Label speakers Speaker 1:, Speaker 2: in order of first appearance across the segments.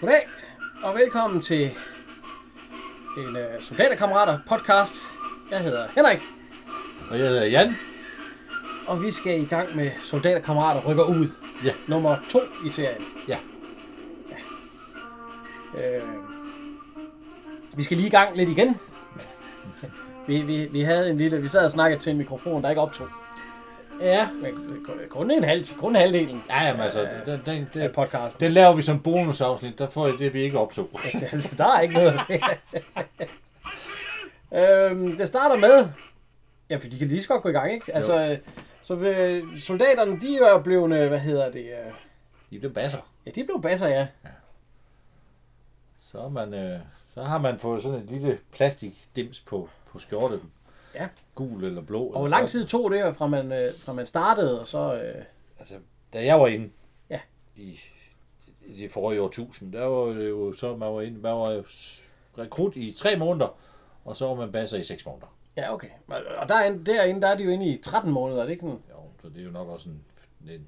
Speaker 1: Goddag, og velkommen til en uh, Soldaterkammerater podcast. Jeg hedder Henrik,
Speaker 2: Og jeg hedder Jan.
Speaker 1: og vi skal i gang med Soldaterkammerater rykker ud.
Speaker 2: Ja.
Speaker 1: Nummer 2 i serien.
Speaker 2: Ja.
Speaker 1: Øh, vi skal lige i gang lidt igen. Vi, vi, vi havde en lille, vi sad og snakkede til en mikrofon, der ikke optog.
Speaker 2: Ja.
Speaker 1: Men øh, kun en halv, kun halvdelen
Speaker 2: Ja, jamen altså, den, den,
Speaker 1: af
Speaker 2: den,
Speaker 1: podcasten.
Speaker 2: den laver vi som bonusafsnit, der får I det, vi ikke optog.
Speaker 1: Altså, der er ikke noget. øhm, det starter med... Ja, for de kan lige så godt gå i gang, ikke? Altså, øh, så øh, soldaterne, de er blevet... øh, Hvad hedder det? øh,
Speaker 2: I blev basser.
Speaker 1: Ja, de blev basser, ja.
Speaker 2: Så, er man, øh, så har man fået sådan et lille plastikdims på, på skjorten.
Speaker 1: Ja.
Speaker 2: Gul eller blå.
Speaker 1: Og hvor lang tid tog det, fra man, øh, fra man startede, og så... Øh,
Speaker 2: Altså, da jeg var inde
Speaker 1: Ja.
Speaker 2: i, i det forrige årtusind, der var det jo så, man var inde, man var jo s- rekrut i tre måneder, og så var man basser i seks måneder.
Speaker 1: ja, okay. Og og derinde, derinde, der er de jo inde i 13 måneder, er det ikke sådan?
Speaker 2: Jo, så det er jo nok også en, en,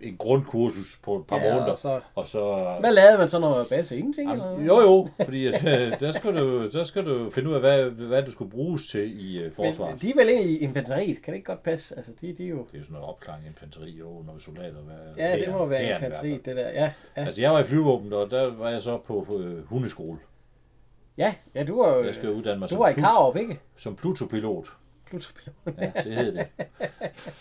Speaker 2: en grundkursus på et par
Speaker 1: Ja, og
Speaker 2: måneder.
Speaker 1: så-
Speaker 2: og så
Speaker 1: Hvad lavede man så, når man var basse? Ingenting? Eller?
Speaker 2: Jamen,
Speaker 1: hvad?
Speaker 2: jo jo, fordi at, øh, der, skal du, der skal du finde ud af, hvad, hvad du skulle bruges til i øh, forsvaret.
Speaker 1: Men de er vel egentlig i inventeriet, kan det ikke godt passe? Altså, de, de er jo...
Speaker 2: Det er jo sådan noget opklaring, infanteri og når vi soldater. Hvad,
Speaker 1: Ja, det må
Speaker 2: er-
Speaker 1: være
Speaker 2: er det i
Speaker 1: infanteriet,
Speaker 2: hvert
Speaker 1: det der. Ja,
Speaker 2: fald.
Speaker 1: ja.
Speaker 2: Altså, jeg var i flyvåbnet, og der var jeg så på øh, hundeskole.
Speaker 1: ja, ja du var jo...
Speaker 2: Jeg skal uddanne mig
Speaker 1: Du
Speaker 2: som,
Speaker 1: var i
Speaker 2: Plut-
Speaker 1: Karup, ikke?
Speaker 2: som Pluto-pilot.
Speaker 1: Pludselig.
Speaker 2: Ja, det hed det.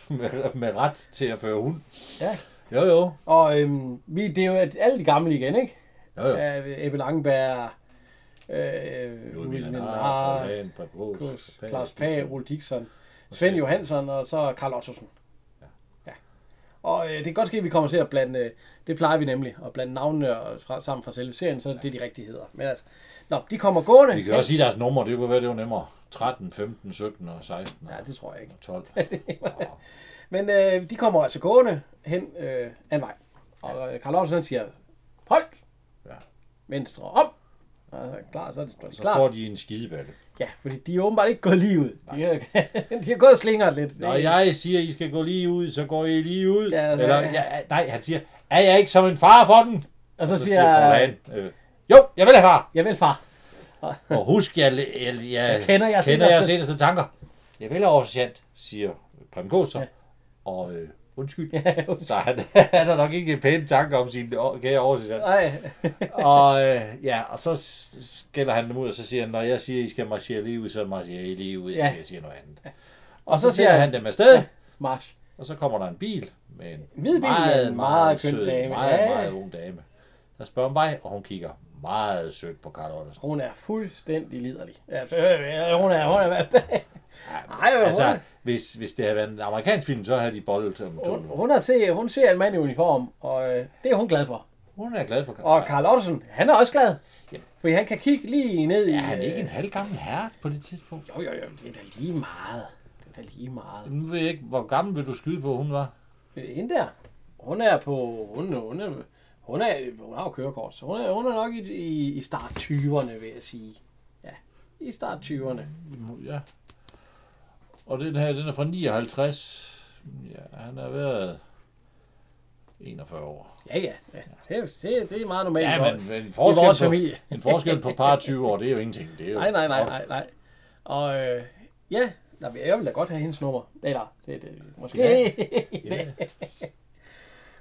Speaker 2: med, med ret til at føre hund.
Speaker 1: Ja.
Speaker 2: Jo, jo.
Speaker 1: Og øhm, vi, det er jo et, alle de gamle igen, ikke?
Speaker 2: jo, jo. Ja,
Speaker 1: Ja. Ebbe Langberg, øh, Louis Menard, Claus Pag, Ole Dixon, Svend
Speaker 2: Svend.
Speaker 1: Johansson og så Karl Ottesen. Ja. Og øh, det kan godt ske, at vi kommer til at blande, øh, det plejer vi nemlig, at blande navnene og fra, sammen fra selve serien, så er det de rigtige hedder. Men altså, nå, de kommer gående.
Speaker 2: Vi kan også sige deres numre, det kunne være, det var nemmere. 13, 15, 17 og 16 og,
Speaker 1: Ja, det tror jeg ikke.
Speaker 2: og 12. Nå.
Speaker 1: Men øh, de kommer altså gående hen øh, ad en vej. Og øh, Karl Ottesen han siger, højt,
Speaker 2: Ja.
Speaker 1: venstre om. Og så er det klar, så er det, så er det
Speaker 2: Så
Speaker 1: klar.
Speaker 2: får de en skideballe.
Speaker 1: Ja, fordi de er åbenbart ikke gået lige ud. De har, de har gået og slingret lidt.
Speaker 2: Når jeg siger, I skal gå lige ud, så går I lige ud.
Speaker 1: Ja,
Speaker 2: Ja,
Speaker 1: altså-
Speaker 2: Eller, ja, nej, han siger, er jeg ikke som en far for den?
Speaker 1: og så,
Speaker 2: Så
Speaker 1: siger
Speaker 2: siger
Speaker 1: jeg,
Speaker 2: Paul Hagen, øh, jo, jeg vil have far.
Speaker 1: jeg vil far.
Speaker 2: Og husk, jeg, jeg, jeg, jeg
Speaker 1: kender jeres
Speaker 2: kender jeres
Speaker 1: inderste-
Speaker 2: eneste tanker. Jeg vil have officiant, siger Prem Gåser. Ja. Og øh, undskyld. Ja, undskyld. Så han, han har nok ikke pæne tanker om sin å- kære officiant.
Speaker 1: Ej.
Speaker 2: og, øh, ja, og så s- skælder han dem ud, og så siger han, når jeg siger, I skal marchere lige ud, så marcherer I lige ud,
Speaker 1: Ja.
Speaker 2: ja. indtil jeg siger noget andet. Og
Speaker 1: så
Speaker 2: så
Speaker 1: siger
Speaker 2: sender han dem afsted, ja.
Speaker 1: March.
Speaker 2: Og så kommer der en bil med en,
Speaker 1: hvid bil med en meget køn dame.
Speaker 2: meget,
Speaker 1: Ja.
Speaker 2: meget ung dame. Der spørger om vej, og hun kigger meget sødt på Karl Ottersen.
Speaker 1: Hun er fuldstændig liderlig. Ja, f- øh, hun er, hun er, Ej, øh, hvor
Speaker 2: altså,
Speaker 1: hurtigt.
Speaker 2: hvis, hvis det havde været en amerikansk film, så havde de boldet om to
Speaker 1: hun,
Speaker 2: hun,
Speaker 1: hun, har set, hun ser en mand i uniform, og øh, det er hun glad for.
Speaker 2: hun er glad for Karl
Speaker 1: Og Karl Ottesen, han er også glad.
Speaker 2: Jamen.
Speaker 1: Fordi han kan kigge lige ned i... øh,
Speaker 2: Er han ikke en halvgammel herre på det tidspunkt?
Speaker 1: Jo, jo, jo, det er da lige meget. Det er da lige meget.
Speaker 2: Nu ved jeg ikke, hvor gammel vil du skyde på, hun var?
Speaker 1: Øh, Hende der, hun er på... Hun, hun, er, hun, er, hun har jo kørekort, så hun er, hun er nok i, i, i start 20'erne, vil jeg sige. Ja, i start 20'erne.
Speaker 2: Ja. Og den her, den er fra 59. Ja, han har været 41 år.
Speaker 1: Ja, ja. ja. Det, det, det er meget normalt.
Speaker 2: Ja,
Speaker 1: for-
Speaker 2: men, men
Speaker 1: I
Speaker 2: forskel
Speaker 1: vores
Speaker 2: på,
Speaker 1: familie.
Speaker 2: en forskel på par 20 år, det er jo ingenting. Det er jo,
Speaker 1: Nej, nej, nej, nej, nej. Og øh, ja, nej, men jeg vil da godt have hendes nummer. Eller, det, det, måske.
Speaker 2: Ja.
Speaker 1: Ja.
Speaker 2: Ja,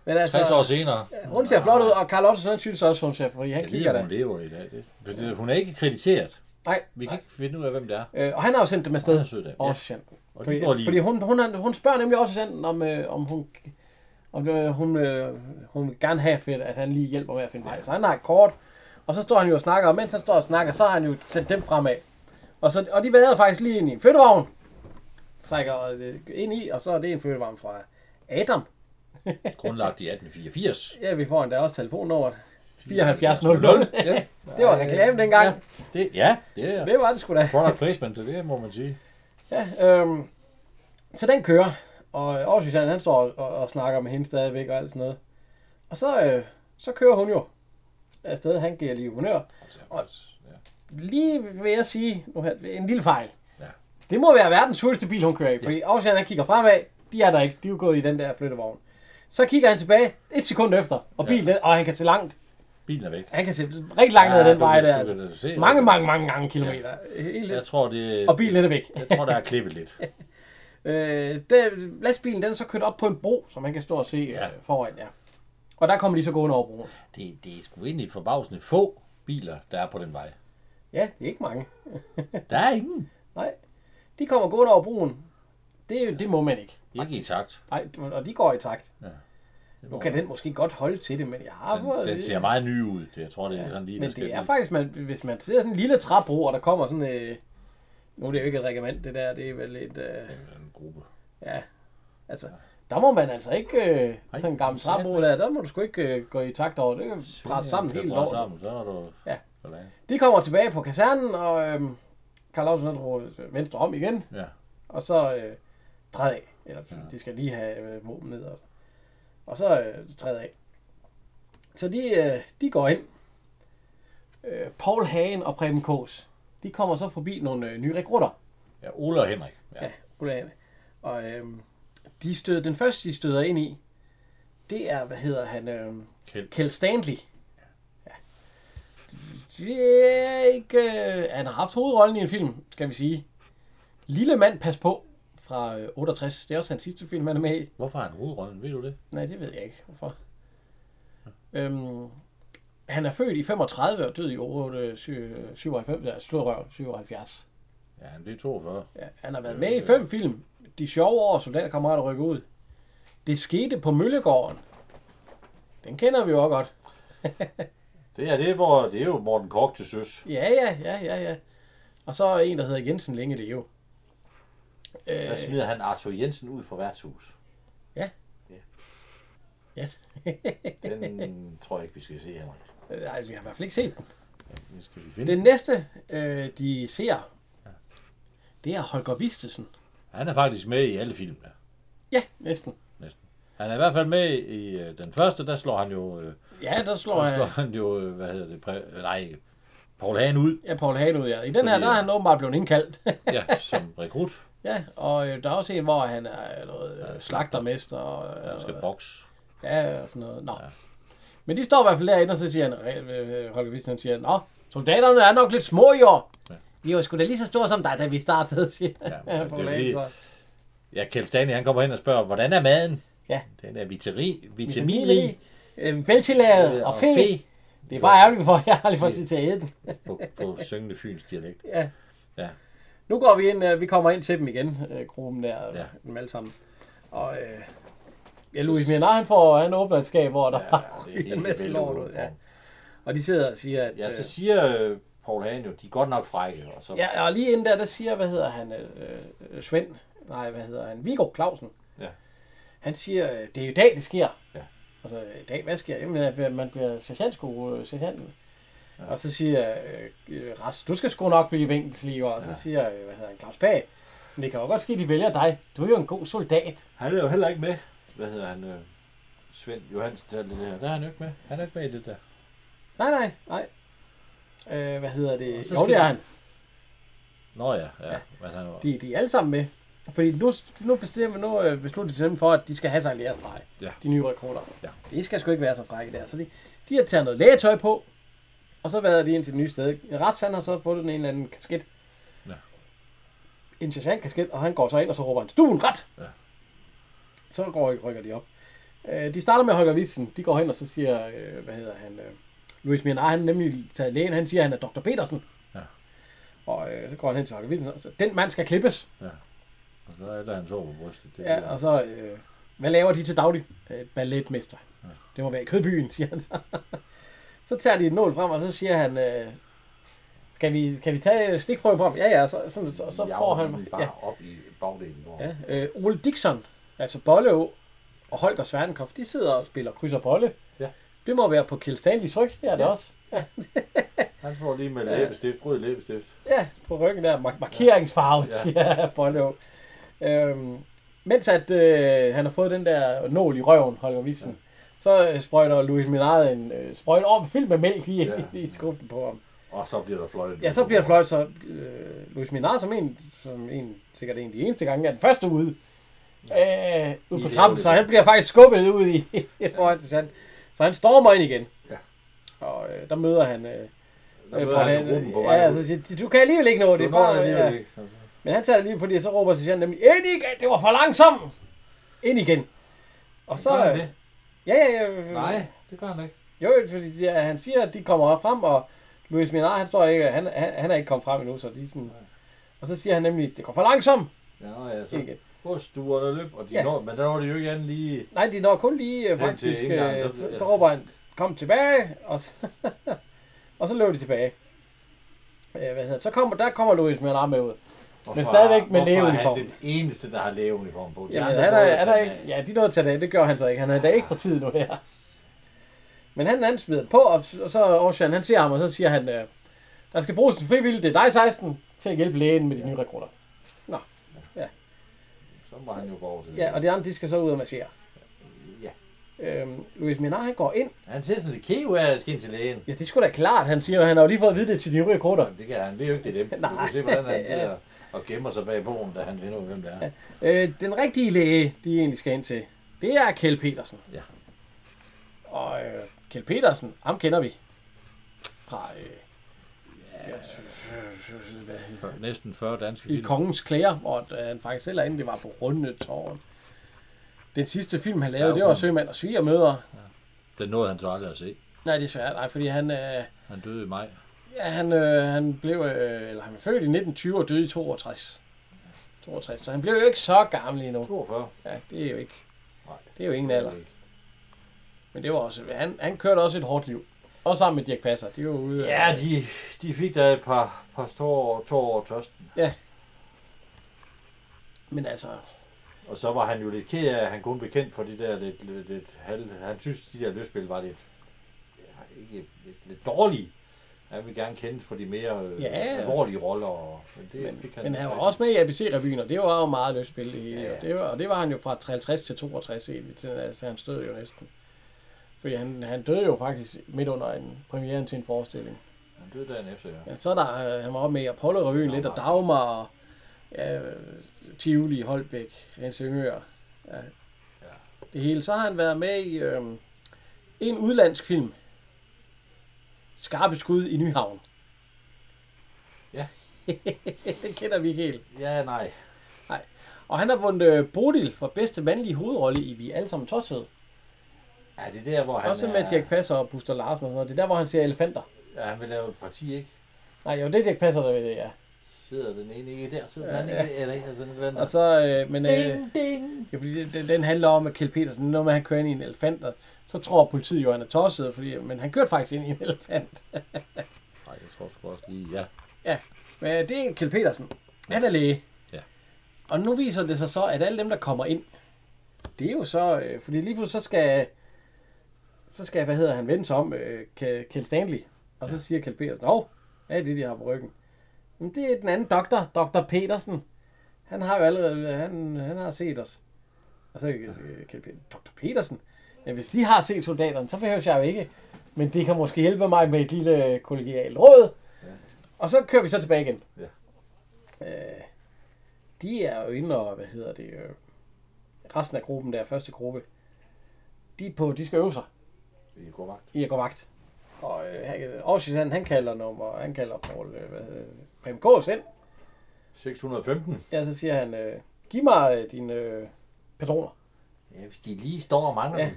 Speaker 1: men
Speaker 2: 60 år
Speaker 1: altså,
Speaker 2: senere.
Speaker 1: hun ser flot ud, og Carl Ottesen han synes også, hun ser, fordi han
Speaker 2: Jeg
Speaker 1: kigger
Speaker 2: ved,
Speaker 1: da.
Speaker 2: hun lever i dag. Det- for det- Hun er ikke krediteret.
Speaker 1: Nej,
Speaker 2: Vi kan ikke finde ud af, hvem det er.
Speaker 1: Øh, og han har jo sendt dem afsted.
Speaker 2: Meget sød af dem,
Speaker 1: Og
Speaker 2: ja.
Speaker 1: sergeanten.
Speaker 2: Og de
Speaker 1: Fordi,
Speaker 2: går lige-
Speaker 1: fordi hun, hun, har- hun spørger nemlig også sergeanten, om, øh, om hun, om, øh, hun, øh, hun vil gerne have, fedt, at han lige hjælper med at finde vej. Så han har et kort, og så står han jo og snakker, og mens han står og snakker, så har han jo sendt dem fremad. Og, så, og de vader faktisk lige ind i en flyttevogn, trækker øh, ind i, og så er det en flyttevogn fra Adam.
Speaker 2: Grundlagt i 1884.
Speaker 1: Ja, vi får endda også telefonnummeret. 7400.
Speaker 2: Ja.
Speaker 1: Det var reklame dengang.
Speaker 2: Ja, det, ja, det er
Speaker 1: Det var det sgu da.
Speaker 2: product placement, det må man sige.
Speaker 1: Ja, øhm, så den kører, og øh, Aarhus han står og, og, og, snakker med hende stadigvæk og alt sådan noget. Og så, øh, så kører hun jo afsted, han giver lige humør.
Speaker 2: Altså, faktisk, ja.
Speaker 1: Lige vil jeg sige, nu her, en lille fejl.
Speaker 2: Ja.
Speaker 1: Det må være verdens hurtigste bil, hun kører i, fordi Aarhus han kigger fremad, de er der ikke, de er jo gået i den der flyttevogn. Så kigger han tilbage et sekund efter, og bilen, og han kan se langt.
Speaker 2: Bilen er væk.
Speaker 1: Han kan se rigtig langt ned ad
Speaker 2: Ja,
Speaker 1: den
Speaker 2: du
Speaker 1: vej
Speaker 2: kan-
Speaker 1: der.
Speaker 2: du
Speaker 1: Altså.
Speaker 2: kan da se-
Speaker 1: Mange, mange, mange gange kilometer. Helt
Speaker 2: Jeg
Speaker 1: lidt.
Speaker 2: tror, det...
Speaker 1: Og bilen er væk.
Speaker 2: Jeg tror, der er klippet lidt.
Speaker 1: Øh, det, lastbilen den er så kørt op på en bro, som man kan stå og se ja.
Speaker 2: Ja.
Speaker 1: øh, foran jer. Og der kommer de så gående over broen.
Speaker 2: Det, det er sgu egentlig forbavsende få biler, der er på den vej.
Speaker 1: Ja, det er ikke mange.
Speaker 2: Der er ingen.
Speaker 1: Nej, de kommer gående over broen. Det, det må man ikke.
Speaker 2: Ikke i takt.
Speaker 1: Nej, og de går i takt.
Speaker 2: Det
Speaker 1: Nu
Speaker 2: må
Speaker 1: kan
Speaker 2: man-
Speaker 1: den måske godt holde til det, men jeg har fået...
Speaker 2: den, den ser meget ny ud. Det, jeg tror, det er sådan lige,
Speaker 1: øh, Men
Speaker 2: der skal
Speaker 1: det er
Speaker 2: ned.
Speaker 1: faktisk, man, hvis man ser sådan en lille træbro, og der kommer sådan... Øh, nu er det jo ikke et regiment, det der. Det er vel et... Øh,
Speaker 2: en gruppe.
Speaker 1: ja, altså... Der må man altså ikke... Øh, sådan en gammel
Speaker 2: for satan.
Speaker 1: træbro der, der må du sgu ikke øh, gå i takt over. Det kan presse sammen
Speaker 2: Det er
Speaker 1: helt
Speaker 2: bræt
Speaker 1: over.
Speaker 2: sammen, så er du...
Speaker 1: Ja.
Speaker 2: Sådan.
Speaker 1: De kommer tilbage på kasernen, og øh, Karl Lausen drog venstre om igen,
Speaker 2: Ja.
Speaker 1: og så øh, træd af. Eller ja. de skal lige have øh, våben ned. Og, og så øh, træd af. Så de, øh, de går ind. Øh, Paul Hagen og Preben Kås, de kommer så forbi nogle øh, nye rekrutter.
Speaker 2: ja, Ole og Henrik. Ja.
Speaker 1: Ja, Ulane. Og øh, de støder, den første, de støder ind i, det er, hvad hedder han, øh,
Speaker 2: Kjeld.
Speaker 1: Kjeld Stanley. Ja. Det er ikke... Øh, han har haft hovedrollen i en film, skal vi sige. Lille mand, pas på, fra øh, 68. Det er også hans sidste film, han er med i.
Speaker 2: Hvorfor har han hovedrollen? Ved du det?
Speaker 1: Nej, det ved jeg ikke, hvorfor. Øhm, han er født i 35 og død i år 97, der slår røv, 77.
Speaker 2: Ja, han blev 42.
Speaker 1: Ja, han har været med i fem film. De sjove år, soldaterkammerater rykker ud. Det skete på Møllegården. Den kender vi jo også godt.
Speaker 2: Det er, det, er, hvor, det er jo Morten Kork til søs.
Speaker 1: Ja, ja, ja, ja, ja. Og så en, der hedder Jensen Længe, det er jo.
Speaker 2: Der smider han Arthur Jensen ud fra værtshus.
Speaker 1: Ja.
Speaker 2: Den tror jeg ikke, vi skal se, Henrik.
Speaker 1: Nej, altså, vi har i hvert fald ikke set den.
Speaker 2: Den skal vi finde.
Speaker 1: Den næste, øh, de ser, det er Holger Vistesen.
Speaker 2: Han er faktisk med i alle filmene.
Speaker 1: Ja, næsten.
Speaker 2: Næsten. Han er i hvert fald med i øh, den første, der slår han jo, øh,
Speaker 1: Ja, der slår
Speaker 2: der slår
Speaker 1: jeg
Speaker 2: han jo øh, hvad hedder det, præ- øh, nej, Paul Hagen ud
Speaker 1: ja, Paul Hagen ud. Ja. I den her,
Speaker 2: Fordi,
Speaker 1: der er
Speaker 2: øh,
Speaker 1: han åbenbart blevet indkaldt.
Speaker 2: ja, som rekrut.
Speaker 1: ja, og øh, der er også en, hvor han er øh, noget øh, slagtermester. Og,
Speaker 2: Han
Speaker 1: øh,
Speaker 2: skal boks.
Speaker 1: ja, og sådan noget. Nå. Men de står i hvert fald derinde, og så siger han, øh, øh, Holger Vistesen siger, Nå, soldaterne er nok lidt små i år.
Speaker 2: Ja.
Speaker 1: Vi var sgu da lige så store som dig, da vi startede, siger
Speaker 2: Ja,
Speaker 1: ja,
Speaker 2: men det er
Speaker 1: Paul
Speaker 2: jo
Speaker 1: Hagen
Speaker 2: lige-
Speaker 1: så.
Speaker 2: Ja, Kjeld Stanley, han kommer hen og spørger, hvordan er maden?
Speaker 1: Ja.
Speaker 2: Den er viteri, vitaminrig
Speaker 1: vitaminrig, øh, veltillavet
Speaker 2: øh,
Speaker 1: og fed. Det er
Speaker 2: Jo.
Speaker 1: bare ærgerligt, for jeg har aldrig fået tid til at æde den.
Speaker 2: på, på syngende fyns dialekt.
Speaker 1: Ja.
Speaker 2: Ja.
Speaker 1: Nu går vi ind, øh, vi kommer ind til dem igen, øh, gruppen der, ja.
Speaker 2: Ja.
Speaker 1: dem alle sammen. Og øh, ja, Louis Mienar, han får han åbner et skab, hvor der
Speaker 2: Ja,
Speaker 1: ja,
Speaker 2: det er helt
Speaker 1: en masse
Speaker 2: vildt
Speaker 1: lort ud.
Speaker 2: ude.
Speaker 1: Ja. Og de sidder og siger, at...
Speaker 2: Ja, så
Speaker 1: øh,
Speaker 2: siger øh, Paul Hagen jo, de er godt nok frække. Og så,
Speaker 1: ja, og lige inden der, der siger, hvad hedder han, øh, øh, Svend, nej, hvad hedder han, Viggo Clausen.
Speaker 2: Ja.
Speaker 1: Han siger, øh, det er jo i dag, det sker.
Speaker 2: Ja.
Speaker 1: Altså, i dag, hvad sker? Jamen, man bliver, man bliver sergeantsko, øh, sergeanten. Ja. Og så siger øh, øh, Ras, du skal sgu nok blive vinkelsliver. Og så ja. siger, øh, hvad hedder han, Claus Pag, men det kan jo godt ske, de vælger dig. Du er jo en god soldat.
Speaker 2: Han er jo heller ikke med. Hvad hedder han? Øh, Svend Johansen, der, er det der. der er han jo ikke med. Han er ikke med i det der.
Speaker 1: Nej, nej, nej. Øh, hvad hedder det?
Speaker 2: Og så
Speaker 1: Jo,
Speaker 2: skal
Speaker 1: det er
Speaker 2: de-
Speaker 1: han.
Speaker 2: Nå ja, ja. ja. Men han var,
Speaker 1: De, de er alle sammen med. Fordi nu, nu, bestemmer, nu øh, beslutter de dem for, at de skal have sig en lærestreg.
Speaker 2: Ja.
Speaker 1: De nye rekrutter.
Speaker 2: Ja.
Speaker 1: De skal sgu ikke være så frække der. Så de, de har taget noget lægetøj på, og så været de ind til det nye sted. Rats han har så fået en eller anden kasket.
Speaker 2: Ja.
Speaker 1: En sergeant kasket, og han går så ind, og så råber han, stuen ret!
Speaker 2: Ja.
Speaker 1: Så går, rykker de op. Øh, de starter med Holger Wissen. De går hen, og så siger, øh, hvad hedder han, øh, Louis Mienar, han er nemlig taget lægen, han siger, at han er Dr. Petersen.
Speaker 2: Ja.
Speaker 1: Og øh, så går han hen til Holger Wissen, og så, den mand skal klippes.
Speaker 2: og så er der han så på brystet. Det,
Speaker 1: Ja, og så, øh, hvad laver de til daglig? Øh, balletmester. Ja. Det må være i Kødbyen, siger han så. så tager de en nål frem, og så siger han, øh, skal vi, kan vi tage øh, stikprøve på ham? Ja, ja, så, så, så, så får han...
Speaker 2: bare
Speaker 1: Ja,
Speaker 2: ja. op i bagdelen. Hvor,
Speaker 1: ja. Øh, Ole Dixon, altså Bolleå og Holger Sverdenkoff, de sidder og spiller kryds og bolle.
Speaker 2: Ja.
Speaker 1: Det må være på Kjeld Stanleys ryg, det er det
Speaker 2: Ja.
Speaker 1: også.
Speaker 2: Han får lige med læbestift, rød læbestift.
Speaker 1: Ja, på ryggen der. Mark- markeringsfarve, ja.
Speaker 2: Ja.
Speaker 1: siger Bolleå. Øhm, mens at øh, han har fået den der nål i røven, Holger Wissen, ja. så øh, sprøjter Louis Minard en øh, sprøjt over fyldt med mælk i, ja.
Speaker 2: Ja.
Speaker 1: i skuffen på ham.
Speaker 2: Og så bliver der fløjtet.
Speaker 1: Ja, så bliver det fløjt, så øh, Louis Minard, som, en, som en, sikkert en af de eneste gange, er den første ude, øh, ude
Speaker 2: I
Speaker 1: på
Speaker 2: det
Speaker 1: trappen,
Speaker 2: øjeblik.
Speaker 1: så han bliver faktisk skubbet ud i i forhold til sand. Så han stormer ind igen.
Speaker 2: Ja.
Speaker 1: og øh, der møder han... Øh,
Speaker 2: Der
Speaker 1: øh,
Speaker 2: møder
Speaker 1: Paul
Speaker 2: han
Speaker 1: Hagen.
Speaker 2: gruppen på
Speaker 1: ja,
Speaker 2: vej ud.
Speaker 1: altså, siger, du kan alligevel ikke nå det.
Speaker 2: Du
Speaker 1: er
Speaker 2: når
Speaker 1: bare-
Speaker 2: alligevel
Speaker 1: ja.
Speaker 2: ikke. Altså.
Speaker 1: Men han tager det lige, fordi så råber sergeanten nemlig, ind igen, det var for langsomt! Ind igen. Og så...
Speaker 2: Gør han
Speaker 1: øh,
Speaker 2: det?
Speaker 1: Ja, ja, ja.
Speaker 2: Nej, det gør han ikke.
Speaker 1: Jo, jo, fordi de, han siger, at de kommer frem, og Luis Minar, han, står ikke, han, han, han er ikke kommet frem endnu, så de er sådan... Og så siger han nemlig, det går for langsomt.
Speaker 2: Ja, ja, så
Speaker 1: Ikke.
Speaker 2: hos duerne løb, og de
Speaker 1: Ja.
Speaker 2: ja. når, men der var det jo ikke andet lige...
Speaker 1: Nej, de når kun lige øh,
Speaker 2: til
Speaker 1: faktisk...
Speaker 2: indgangen,
Speaker 1: Øh,
Speaker 2: så-
Speaker 1: så, så, råber han, kom tilbage, og så, og så løber de tilbage. Øh, hvad hedder det? Så kommer, der kommer Luis Minar med ud.
Speaker 2: Hvorfor,
Speaker 1: Men stadigvæk med
Speaker 2: hvorfor er
Speaker 1: lægeuniform.
Speaker 2: han den eneste, der har lægeuniform på? De
Speaker 1: Jamen,
Speaker 2: andre
Speaker 1: han er,
Speaker 2: nåede at
Speaker 1: han er,
Speaker 2: tage
Speaker 1: ikke,
Speaker 2: den af.
Speaker 1: ja, de nåede til det, det gør han så ikke. Han har da ekstra tid nu her. Men han, han smider den på, og, og så Ocean, han ser ham, og så siger han, øh, der skal bruges en frivillig, det er dig 16, til at hjælpe lægen med de nye rekrutter.
Speaker 2: Så var han jo går over til
Speaker 1: Ja, og de andre, de skal så ud og marchere.
Speaker 2: Ja.
Speaker 1: Øhm, Louis Minar, han går ind.
Speaker 2: Han ser sådan lidt kæv af, at jeg skal ind til lægen.
Speaker 1: Ja, det er sgu da klart, han siger, han har jo lige fået at vide det til de nye rekrutter.
Speaker 2: Jamen, det kan han. Vi er jo ikke det er dem. Du
Speaker 1: Nej.
Speaker 2: kan se, hvordan han sidder og gemmer sig bag bogen, da han finder ud, hvem det er.
Speaker 1: Øh, den rigtige læge, de egentlig skal ind til, det er Kjell Petersen.
Speaker 2: Ja.
Speaker 1: Og øh, Kjell Petersen, ham kender vi. Fra, øh,
Speaker 2: For, næsten 40 danske
Speaker 1: i Kongens Klæder, hvor øh, han faktisk selv er inde, det var på Runde Tårn. Den sidste film, han lavede,
Speaker 2: Ja,
Speaker 1: det var
Speaker 2: okay.
Speaker 1: Sømand og Svigermøder.
Speaker 2: Den nåede han så aldrig at se.
Speaker 1: Nej, det er svært. Nej, fordi han, øh,
Speaker 2: Han døde i maj.
Speaker 1: ja, han, øh, han blev, øh, eller han blev født i 1920 og døde i 62. 62, så han blev jo ikke så gammel endnu.
Speaker 2: 42.
Speaker 1: Ja, det er jo ikke,
Speaker 2: Nej.
Speaker 1: det er jo ingen alder. Men det var også, han, han kørte også et hårdt liv. Også sammen med Dirk Passer, de var ude. øh,
Speaker 2: Ja, de, de fik da et par, par tår, tår over tørsten.
Speaker 1: Men altså,
Speaker 2: Og så var han jo lidt ked af, at han kun blev kendt for de der lidt, lidt, lidt halv... Han synes, de der løsspil var lidt, ja, ikke, lidt, lidt dårlige. Han ville gerne kendes for de mere øh,
Speaker 1: Ja.
Speaker 2: ja. alvorlige roller. Og, men, det
Speaker 1: men,
Speaker 2: fik
Speaker 1: men han var også med i ABC-revyen, og det var jo meget løst spil det hele.
Speaker 2: Ja, ja.
Speaker 1: Og, det var, og det var han jo fra 53 til 62 egentlig, til, altså han stod jo næsten. Fordi han, han døde jo faktisk midt under en premieren til en forestilling.
Speaker 2: Han døde dagen efter, ja.
Speaker 1: Ja, så er der, øh, han var også med i Apollo-revyen lidt, og Dagmar, og ja, øh, Tivoli, Holbæk, Helsingør. Ja. Det hele. Så har han været med i øh, en udlandsk film. Skarpe skud i Nyhavn.
Speaker 2: Ja.
Speaker 1: det kender vi ikke helt.
Speaker 2: Ja, nej.
Speaker 1: Og han har vundet øh, Bodil for bedste mandlige hovedrolle i Vi er alle sammen tossede.
Speaker 2: Ja, det er der, hvor han
Speaker 1: Også
Speaker 2: er,
Speaker 1: med Dirk Passer og Buster Larsen og sådan noget. Det er der, hvor han ser elefanter.
Speaker 2: Ja, han vil lave et parti, ikke?
Speaker 1: Nej, jo, det er Dirk Passer, der ved det, ja.
Speaker 2: Sidder den ene ikke der, sidder den anden
Speaker 1: Ja, ja.
Speaker 2: ikke der, eller ikke? Altså, den anden.
Speaker 1: Og så, øh, men, øh,
Speaker 2: ding, ding.
Speaker 1: ja, fordi den, den, handler om, at Kjell Petersen, når han kører ind i en elefant, og så tror politiet jo, at han er tosset, fordi, men han kørte faktisk ind i en elefant.
Speaker 2: Nej, jeg tror sgu også lige, ja.
Speaker 1: Ja, men øh, det er Kjell Petersen. Han er læge.
Speaker 2: Ja.
Speaker 1: Og nu viser det sig så, at alle dem, der kommer ind, det er jo så, øh, fordi lige pludselig så skal, så skal, hvad hedder han, vende sig om, øh, Ke- Kjeld Stanley. Og så siger Kjeld Petersen, åh, hvad er det, de har på ryggen? Men det er den anden doktor, doktor Petersen. Han har jo allerede, han, han har set os. Og så øh, Kjeld Petersen, doktor Petersen? Ja, hvis de har set soldaterne, så behøver jeg jo ikke. Men det kan måske hjælpe mig med et lille kollegialt råd. Og så kører vi så tilbage igen.
Speaker 2: Ja.
Speaker 1: Øh, de er jo inde og, hvad hedder det, øh, resten af gruppen der, første gruppe, de, er på, de skal øve sig
Speaker 2: Vi går vagt.
Speaker 1: i at gå vagt. Og øh, han, Aarhus, han, han kalder nummer, han kalder Paul, øh, hvad hedder det, Preben Gås ind.
Speaker 2: 615.
Speaker 1: Ja, så siger han, øh, giv mig øh, dine øh, patroner.
Speaker 2: Ja, hvis de lige står og mangler
Speaker 1: Ja.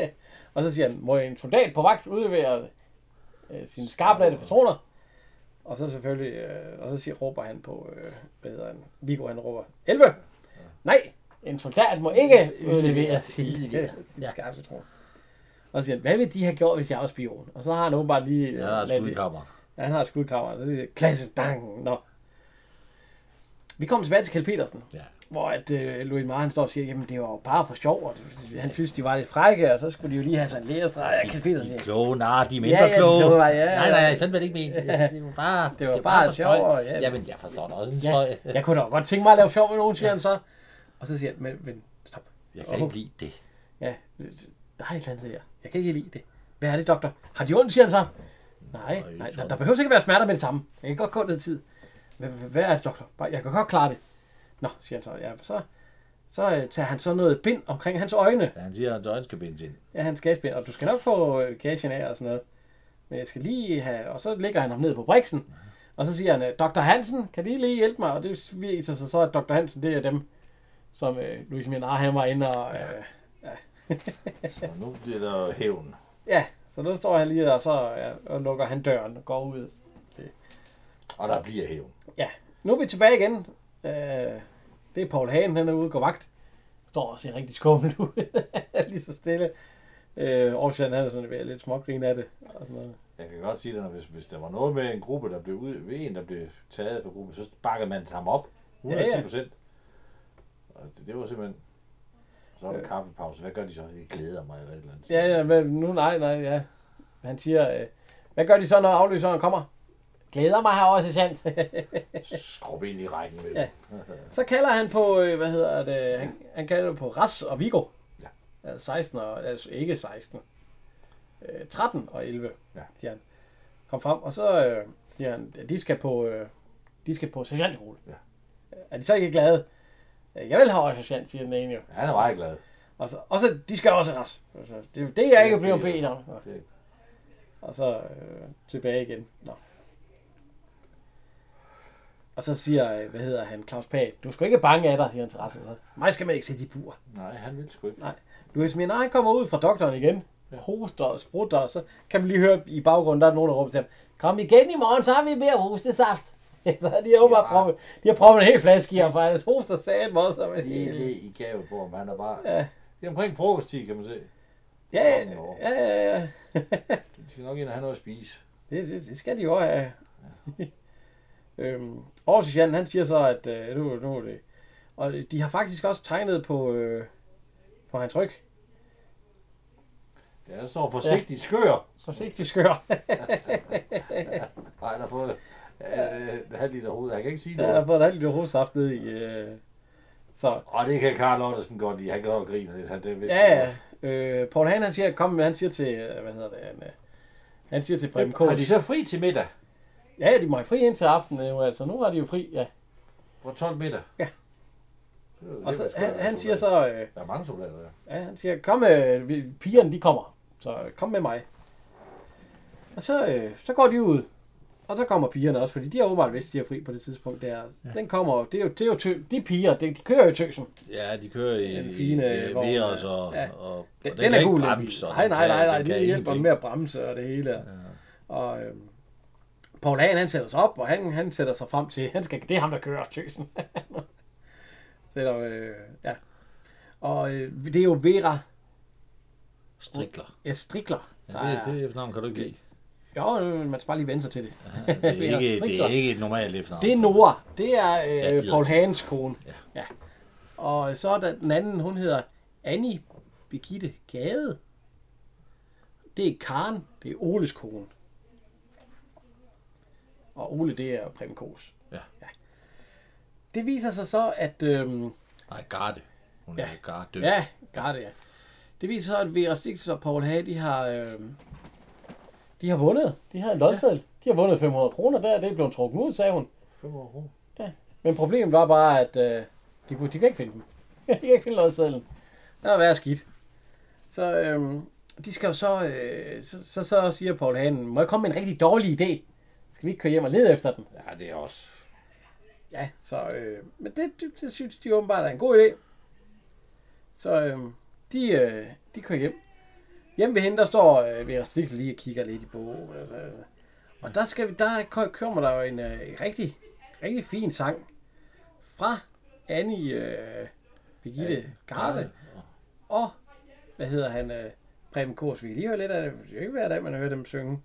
Speaker 2: dem.
Speaker 1: og så siger han, må en soldat på vagt udlevere øh, sine skarpladte patroner? Og så selvfølgelig, øh, og så siger, råber han på, øh, hvad hedder han, Viggo han råber, 11! Nej, en soldat må ikke udlevere sine
Speaker 2: Udlevere.
Speaker 1: ja. skarpladte patroner. Og så siger han, hvad ville de have gjort, hvis jeg var spion? Og så har han åbenbart lige... øh, ladt det- Ja, han har et skudkrammer. Så det er klasse. Dang. Nå. Vi kommer tilbage til Kjeld Petersen,
Speaker 2: Ja.
Speaker 1: hvor at, øh, Louis Marr, han står og siger, jamen det var jo bare for sjov, og det- han synes, de var lidt frække, og så skulle de jo lige have sådan en lærestreg af Kjeld Petersen.
Speaker 2: De
Speaker 1: siger,
Speaker 2: kloge, nej, de er mindre
Speaker 1: Ja, ja, de
Speaker 2: kloge.
Speaker 1: kloge var- ja, ja.
Speaker 2: nej, nej, sådan var det ikke ment. Det var bare,
Speaker 1: Det var
Speaker 2: er
Speaker 1: bare
Speaker 2: for
Speaker 1: sjovt,
Speaker 2: spøjt.
Speaker 1: ja.
Speaker 2: Jamen, jeg forstår da også en spøj.
Speaker 1: Ja, jeg kunne da godt tænke mig at lave sjov med nogen, siger han så. Og så siger han, men, men stop.
Speaker 2: Jeg kan ikke lide det.
Speaker 1: Ja, der er et eller andet der. Jeg kan ikke lide det. Hvad er det, doktor? Har de ondt, siger han så. Nej,
Speaker 2: Nej,
Speaker 1: nej der,
Speaker 2: sådan.
Speaker 1: der behøver ikke være smerter med det samme. Jeg kan godt gå ned i tid. Men h- hvad er det, doktor? Bare, jeg kan godt klare det. Nå, siger han så. Ja, så, så øh, tager han så noget bind omkring hans øjne.
Speaker 2: Ja, han siger, at hans øjne skal bindes ind.
Speaker 1: Ja, han skal bind, og du skal nok få øh, gagen af og sådan noget. Men jeg skal lige have... Og så ligger han ham ned på briksen. Og så siger han, øh, Dr. Hansen, kan de lige hjælpe mig? Og det viser sig så, at Dr. Hansen, det er dem, som øh, Louis Minard, han var inde og... Øh,
Speaker 2: Så nu bliver der hævn.
Speaker 1: ja, så nu står han lige der, og så ja, og lukker han døren og går ud.
Speaker 2: Og der bliver hævn.
Speaker 1: Ja, nu er vi tilbage igen. Øh, det er Paul Hagen, han er ude og går vagt. Står og ser rigtig skummel ud. lige så stille. Øh, Ocean, han er sådan ved at lidt smågrin af det. Og sådan noget.
Speaker 2: Jeg kan godt sige dig, hvis, hvis der var noget med en gruppe, der blev ud, ved en, der blev taget fra gruppen, så bakkede man ham op. 110 procent. Og det, det, var simpelthen... Så er der kaffepause. Hvad gør de så? De glæder mig eller et eller andet.
Speaker 1: Øh. Ja, ja, men nu nej, nej, ja. Han siger, øh, hvad gør de så, når afløseren kommer? Glæder mig her også, sandt.
Speaker 2: Skrub ind i rækken med
Speaker 1: Ja.
Speaker 2: ja.
Speaker 1: så kalder han på, øh, hvad hedder det, han, han kalder på Ras og Vigo.
Speaker 2: Ja.
Speaker 1: Altså 16 og, altså ikke 16. Øh, 13 og 11,
Speaker 2: Ja.
Speaker 1: siger han. Kom frem, og så øh, siger han, at de skal på, øh, de skal på sergeantskole.
Speaker 2: Ja.
Speaker 1: Er de så ikke glade? "Øh, Jeg vil have også sergeant, siger den ene jo.
Speaker 2: Han er meget glad.
Speaker 1: Og så, og så de skal også have ras. Altså, det er jo det, jeg ikke
Speaker 2: Det-
Speaker 1: bliver
Speaker 2: det-
Speaker 1: bedt om.
Speaker 2: det-
Speaker 1: Og så øh, tilbage igen. Nå. Og så siger, øh, hvad hedder han, Claus Pag, du skal ikke bange af dig, siger han til Rasmus. Mig skal man ikke sætte i bur.
Speaker 2: Nej, han vil sgu ikke.
Speaker 1: Nej. Louis Minar, han kommer ud fra doktoren igen. Hoster og sprutter, og så kan man lige høre i baggrunden, der er nogen, der råber til ham. Kom igen i morgen, så har vi mere hostesaft. så har de har åbenbart
Speaker 2: Ja.
Speaker 1: proppet, de har proppet en hel flaske i ham, for hans hoster sagde mig også. men-
Speaker 2: Det er det i gave på, om han er bare...
Speaker 1: Ja.
Speaker 2: Det er omkring frokosttid, kan man se.
Speaker 1: Ja,
Speaker 2: Nå.
Speaker 1: ja, ja, ja.
Speaker 2: De skal nok ind og have noget at spise.
Speaker 1: Det, det, det skal de jo have. øhm, Aarhus Jan, han siger så, at øh, nu, nu er det... Og de har faktisk også tegnet på, øh, på hans ryg.
Speaker 2: Ja, der står forsigtigt skør.
Speaker 1: Forsigtig skør.
Speaker 2: Nej, der har fået øh, halv liter hoved. Han kan ikke sige
Speaker 1: jeg har
Speaker 2: noget.
Speaker 1: fået et halvt liter hovedsaft ned i. Øh. Så,
Speaker 2: Og det kan Karl Ottesen godt lide. Han går og griner lidt. Han, det vidste
Speaker 1: ja, ja. Øh, Paul Hahn, han siger, kom, han siger til, øh, hvad hedder det, han, øh, han siger til Preben
Speaker 2: Har
Speaker 1: Kål,
Speaker 2: de så fri til middag?
Speaker 1: ja, ja, de må have fri indtil aftenen, jo, altså, nu har de jo fri, ja.
Speaker 2: For 12 middag?
Speaker 1: Ja.
Speaker 2: Det er jo- altså,
Speaker 1: Og så,
Speaker 2: det er sgu da
Speaker 1: han,
Speaker 2: mange
Speaker 1: han siger
Speaker 2: soldater.
Speaker 1: så, øh,
Speaker 2: Der er mange soldater, ja.
Speaker 1: Ja, han siger, kom, øh, vi- pigerne de kommer, så øh, kom med mig. Og så, øh, så går de ud, og så kommer pigerne også, fordi de har åbenbart vidst, de er fri på det tidspunkt der. Ja. Den kommer, det er jo, det er jo tø, de piger, de, de kører jo i tøsen.
Speaker 3: Ja, de kører i,
Speaker 1: Den fine,
Speaker 3: i, i
Speaker 1: hvor-
Speaker 3: Veros, og,
Speaker 1: ja.
Speaker 3: ja. og, og
Speaker 1: Den,
Speaker 3: den,
Speaker 1: den, den er
Speaker 3: kan
Speaker 1: gul.
Speaker 3: ikke
Speaker 1: den
Speaker 3: bremse,
Speaker 1: bil.
Speaker 3: og
Speaker 1: nej,
Speaker 3: den
Speaker 1: nej,
Speaker 3: kan-
Speaker 1: nej, nej,
Speaker 3: den
Speaker 1: de
Speaker 3: kan
Speaker 1: hjælper dem
Speaker 3: ingenting.
Speaker 1: med at bremse og det hele. Ja. Og øh, Paul Hagen, han sætter sig op, og han, han sætter sig frem til, han skal, det er ham, der kører tøsen. sætter, øh, ja. Og øh, det er jo Vera
Speaker 3: Strikler.
Speaker 1: ja, Strikler.
Speaker 3: Ja,
Speaker 1: der er-
Speaker 3: det, det efternavn kan du ikke lide.
Speaker 1: Jo, øh, man skal bare lige vende sig til det.
Speaker 3: Det er
Speaker 1: Vera
Speaker 3: ikke, det
Speaker 1: Strikler.
Speaker 3: er ikke et normalt efternavn.
Speaker 1: Det er Nora. Det er
Speaker 3: Ja,
Speaker 1: øh,
Speaker 3: gider
Speaker 1: Paul
Speaker 3: ikke.
Speaker 1: Hagens kone. Ja. ja. Og så er der den anden, hun hedder Annie Birgitte Gade. Det er Karen. Det er Oles kone. Og Ole, det er Prem Kås.
Speaker 3: Ja.
Speaker 1: Det viser sig så, at... Øhm,
Speaker 3: Nej, Garde. Hun er
Speaker 1: Ja.
Speaker 3: Garde.
Speaker 1: ja, Garde, ja. Det viser så, at Vera Stigtus og Paul Hage, de har... Øhm, de har vundet. De har en lodseddel. De har vundet 500 kroner der. Det er blevet trukket ud, sagde hun.
Speaker 2: 500 kroner.
Speaker 1: Men problemet var bare, at øh, de, kunne, de kan ikke finde dem. de kan ikke finde lodsedlen. Den er værd skidt. Så øh, de skal jo så, øh, så, så, så siger Paul Hagen, må jeg komme med en rigtig dårlig idé? Skal vi ikke køre hjem og lede efter den?
Speaker 3: ja, det er også.
Speaker 1: Ja, så, øh, men det, det, det synes de åbenbart er en god idé. Så øh, de, øh, de kører hjem. Hjemme ved hende, der står øh, Vera Stikkel lige og kigger lidt i bogen. Altså, altså. Og der, skal vi, der kø- kommer der jo en øh, en rigtig, rigtig fin sang fra Annie øh, Birgitte ja, Garde. Og, hvad hedder han, øh, Preben Kors. Vi kan lige høre lidt af det. Det er jo ikke hver dag, man hører dem synge.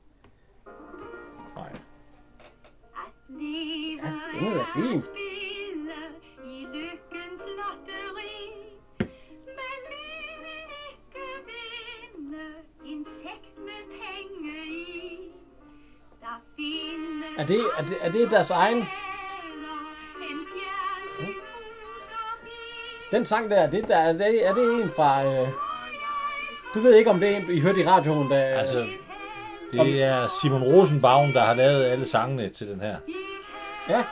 Speaker 3: Nej.
Speaker 4: Livet
Speaker 1: den er da fin.
Speaker 4: at spille i lykkens lotteri. Men vi vil ikke vinde en sæk med penge i. Der findes
Speaker 1: Er det- er det- er det deres egen?
Speaker 4: aftaler, En fjernsyn, hus og bil.
Speaker 1: Den sang der, det der er, det, er det en fra... Øh, du ved ikke, om det er en, I hørte i radioen, da...
Speaker 3: Altså, det er Simon Rosenbaum, der har lavet alle sangene til den her.
Speaker 1: Ja,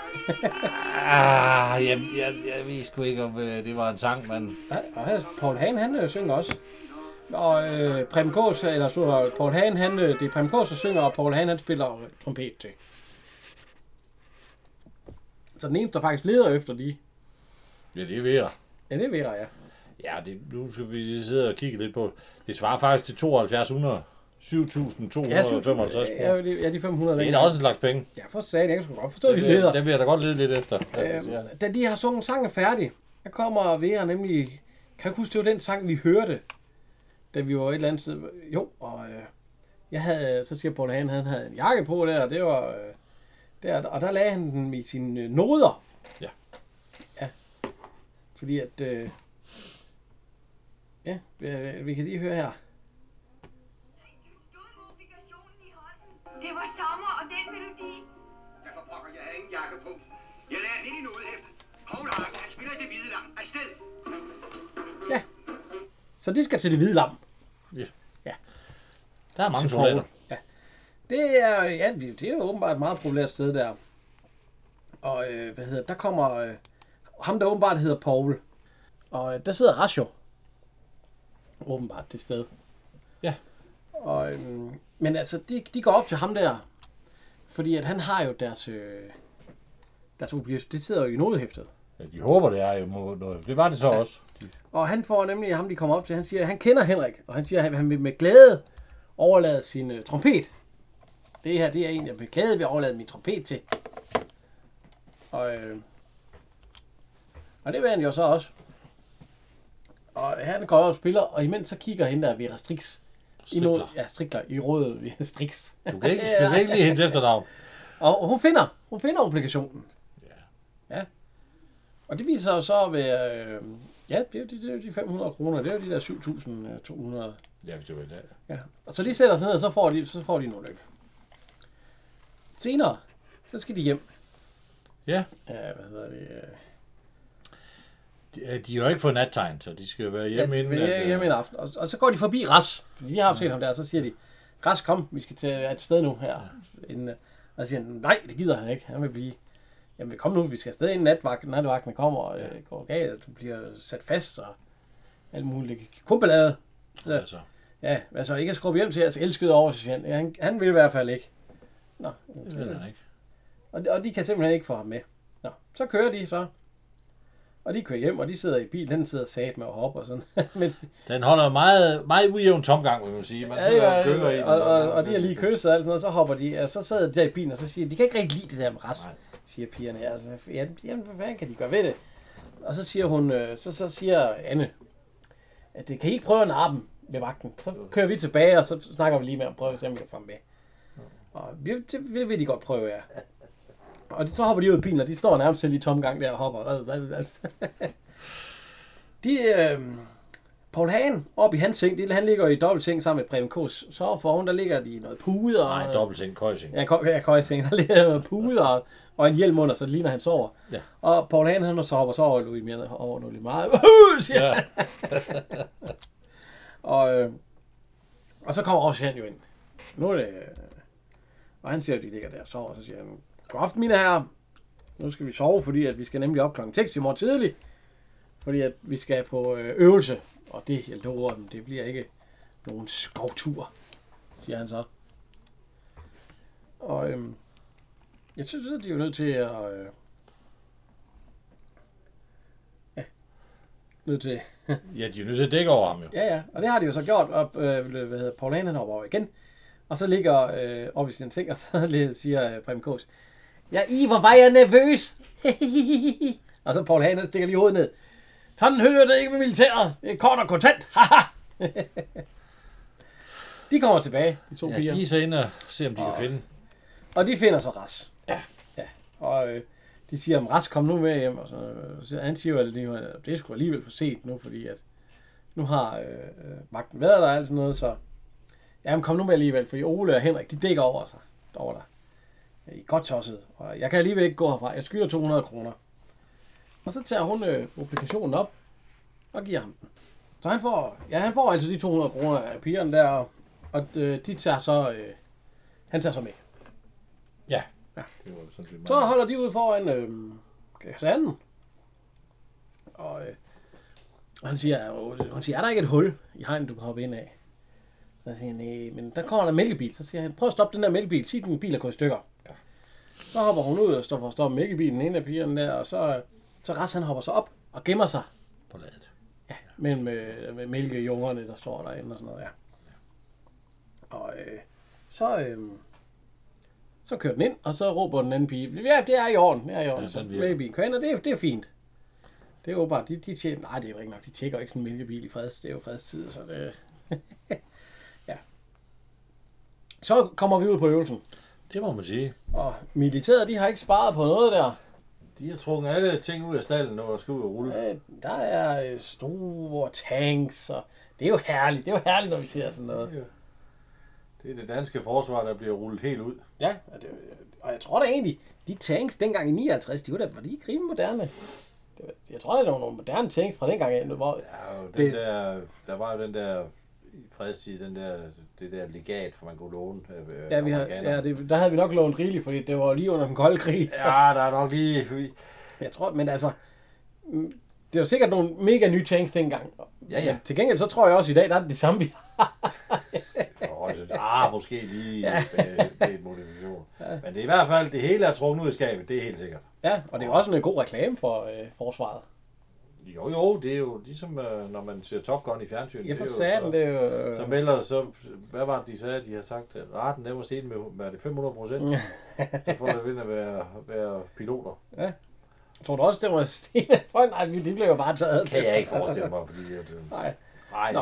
Speaker 3: Ah, jeg, jeg, jeg ved sgu ikke, om øh, det var en sang, men...
Speaker 1: og her, Paul Hahn, han øh, synger også. Og øh, Preben Kås, eller så Paul Hagen, han, øh, det er Preben Kås, der synger, og Paul Hagen, han spiller øh, trompet til. Så den eneste, der faktisk leder efter de,
Speaker 3: Ja, det er Vera.
Speaker 1: ja, det er Vera, ja.
Speaker 3: Ja, det, nu skal vi sidde og kigge lidt på. Det svarer faktisk til 7200. 7.255
Speaker 1: Ja, syv-
Speaker 3: kroner.
Speaker 1: ja, de- ja, de 500.
Speaker 3: Det er da
Speaker 1: dengang.
Speaker 3: også en slags penge.
Speaker 1: Ja, for satan, jeg kan sgu godt forstå, at de leder.
Speaker 3: Den vil jeg da godt lede lidt efter. Ja,
Speaker 1: Øhm, da de har sunget sangen færdig, der kommer Vera nemlig... Kan jeg huske, det var den sang, vi hørte, da vi var et eller andet sted? Jo, og øh, jeg havde, så siger Paul Hagen, han havde en jakke på der, og det var... Øh, der, og der lagde han den i sine øh, noder.
Speaker 3: Ja.
Speaker 1: Ja. Fordi at... Øh, ja, øh, vi, vi kan lige høre her.
Speaker 4: Du stod med obligationen i hånden. Det var sommer og den melodi.
Speaker 5: Ja, for pokker, jeg havde ingen jakke på. Jeg lagde den ind i nodehæftet. Poul Hagen, han spiller i det hvide lang. Afsted!
Speaker 1: Ja. Så det skal til det hvide lam.
Speaker 3: der er mange
Speaker 1: til
Speaker 3: soldater.
Speaker 1: Poul. Ja. Det er, ja, det er jo åbenbart et meget populært sted der. Og øh, hvad hedder, der kommer øh, ham, der åbenbart hedder Paul. Og øh, der sidder Ratio. Åbenbart det sted.
Speaker 3: Ja.
Speaker 1: Og, øh, men altså, de, de går op til ham der. Fordi at han har jo deres... Øh, deres obligation. Det sidder jo i nodehæftet.
Speaker 3: Ja, de håber, det er jo mod noget. Det var det så også.
Speaker 1: Og han får nemlig, ham de kommer op til, han siger, han kender Henrik, og han siger, at han vil med glæde overlade sin øh, trompet. Det her, det er en, jeg med glæde vil overlade min trompet til. Og, øh, og det vil han jo så også. Og han går og spiller, og imens så kigger hende der Vera Strix. I noget,
Speaker 3: Strikler.
Speaker 1: ja, strikler i rådet Vera Strix.
Speaker 3: Du kan ikke, du kan ikke lide hendes efternavn.
Speaker 1: Og hun finder, hun finder obligationen. Ja. Ja. Og det viser sig jo så at være, øh, ja, det er, jo de, det er jo de 500 kroner, det er jo de der 7200.
Speaker 3: Ja, hvis det var i dag.
Speaker 1: Ja. Og så de sætter sig ned, og så får de, så får de en ulykke. Senere, så skal de hjem.
Speaker 3: Ja,
Speaker 1: Ja, hvad hedder det? øh,
Speaker 3: de, øh, de har jo ikke fået nattegn, så de skal jo være
Speaker 1: Ja,
Speaker 3: hjemme
Speaker 1: de
Speaker 3: inden.
Speaker 1: vil
Speaker 3: at, øh,
Speaker 1: hjem en aften. Og, og, så går de forbi Ras, fordi de har jo set ham der, og så siger de, Ras, kom, vi skal til et sted nu her. Inden, øh, og så siger han, nej, det gider han ikke, han vil blive. Jamen kom nu, vi skal afsted inden natvagten, natvagten kommer, og det går galt, og du bliver sat fast, og alt muligt. Kumpelade.
Speaker 3: ja, så.
Speaker 1: Ja, hvad så, ikke at skrubbe hjem til jeres elskede over, siger han. Ja, han, han vil i hvert fald ikke. Nå,
Speaker 3: Det ved han ikke.
Speaker 1: og, de- og de kan simpelthen ikke få ham med. Nå, så kører de så. Og de kører hjem, og de sidder i bilen, den sidder sat med og hopper og sådan. Mens de,
Speaker 3: Den holder meget, meget ujævn tomgang, vil man sige. Man
Speaker 1: Ja,
Speaker 3: sidder
Speaker 1: ja,
Speaker 3: og ligesom- gynger i
Speaker 1: ja,
Speaker 3: den.
Speaker 1: og, og, og de har lige kysset og alt sådan noget, så hopper de, og så sidder de der i bilen, og så siger de, de kan ikke rigtig lide det der med ras,
Speaker 3: Nej.
Speaker 1: siger pigerne. Ja, Altså, ja, jamen, hvad fanden kan de gøre ved det? Og så siger hun, øh, så, så siger Anne, at det kan I ikke prøve at narre dem ved vagten. Så kører vi tilbage, og så snakker vi lige med om, prøver at se, om vi kan få dem med. Og vi, det vil- vil de godt prøve, ja. Og de, så hopper de ud i bilen, og de står nærmest selv i tomgang der og hopper. Hvad, hvad, hvad. De, øh, Paul Hagen op i hans seng, det, han ligger jo i dobbelt seng sammen med Preben Kås. Så foran, der ligger de i noget pude. Og,
Speaker 3: Nej, dobbelt ting, køjsing.
Speaker 1: Ja, køj, ja, køjseng. Der ligger noget pude og, og en hjelm under, så det ligner, han sover.
Speaker 3: Ja.
Speaker 1: Og Paul Hagen, han så hopper så over Louis Mjerne, over Louis meget. siger
Speaker 3: Ja.
Speaker 1: han. og, øh, og så kommer også han jo ind. Nu er det... øh, Og han siger, at de ligger der og sover, så siger han, god aften, mine herrer. Nu skal vi sove, fordi at vi skal nemlig op klokken 6 i morgen tidlig. Fordi at vi skal på øh, øvelse. Og det, jeg lover dem, det bliver ikke nogen skovtur, siger han så. Og øhm, jeg synes, at de er jo nødt til at... Øh, nødt til.
Speaker 3: Ja, de er nødt til at dække over ham jo.
Speaker 1: Ja, ja, og det har de jo så gjort op, øh, hvad hedder Paul Hanen hopper over igen. Og så ligger øh, op i sin ting, og så lige siger øh, Preben Kås, Ja, I, hvor var jeg nervøs! og så Paul Hanen stikker lige hovedet ned. Sådan hører det ikke med militæret. Det er kort og kontant. Haha! de kommer tilbage, de to
Speaker 3: Ja,
Speaker 1: piger.
Speaker 3: de er så inde og se, om de kan finde.
Speaker 1: Og de finder så Ras. Ja. ja. Og øh, de siger, at Ras kom nu med hjem. Og så, øh, så han siger jo, at det, at det er sgu alligevel for sent nu, fordi at nu har øh, øh, magten været der og alt sådan noget, så jamen kom nu med alligevel, fordi Ole og Henrik, de dækker over sig. Over dig. I er godt tosset. Og jeg kan alligevel ikke gå herfra. Jeg skylder 200 kroner. Og så tager hun øh, obligationen op og giver ham den. Så han får, ja, han får altså de 200 kroner af pigerne der, og- og øh, de tager så, øh, han tager så med.
Speaker 3: Ja,
Speaker 2: Det var sådan set
Speaker 1: Så
Speaker 2: meget.
Speaker 1: holder de ud foran øh, kasernen. Og øh, Og han siger, "Åh," hun siger, er der ikke et hul i hegnet, du kan hoppe ind af? Og så siger han, nej, men der kommer der en mælkebil. Så siger han, prøv at stoppe den der mælkebil. Sig, den bil er gået i stykker. Ja. Så hopper hun ud og står for at stoppe mælkebilen, en af pigerne der, og så, øh, så Ras han hopper så op og gemmer sig
Speaker 3: på ladet.
Speaker 1: mellem øh, med mælkejungerne, der står derinde og sådan noget, ja. Og øh, så, øh, så kører den ind, og så råber den anden pige, ja, det er i orden, det er i orden, ja,
Speaker 3: Ja,
Speaker 1: så
Speaker 3: den virker.
Speaker 1: mælkebilen kører ind, og det, er- det er fint. Det er jo bare, de, de tjener, nej, det er jo ikke nok, de tjekker jo ikke sådan en mælkebil i freds, det er jo fredstid, så det, ja. Så kommer vi ud på øvelsen,
Speaker 3: Det må man sige.
Speaker 1: og militæret, de har ikke sparet på noget der.
Speaker 2: De har trukket alle ting ud af stallen nu og skal ud og rulle.
Speaker 1: Øh, Der er øh, store tanks, og det er jo herligt. Det er jo herligt, når vi ser sådan noget.
Speaker 2: Det er det danske forsvar, der bliver rullet helt ud.
Speaker 1: Ja, og, det, og jeg tror da egentlig, de tanks dengang i 59, de var, da, var de ikke rimelig moderne. Det var- Jeg tror, der var nogle moderne tanks fra dengang af, hvor
Speaker 2: Ja, og
Speaker 1: Det-
Speaker 2: den der, der var jo den der i fredstid, den der, det der legat, for man kunne låne øh,
Speaker 1: ja, vi har,
Speaker 2: amerikanerne.
Speaker 1: ja, det, der havde vi nok lånt rigeligt, fordi det var lige under den kolde krig. Så
Speaker 2: ja, der er nok lige... vi-
Speaker 1: jeg tror, men altså, mm, det var sikkert nogle mega nye tanks dengang.
Speaker 2: Ja, ja.
Speaker 1: Men til gengæld, så tror jeg også i dag, der er det det samme, vi har.
Speaker 2: Og så, ah, måske lige øh, en modifikation. Men det er i hvert fald, det hele er trukket ud i skabet, det er helt sikkert.
Speaker 1: Ja, og det er jo også en øh, god reklame for øh, forsvaret.
Speaker 2: Jo, jo, det er jo ligesom, øh, når man ser Top Gun i fjernsynet.
Speaker 1: Jeg for
Speaker 2: det er jo
Speaker 1: satan,
Speaker 2: så-
Speaker 1: det er jo...
Speaker 2: Så melder så, hvad var det, de sagde, de har sagt, at raten den var steget med, hvad er det 500 procent? så får der vind at være, være piloter.
Speaker 1: Jeg tror du også, det var sten? Folk, nej, det blev jo bare taget.
Speaker 2: Kan jeg ikke forestille mig, fordi at, øh,
Speaker 1: Nej.
Speaker 2: nej,
Speaker 1: Nå.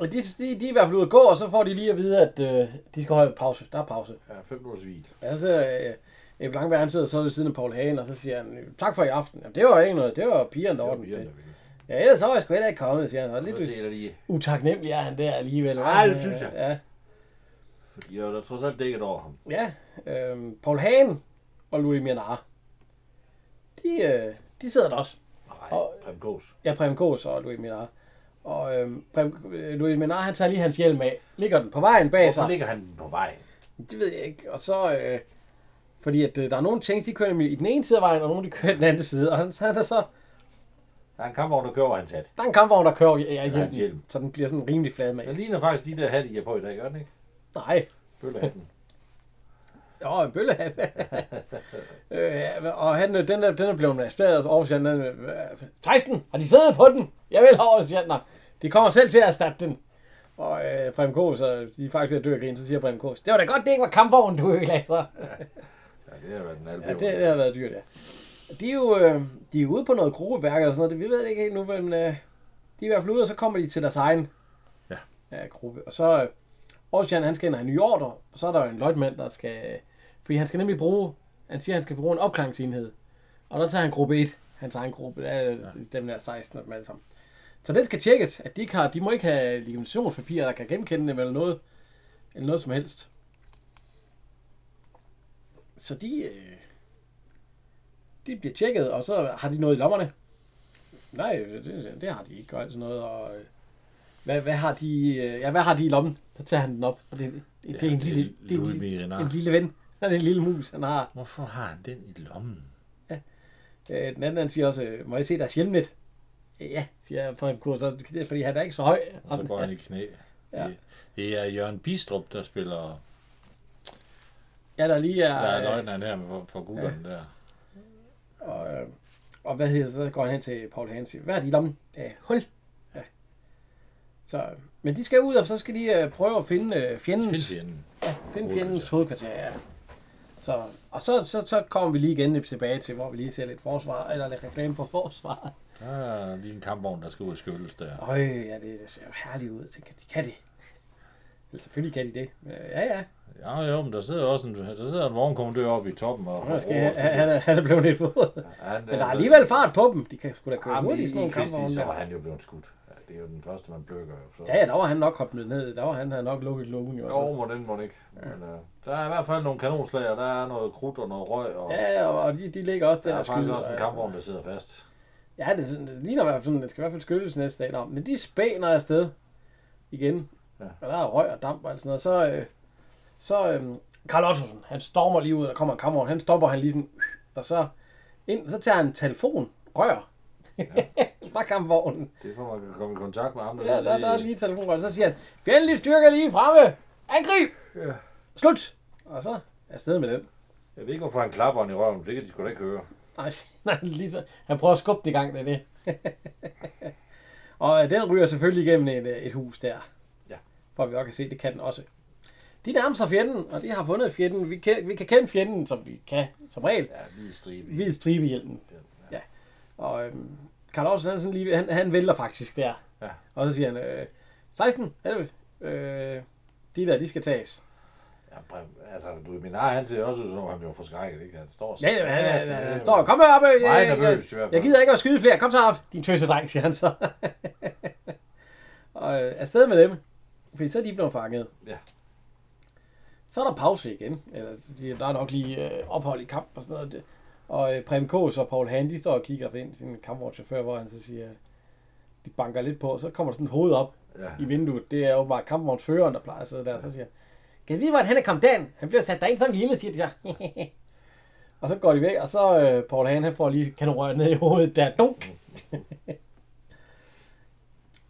Speaker 1: Og de, de, de er i hvert fald ude at gå, og så får de lige at vide, at øh, de skal holde pause. Der er pause.
Speaker 2: ja, 5 minutters hvil.
Speaker 1: Ja, så øh, Ebbe Langberg, han sidder så ved siden af Paul Hagen, og så siger han, tak for i aften. Jamen, det var ikke noget, det var pigerne, der
Speaker 2: Det var
Speaker 1: ordentligt.
Speaker 2: pigerne, der
Speaker 1: det.
Speaker 2: ville.
Speaker 1: Ja, ellers så var jeg sgu heller ikke kommet, siger han. Og
Speaker 2: Så
Speaker 1: lidt
Speaker 2: deler de,
Speaker 1: utaknemmelig er han der alligevel.
Speaker 2: Ej, det synes jeg.
Speaker 1: Ja,
Speaker 2: de har da trods alt dækket over ham.
Speaker 1: ja øh, Paul Hagen og Louis Mianar, de, øh, de sidder der også.
Speaker 2: Nej,
Speaker 1: Og-
Speaker 2: Prem Kås.
Speaker 1: Ja, Prem Kås og Louis Menard. Og øhm, Prem, øh, Louis Menard, han tager lige hans hjelm af. Ligger den på vejen bag
Speaker 2: Hvorfor
Speaker 1: sig?
Speaker 2: ligger han på vejen?
Speaker 1: Det ved jeg ikke. Og så... Øh, fordi at, øh, der er nogle tanks, de kører nemlig i den ene side af vejen, og nogle de kører i den anden side. Og han, så er der så...
Speaker 2: Der er en kamp, der kører over hans hat.
Speaker 1: Der er en kampvogn, der kører ja, ja,
Speaker 2: hans
Speaker 1: hjelm,
Speaker 2: hjelm.
Speaker 1: så den bliver sådan rimelig flad med.
Speaker 2: Den ligner faktisk de der hatte, I har på i dag, gør den ikke?
Speaker 1: Nej.
Speaker 2: Bøllehatten.
Speaker 1: Åh, en bøllehat. øh, ja, og han, øh, den, der, den er blevet arresteret over den, øh, 16! Har de siddet på den? Jeg vil have Sjandner. De kommer selv til at erstatte den. Og øh, Prem Kås, så de er faktisk ved at dø af grin, så siger Prem Kås, det var da godt, det ikke var kampvognen, du ødelagde så.
Speaker 2: Ja, det har været en
Speaker 1: Ja,
Speaker 2: alvor.
Speaker 1: det, det har været dyrt, ja. De er jo øh, de er ude på noget gruppeværk eller sådan noget, det, vi ved ikke helt nu, men øh, de er i hvert fald ude, og så kommer de til deres egen
Speaker 3: Ja.
Speaker 1: ja, gruppe. Og så, øh, Aarhusian, han skal ind og have nye ordre, og så er der jo en løjtmand, der skal, fordi han skal nemlig bruge, han siger, han skal bruge en opklaringsenhed. Og der tager han gruppe 1, han tager en gruppe, der, ja. dem der er 16 og dem alle sammen. Så den skal tjekkes, at de, ikke har, de må ikke have legitimationspapirer, der kan genkende dem eller noget, eller noget som helst. Så de, øh, de bliver tjekket, og så har de noget i lommerne. Nej, det, det har de ikke, og alt sådan noget. Og, øh, hvad, hvad, har de, øh, ja, hvad har de i lommen? Så tager han den op. Og det, det, det, er en
Speaker 3: det er
Speaker 1: lille, det er en
Speaker 3: Louis ah.
Speaker 1: lille,
Speaker 3: Mierenard.
Speaker 1: en lille ven. Han er en lille mus, han har.
Speaker 3: Hvorfor har han den i lommen?
Speaker 1: Øh, den anden han siger også, øh, må jeg se deres hjelmnet? Ja, siger jeg på en kurs, og det er, fordi han er ikke så høj.
Speaker 3: Og så går han i knæ.
Speaker 1: Ja.
Speaker 3: Det- Det er Jørgen Bistrup, der spiller...
Speaker 1: Ja, der lige er...
Speaker 3: Der er løgneren her med for, for gutteren der.
Speaker 1: og, øh, og hvad hedder det, så går han hen til Paul Hansen og siger, hvad er de i lommen? Øh, hul. Ja. Så, øh, men de skal ud, og så skal de øh, prøve at finde øh, fjendens,
Speaker 3: Find fjenden.
Speaker 1: finde fjendens hovedkvarter. Ja. Så, og så, så, så kommer vi lige igen tilbage til, hvor vi lige ser lidt forsvar, eller lidt reklame for forsvaret.
Speaker 3: Der er lige en kampvogn, der skal ud og skyldes der.
Speaker 1: Øj, ja, det, det ser jo herligt ud. Det kan, de kan det. Eller selvfølgelig kan de det. Øh, Ja, ja.
Speaker 3: Ja, jo, men der sidder også en, der sidder en vognkommandør oppe i toppen. Og, øh,
Speaker 1: Han, skal,
Speaker 2: Åh,
Speaker 1: han, han, er, han er blevet lidt våd.
Speaker 2: Han,
Speaker 1: Men der er alligevel fart på dem. De kan sgu da køre
Speaker 2: Jamen,
Speaker 1: hurtigt i sådan
Speaker 2: i
Speaker 1: nogle
Speaker 2: Kristi, så var
Speaker 1: kamper.
Speaker 2: han jo blevet skudt. Ja, det er jo den første, man bløkker. jo. Så.
Speaker 1: Ja, ja, der var han nok hoppet ned. Der var han, han nok lukket lukken jo.
Speaker 2: Jo,
Speaker 1: Også.
Speaker 2: må den må den ikke. Men, øh, der er i hvert fald nogle kanonslag, og der er noget krudt og noget røg, og
Speaker 1: Ja, og- og de, de ligger også
Speaker 2: der
Speaker 1: der
Speaker 2: er
Speaker 1: og
Speaker 2: faktisk
Speaker 1: skyder,
Speaker 2: også en
Speaker 1: altså.
Speaker 2: kampvogn, der sidder fast.
Speaker 1: Ja, det, er sådan- det ligner i hvert fald sådan, det skal i hvert fald skyldes næste dag. Nå, men de spæner afsted igen. Ja.
Speaker 2: Ja.
Speaker 1: Og der er røg og damp og alt sådan noget. Så, øh, så øh, Carl Ottosen, han stormer lige ud, øh, og der kommer en kammerovn. Han stopper han lige sådan, og så, ind, så tager han en telefon, rør, Fra kampvognen.
Speaker 2: Det er for, man kan komme i kontakt med ham.
Speaker 1: Ja, der, der er lige telefonrøret. Så siger han, fjendtlige styrker lige fremme. Angrib!
Speaker 2: Ja.
Speaker 1: Slut! Og så er stedet med den.
Speaker 2: Jeg ved ikke, hvorfor han klapper han i røven. Det kan de sgu da ikke høre.
Speaker 1: Nej, nej lige så. Han prøver at skubbe det i gang, det er det. og øh, den ryger selvfølgelig igennem et, øh, et hus der.
Speaker 2: Ja.
Speaker 1: For at vi også kan se, det kan den også. De nærmer sig fjenden, og de har fundet fjenden. Vi kan, vi kan kende fjenden, som vi kan, som regel.
Speaker 2: Ja, hvid stribe.
Speaker 1: Hvid stribehjelmen. Ja. Og øhm, Karl Aarhus, han, sådan lige, han, han vælter faktisk der.
Speaker 2: Ja.
Speaker 1: Og så siger han, øh, 16, 11, øh, de der, de skal tages.
Speaker 2: Ja, Preben, altså, du, min ar, han ser også ud, som om han bliver forskrækket, ikke? Han står
Speaker 1: Ja, ja, ja,
Speaker 2: satan-
Speaker 1: ja, ja. Står, kom herop. Jeg,
Speaker 2: Meget
Speaker 1: jeg, jeg,
Speaker 2: nervøs i hvert fald.
Speaker 1: jeg gider ikke at skyde flere. Kom så op, din tøsedreng, siger han så. og øh, afsted med dem. Fordi så er de blevet fanget.
Speaker 2: Ja.
Speaker 1: Så er der pause igen. Eller, de- der er nok lige øh, ophold i kamp og sådan noget. Og øh, Prem Kås og Paul Hahn, de står og kigger ind til sin kampvognschauffør, hvor han så siger, de banker lidt på, og så kommer der sådan et hoved op
Speaker 2: Ja.
Speaker 1: i vinduet. Det er jo bare kampvognsføreren, der plejer at sidde der. Så siger han, kan vi vide, hvordan han er kommet derind? Han bliver sat derind som lille, siger de så. og så går de væk, og så øh, Paul Hahn, han får lige kanorøret ned i hovedet der. Dunk!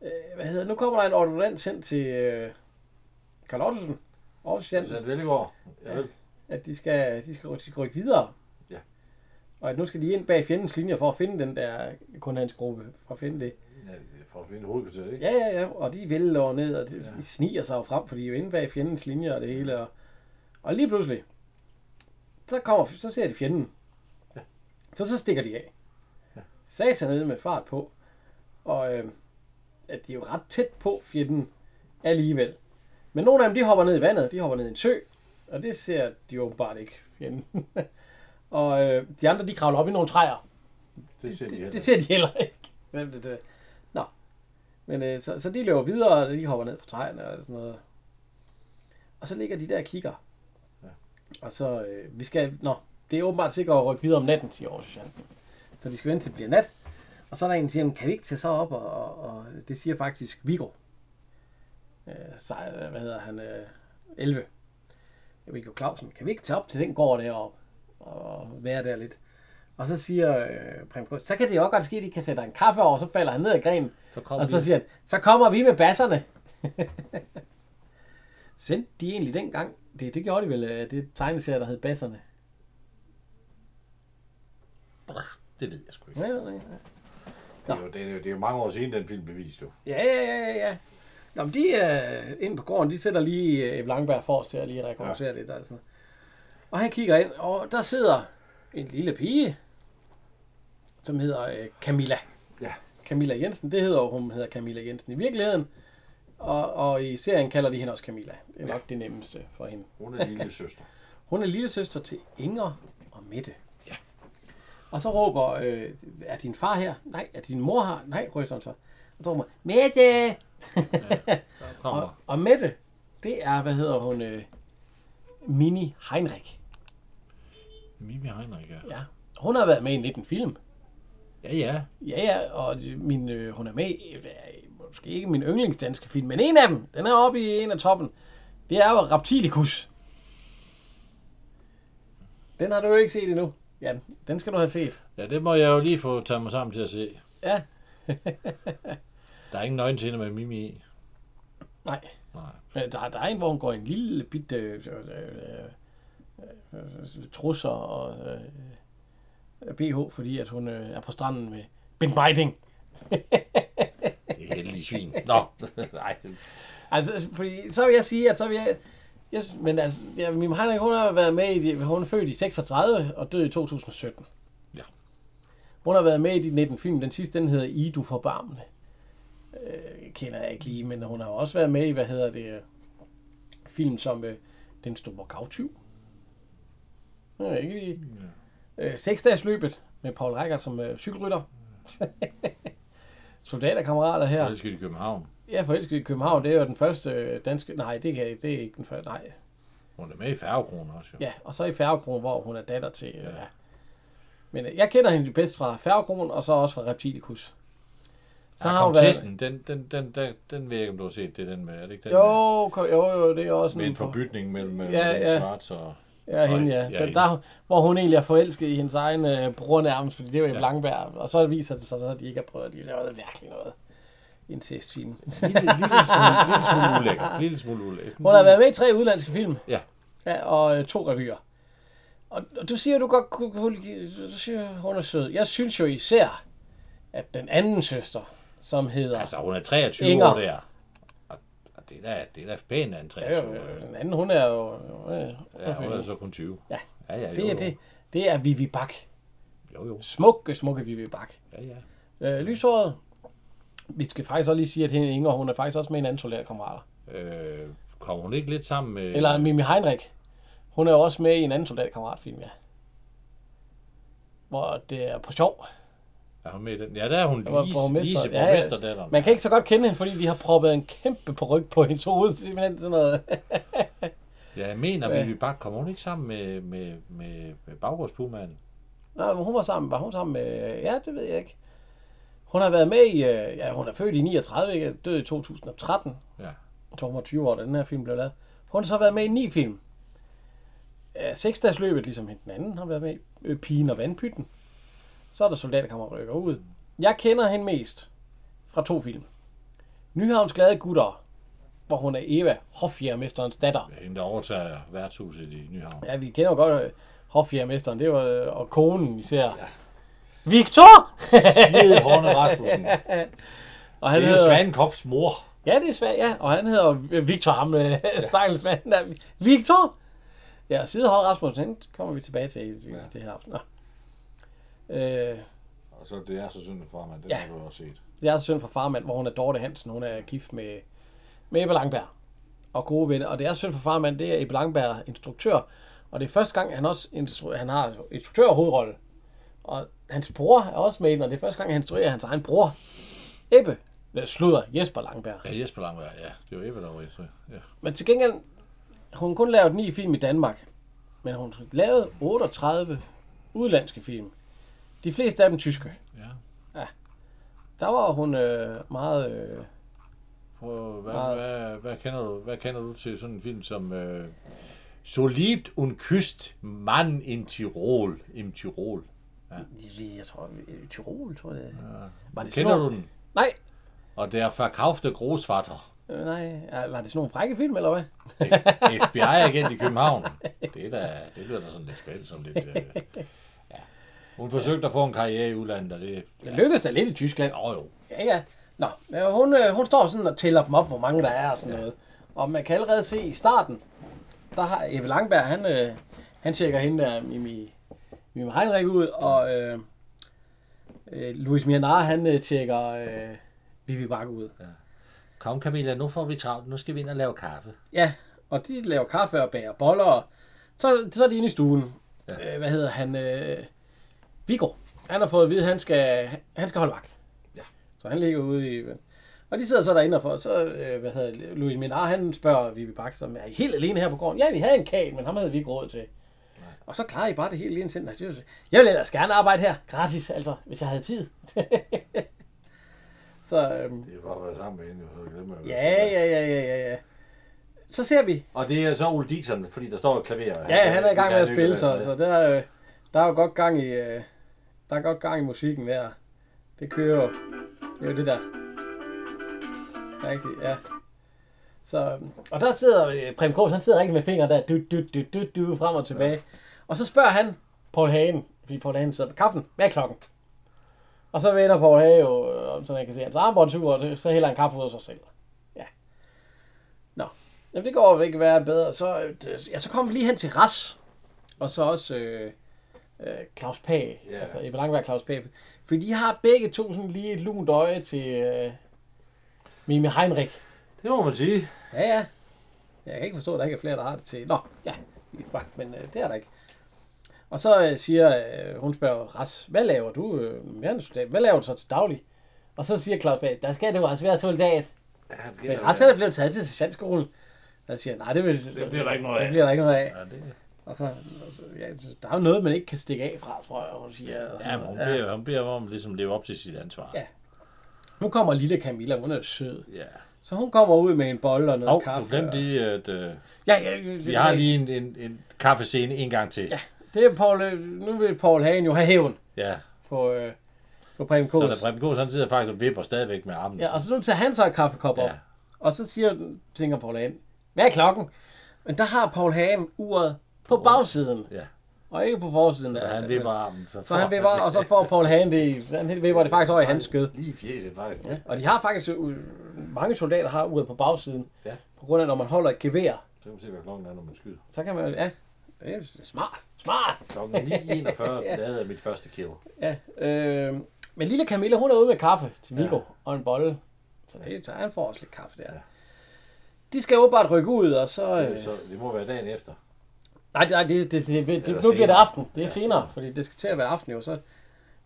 Speaker 1: øh, hvad hedder det? Nu kommer der en ordinans hen til øh, Karl Ottesen. Aarhus Jansen
Speaker 2: Sandt Vellegård. Ja, vel.
Speaker 1: at de skal, de skal, de skal rykke videre.
Speaker 2: Ja.
Speaker 1: Og at nu skal de ind bag fjendens linjer for at finde den der kun hans gruppe, for at finde det.
Speaker 2: Ja, for at finde hovedkvarteret, ikke?
Speaker 1: Ja, ja, ja, og de vælger ned, og de, ja. de sniger sig jo frem, fordi de er jo inde bag fjendens linjer og det hele. Og, og lige pludselig, så, kommer, så ser de fjenden. Så, så stikker de af. Sagde sig nede med fart på. Og øh, at de er jo ret tæt på fjenden alligevel. Men nogle af dem, de hopper ned i vandet. De hopper ned i en sø. Og det ser de åbenbart ikke fjenden. og øh, de andre, de kravler op i nogle træer.
Speaker 2: Det ser de
Speaker 1: Det,
Speaker 2: heller.
Speaker 1: det ser de heller ikke. Jamen, det, det. Nå. Men øh, så, så de løber videre, og de hopper ned fra træerne og sådan noget. Og så ligger de der og kigger. Ja. Og så, øh, vi skal, nå, det er åbenbart sikkert at rykke videre om natten, siger Aarhus Socialten. Så de skal vente til det bliver nat. Og så er der en, der siger, "Men kan vi ikke tage så op? Og, og, og det siger faktisk Viggo. Øh, sej, hvad hedder han? Øh, 11. Viggo Clausen. Kan vi ikke tage op til den gård deroppe? Og være der lidt. Og så siger øh, Prem Kås, så kan det jo også godt ske, at de kan sætte en kaffe over, så falder han ned ad grenen.
Speaker 3: Så kom
Speaker 1: Og
Speaker 3: vi.
Speaker 1: så siger han, så kommer vi med basserne. Sendte de egentlig dengang? Det, det gjorde de vel, øh, det tegneserie, der hed Basserne.
Speaker 3: Det ved jeg sgu ikke.
Speaker 1: Ja, ja, ja.
Speaker 2: Det er, jo, det, er, jo- det er jo mange år siden, den film blev vist, jo.
Speaker 1: Ja, ja, ja, ja, ja. Nå, men de er øh, inde på gården, de sætter lige øh, Ebbe Langberg forrest til at lige rekognosere ja. lidt. Altså. Og han kigger ind, og der sidder en lille pige, som hedder øh, Camilla.
Speaker 2: Ja.
Speaker 1: Camilla Jensen, det hedder jo, hun hedder Camilla Jensen i virkeligheden. Og, og i serien kalder de hende også Camilla. Det er nok det nemmeste for hende.
Speaker 2: Hun er lille søster.
Speaker 1: Hun er lille søster til Inger og Mette. Ja. Og så råber, øh, er din far her? Nej, er din mor her? Nej, ryster hun så. Og så råber, hun, Mette!
Speaker 3: Kommer.
Speaker 1: Og, og Mette, det er, hvad hedder hun, øh, Mini Heinrich.
Speaker 3: Mimi Heinrich, ja.
Speaker 1: Ja. Hun har været med i 19 film.
Speaker 3: Ja, ja.
Speaker 1: Ja, ja, og min, øh, hun er med i, øh, måske ikke min yndlingsdanske film, men en af dem, den er oppe i en af toppen. Det er jo Reptilicus. Den har du jo ikke set endnu. Ja, den skal du have set.
Speaker 3: Ja, det må jeg jo lige få taget mig sammen til at se.
Speaker 1: Ja,
Speaker 3: Der er ingen nøgentænder med Mimi i.
Speaker 1: nej.
Speaker 3: Nej.
Speaker 1: Øh, Der, der er en, hvor hun går i en lille bitte øh, øh, øh, øh, trusser og øh, øh, BH, fordi at hun øh, er på stranden med Ben Biting.
Speaker 3: Det er heldige svin. Nå.
Speaker 2: Nej.
Speaker 1: Altså, fordi, så vil jeg sige, at så vil jeg... jeg men altså, ja, min Heinrich, hun har været med i... de- Hun er født i 36 og døde i 2017.
Speaker 3: Ja.
Speaker 1: Hun har været med i de 19 film. Den sidste, den hedder I, du forbarmende. Øh, kender jeg ikke lige, men hun har også været med i, hvad hedder det... øh, Film som øh, Den store gavtyv. Det er ikke lige... Øh, Seksdagsløbet med Paul Reichert som øh, cykelrytter. Soldaterkammerater her.
Speaker 3: Jeg skal i København.
Speaker 1: Ja, forelsket i København, det er jo den første øh, danske... Nej, det, kan, jeg ikke. det er ikke den første. Nej.
Speaker 3: Hun er med i Færgekronen også, jo.
Speaker 1: Ja, og så i Færgekronen, hvor hun er datter til... Øh, ja. Men øh, jeg kender hende jo bedst fra Færgekronen, og så også fra Reptilicus. Så
Speaker 3: Så
Speaker 1: har
Speaker 3: har
Speaker 1: hun været...
Speaker 3: den, den, den, den, den, den ved jeg ikke, om du har set det, den med, er det ikke den
Speaker 1: Jo, ko- jo, jo, det er også
Speaker 3: med, med en
Speaker 1: en...
Speaker 3: forbytning mellem
Speaker 1: Ja,
Speaker 3: ja,
Speaker 1: ja.
Speaker 3: ja. Schwarz og...
Speaker 1: Ja, hende, ja.
Speaker 3: ja,
Speaker 1: Den,
Speaker 3: hende.
Speaker 1: der, hvor hun egentlig er forelsket i hendes egen øh, bror nærmest, fordi det var i ja. Langberg. Og så viser det sig, så, at de ikke har prøvet. De lavede virkelig noget incestfilm.
Speaker 3: Lille, lille, smule, lille smule ulækker. Lille smule ulækker.
Speaker 1: Hun har været med i tre udlandske film.
Speaker 3: Mm. Ja.
Speaker 1: Ja, og øh, to revyer. Og, og du siger, du godt kunne, kunne lide- du siger, hun er sød. Jeg synes jo især, at den anden søster, som hedder...
Speaker 3: Altså, hun er 23
Speaker 1: Inger.
Speaker 3: Inger. år der. Og- Og det er da, det er da pænt af en
Speaker 1: Ja,
Speaker 3: 23
Speaker 1: jo,
Speaker 3: år.
Speaker 1: jo, den anden, hun er jo... Øh,
Speaker 3: altså, Ja, hun er så kun 20.
Speaker 1: Ja.
Speaker 3: ja, ja jo,
Speaker 1: det, er,
Speaker 3: jo.
Speaker 1: det, det er Vivi Bak.
Speaker 3: Jo, jo.
Speaker 1: Smukke, smukke Vivi Bak.
Speaker 3: Ja, ja.
Speaker 1: Øh, lyshåret. Vi skal faktisk også lige sige, at hende Inger, hun er faktisk også med i en anden soldaterkammerater.
Speaker 3: Øh, kommer hun ikke lidt sammen med...
Speaker 1: Eller Mimi Heinrich. Hun er jo også med i en anden soldaterkammeratfilm, ja. Hvor det er på sjov.
Speaker 3: Er hun med i den? Ja, der er hun
Speaker 1: Hvor
Speaker 3: Lise,
Speaker 1: borgmester-
Speaker 3: Lise
Speaker 1: ja, ja.
Speaker 3: borgmesterdatteren.
Speaker 1: Man kan ikke så godt kende hende, fordi de har proppet en kæmpe peruk på hendes hoved. Simpelthen sådan noget.
Speaker 3: Ja, jeg mener,
Speaker 1: Ja.
Speaker 3: at vi bare kommer hun ikke sammen med, med, med, med baggårdspumanden.
Speaker 1: Nå, men hun var sammen. Var hun sammen med... Ja, det ved jeg ikke. Hun har været med i... øh, Ja, hun er født i 39, ikke? Død i 2013.
Speaker 3: Ja.
Speaker 1: Jeg tror, hun var 20 år, da den her film blev lavet. Hun har så været med i ni film. Øh, Seksdagsløbet, ligesom hende den anden, har været med i. Øh, Pigen og vandpytten. Så er der soldaterkammer rykker ud. Jeg kender hende mest fra to film. Nyhavns Glade Gutter, hvor hun er Eva, hofjærmesterens datter.
Speaker 3: Hende, der overtager værtshuset i Nyhavn.
Speaker 1: Ja, vi kender jo godt øh, hofjærmesteren, det var, øh, og konen især. Victor!
Speaker 2: Snede Horne Rasmussen.
Speaker 1: Og
Speaker 2: Det
Speaker 1: han
Speaker 2: er jo Svanekops mor.
Speaker 1: Ja, det er svært, ja. Og han hedder øh, Victor ham, ja. stakkels mand. der. Victor! Ja, og Sidehøj Rasmussen, den kommer vi tilbage til i ja. det her aften. Nå. Øh,
Speaker 2: Og så det er så synd for mig, den
Speaker 1: Ja.
Speaker 2: ja. har du også set.
Speaker 1: jeg er søn fra farmand, hvor hun er Dorte Hansen. Hun er gift med, med Ebbe Langberg og gode venner. Og det er søn fra farmand, det er Ebbe Langberg, instruktør. Og det er første gang, han også instru- han har instruktør hovedrolle. Og hans bror er også med i den, og det er første gang, han instruerer hans egen bror. Ebbe, øh, sludder Jesper Langberg.
Speaker 3: Ja, Jesper Langberg, ja. Det var Ebbe, der var i tror jeg. ja.
Speaker 1: Men til gengæld, hun har kun lavet ni film i Danmark. Men hun har lavet 38 udenlandske film. De fleste af dem tyske.
Speaker 3: ja.
Speaker 1: Der var hun øh, meget... Øh,
Speaker 3: Prøv, hvad,
Speaker 1: Meget.
Speaker 3: hvad, hvad, kender du, hvad kender du til sådan en film som... Øh, so liebt und küsst Mann in Tirol. Im Tirol.
Speaker 1: jeg tror, i Tirol, tror jeg. Ja. Var det
Speaker 3: Kender
Speaker 1: sådan
Speaker 3: du
Speaker 1: nogle-
Speaker 3: den?
Speaker 1: Nej,
Speaker 3: Og der forkaufte Großvater.
Speaker 1: øh, nej. Ja, Var det sådan nogle frække film, eller hvad?
Speaker 3: FBI-agent i København. Det, er da, det lyder da sådan lidt spændt som lidt... Øh, ja. Hun forsøgte at få en karriere i udlandet, og det...
Speaker 1: Det lykkedes da lidt i Tyskland.
Speaker 3: Åh jo.
Speaker 1: Ja, ja. Nå, øh, hun, øh, hun står sådan og tæller dem op, hvor mange der er og sådan noget. Og man kan allerede se i starten, der har Ebbe Langberg, han, øh, han tjekker hende der, Mimi, Mimi Heinrich ud, og øh, øh, Louis Mianar, han øh, tjekker øh, Vivi Bakke ud. Ja.
Speaker 3: Kom Camilla, nu får vi travlt. Nu skal vi ind og lave kaffe.
Speaker 1: ja, og de laver kaffe og bager boller, og så, så er de inde i stuen. Ja. Øh, hvad hedder han? Øh, Viggo. Han har fået at vide, at han skal, han skal holde vagt.
Speaker 2: Ja.
Speaker 1: Så han ligger ude i... Og de sidder så derinde, og får- så, øh, hvad hedder det, Louis Minar, han spørger Vivi Bak, som er I helt alene her på gården. Ja, vi havde en kage, men ham havde vi ikke råd til. Og så klarer I bare det hele alene selv. Nej, det er jo så- Jeg ville ellers gerne arbejde her, gratis, altså, hvis jeg havde tid. så, øhm,
Speaker 2: Det er bare at være sammen med hende, jeg havde glemt at være
Speaker 1: ja,
Speaker 2: sammen med.
Speaker 1: ja, ja, ja, ja, ja. Så ser vi,
Speaker 2: Og det er så Ole Dixon, fordi der står et klaver.
Speaker 1: Ja, han er i gang med at
Speaker 2: Ja,
Speaker 1: spille,
Speaker 2: det er-
Speaker 1: så, så der, øh, der er jo godt gang i, øh, der er godt gang i musikken der. Det kører jo. Det er jo det der. Rigtigt, ja. Så, og der sidder øh, Prem Kors, han sidder rigtig med fingre der, du, du, du, du, du, frem og tilbage. Og så spørger han Paul Hagen, fordi Paul Hagen sidder på kaffen, hvad er klokken? Og så vender Paul Hagen jo, øh, om, så man kan se hans armbåndsur, og det- så hælder han kaffe ud af sig selv. Jamen, det går jo ikke være bedre. Så, øh, det- ja, så kom vi lige hen til Ras, og så også øh, øh, Claus Pag,
Speaker 2: Ja.
Speaker 1: yeah. altså Ebbe Langberg og Claus Pag. For de har begge to sådan lige et lunt øje til øh, Mimi Heinrich.
Speaker 2: Det må man sige.
Speaker 1: Ja, ja. Jeg kan ikke forstå, at der ikke er flere, der har det til. Nå, ja, vi er vagt, men øh, det er der ikke. Og så øh, siger, øh, hun spørger Ras, hvad laver du, øh, jeg er en soldat, hvad laver du så til daglig? Og så siger Claus Pag, der skal du også være soldat.
Speaker 2: Ja, han skal
Speaker 1: Men
Speaker 2: være-
Speaker 1: Ras er da blevet taget til sergeantskolen. Der siger, nej, det, vil,
Speaker 3: Det bliver der ikke noget
Speaker 1: det
Speaker 3: af.
Speaker 1: bliver der ikke noget af.
Speaker 3: Ja, det...
Speaker 1: Og så, og så ja, der er jo noget, man ikke kan stikke af fra, tror jeg, hun siger. Og
Speaker 3: ja men
Speaker 1: sådan
Speaker 3: hun,
Speaker 1: noget.
Speaker 3: beder, hun beder om at ligesom leve op til sit ansvar.
Speaker 1: Ja. Nu kommer lille Camilla, hun er jo sød.
Speaker 3: ja.
Speaker 1: Så hun kommer ud med en bolle og noget
Speaker 3: Hov,
Speaker 1: kaffe.
Speaker 3: du glemte lige, at øh,
Speaker 1: Ja, ja, det,
Speaker 3: vi har lige en, en, en kaffescene en gang til. Ja,
Speaker 1: Det er Paul, øh, nu vil Paul Hagen jo have hævn
Speaker 3: ja.
Speaker 1: på, øh, på Preben
Speaker 3: så der
Speaker 1: Kås.
Speaker 3: Preben Kås, han sidder faktisk og vipper stadigvæk med armen.
Speaker 1: Ja, og så nu tager han så en kaffekop op.
Speaker 3: Ja.
Speaker 1: Og så siger, tænker Paul Hagen, hvad er klokken? Men der har Paul Hagen uret på bagsiden.
Speaker 3: Ja.
Speaker 1: Og ikke på forsiden.
Speaker 3: Og han vipper armen. Så,
Speaker 1: Så han vipper, og så får Paul Hagen det, i- han vipper det faktisk over i hans skød.
Speaker 2: Lige i fjeset, faktisk. Ja.
Speaker 1: Og de har faktisk, øh, mange soldater har uret på bagsiden.
Speaker 2: Ja.
Speaker 1: På grund af, når man holder et gevær,
Speaker 2: Så kan man se, hvad klokken er, når man skyder.
Speaker 1: så kan man, ja, det er smart, smart.
Speaker 2: Klokken 9.41 lavede jeg mit første kill.
Speaker 1: Ja, øh, men lille Camilla, hun er ude med kaffe til Viggo ja. og en bolle. Så det så han får også lidt kaffe der. Ja.
Speaker 2: Ja.
Speaker 1: De skal åbenbart rykke ud, og så...
Speaker 2: Det er
Speaker 1: Øh,
Speaker 2: jo Så det må være dagen efter.
Speaker 1: nej, nej, det, det, det, det, det,
Speaker 2: Eller
Speaker 1: nu bliver det
Speaker 2: senere.
Speaker 1: aften. Det er senere, fordi det skal til at være aften jo, så...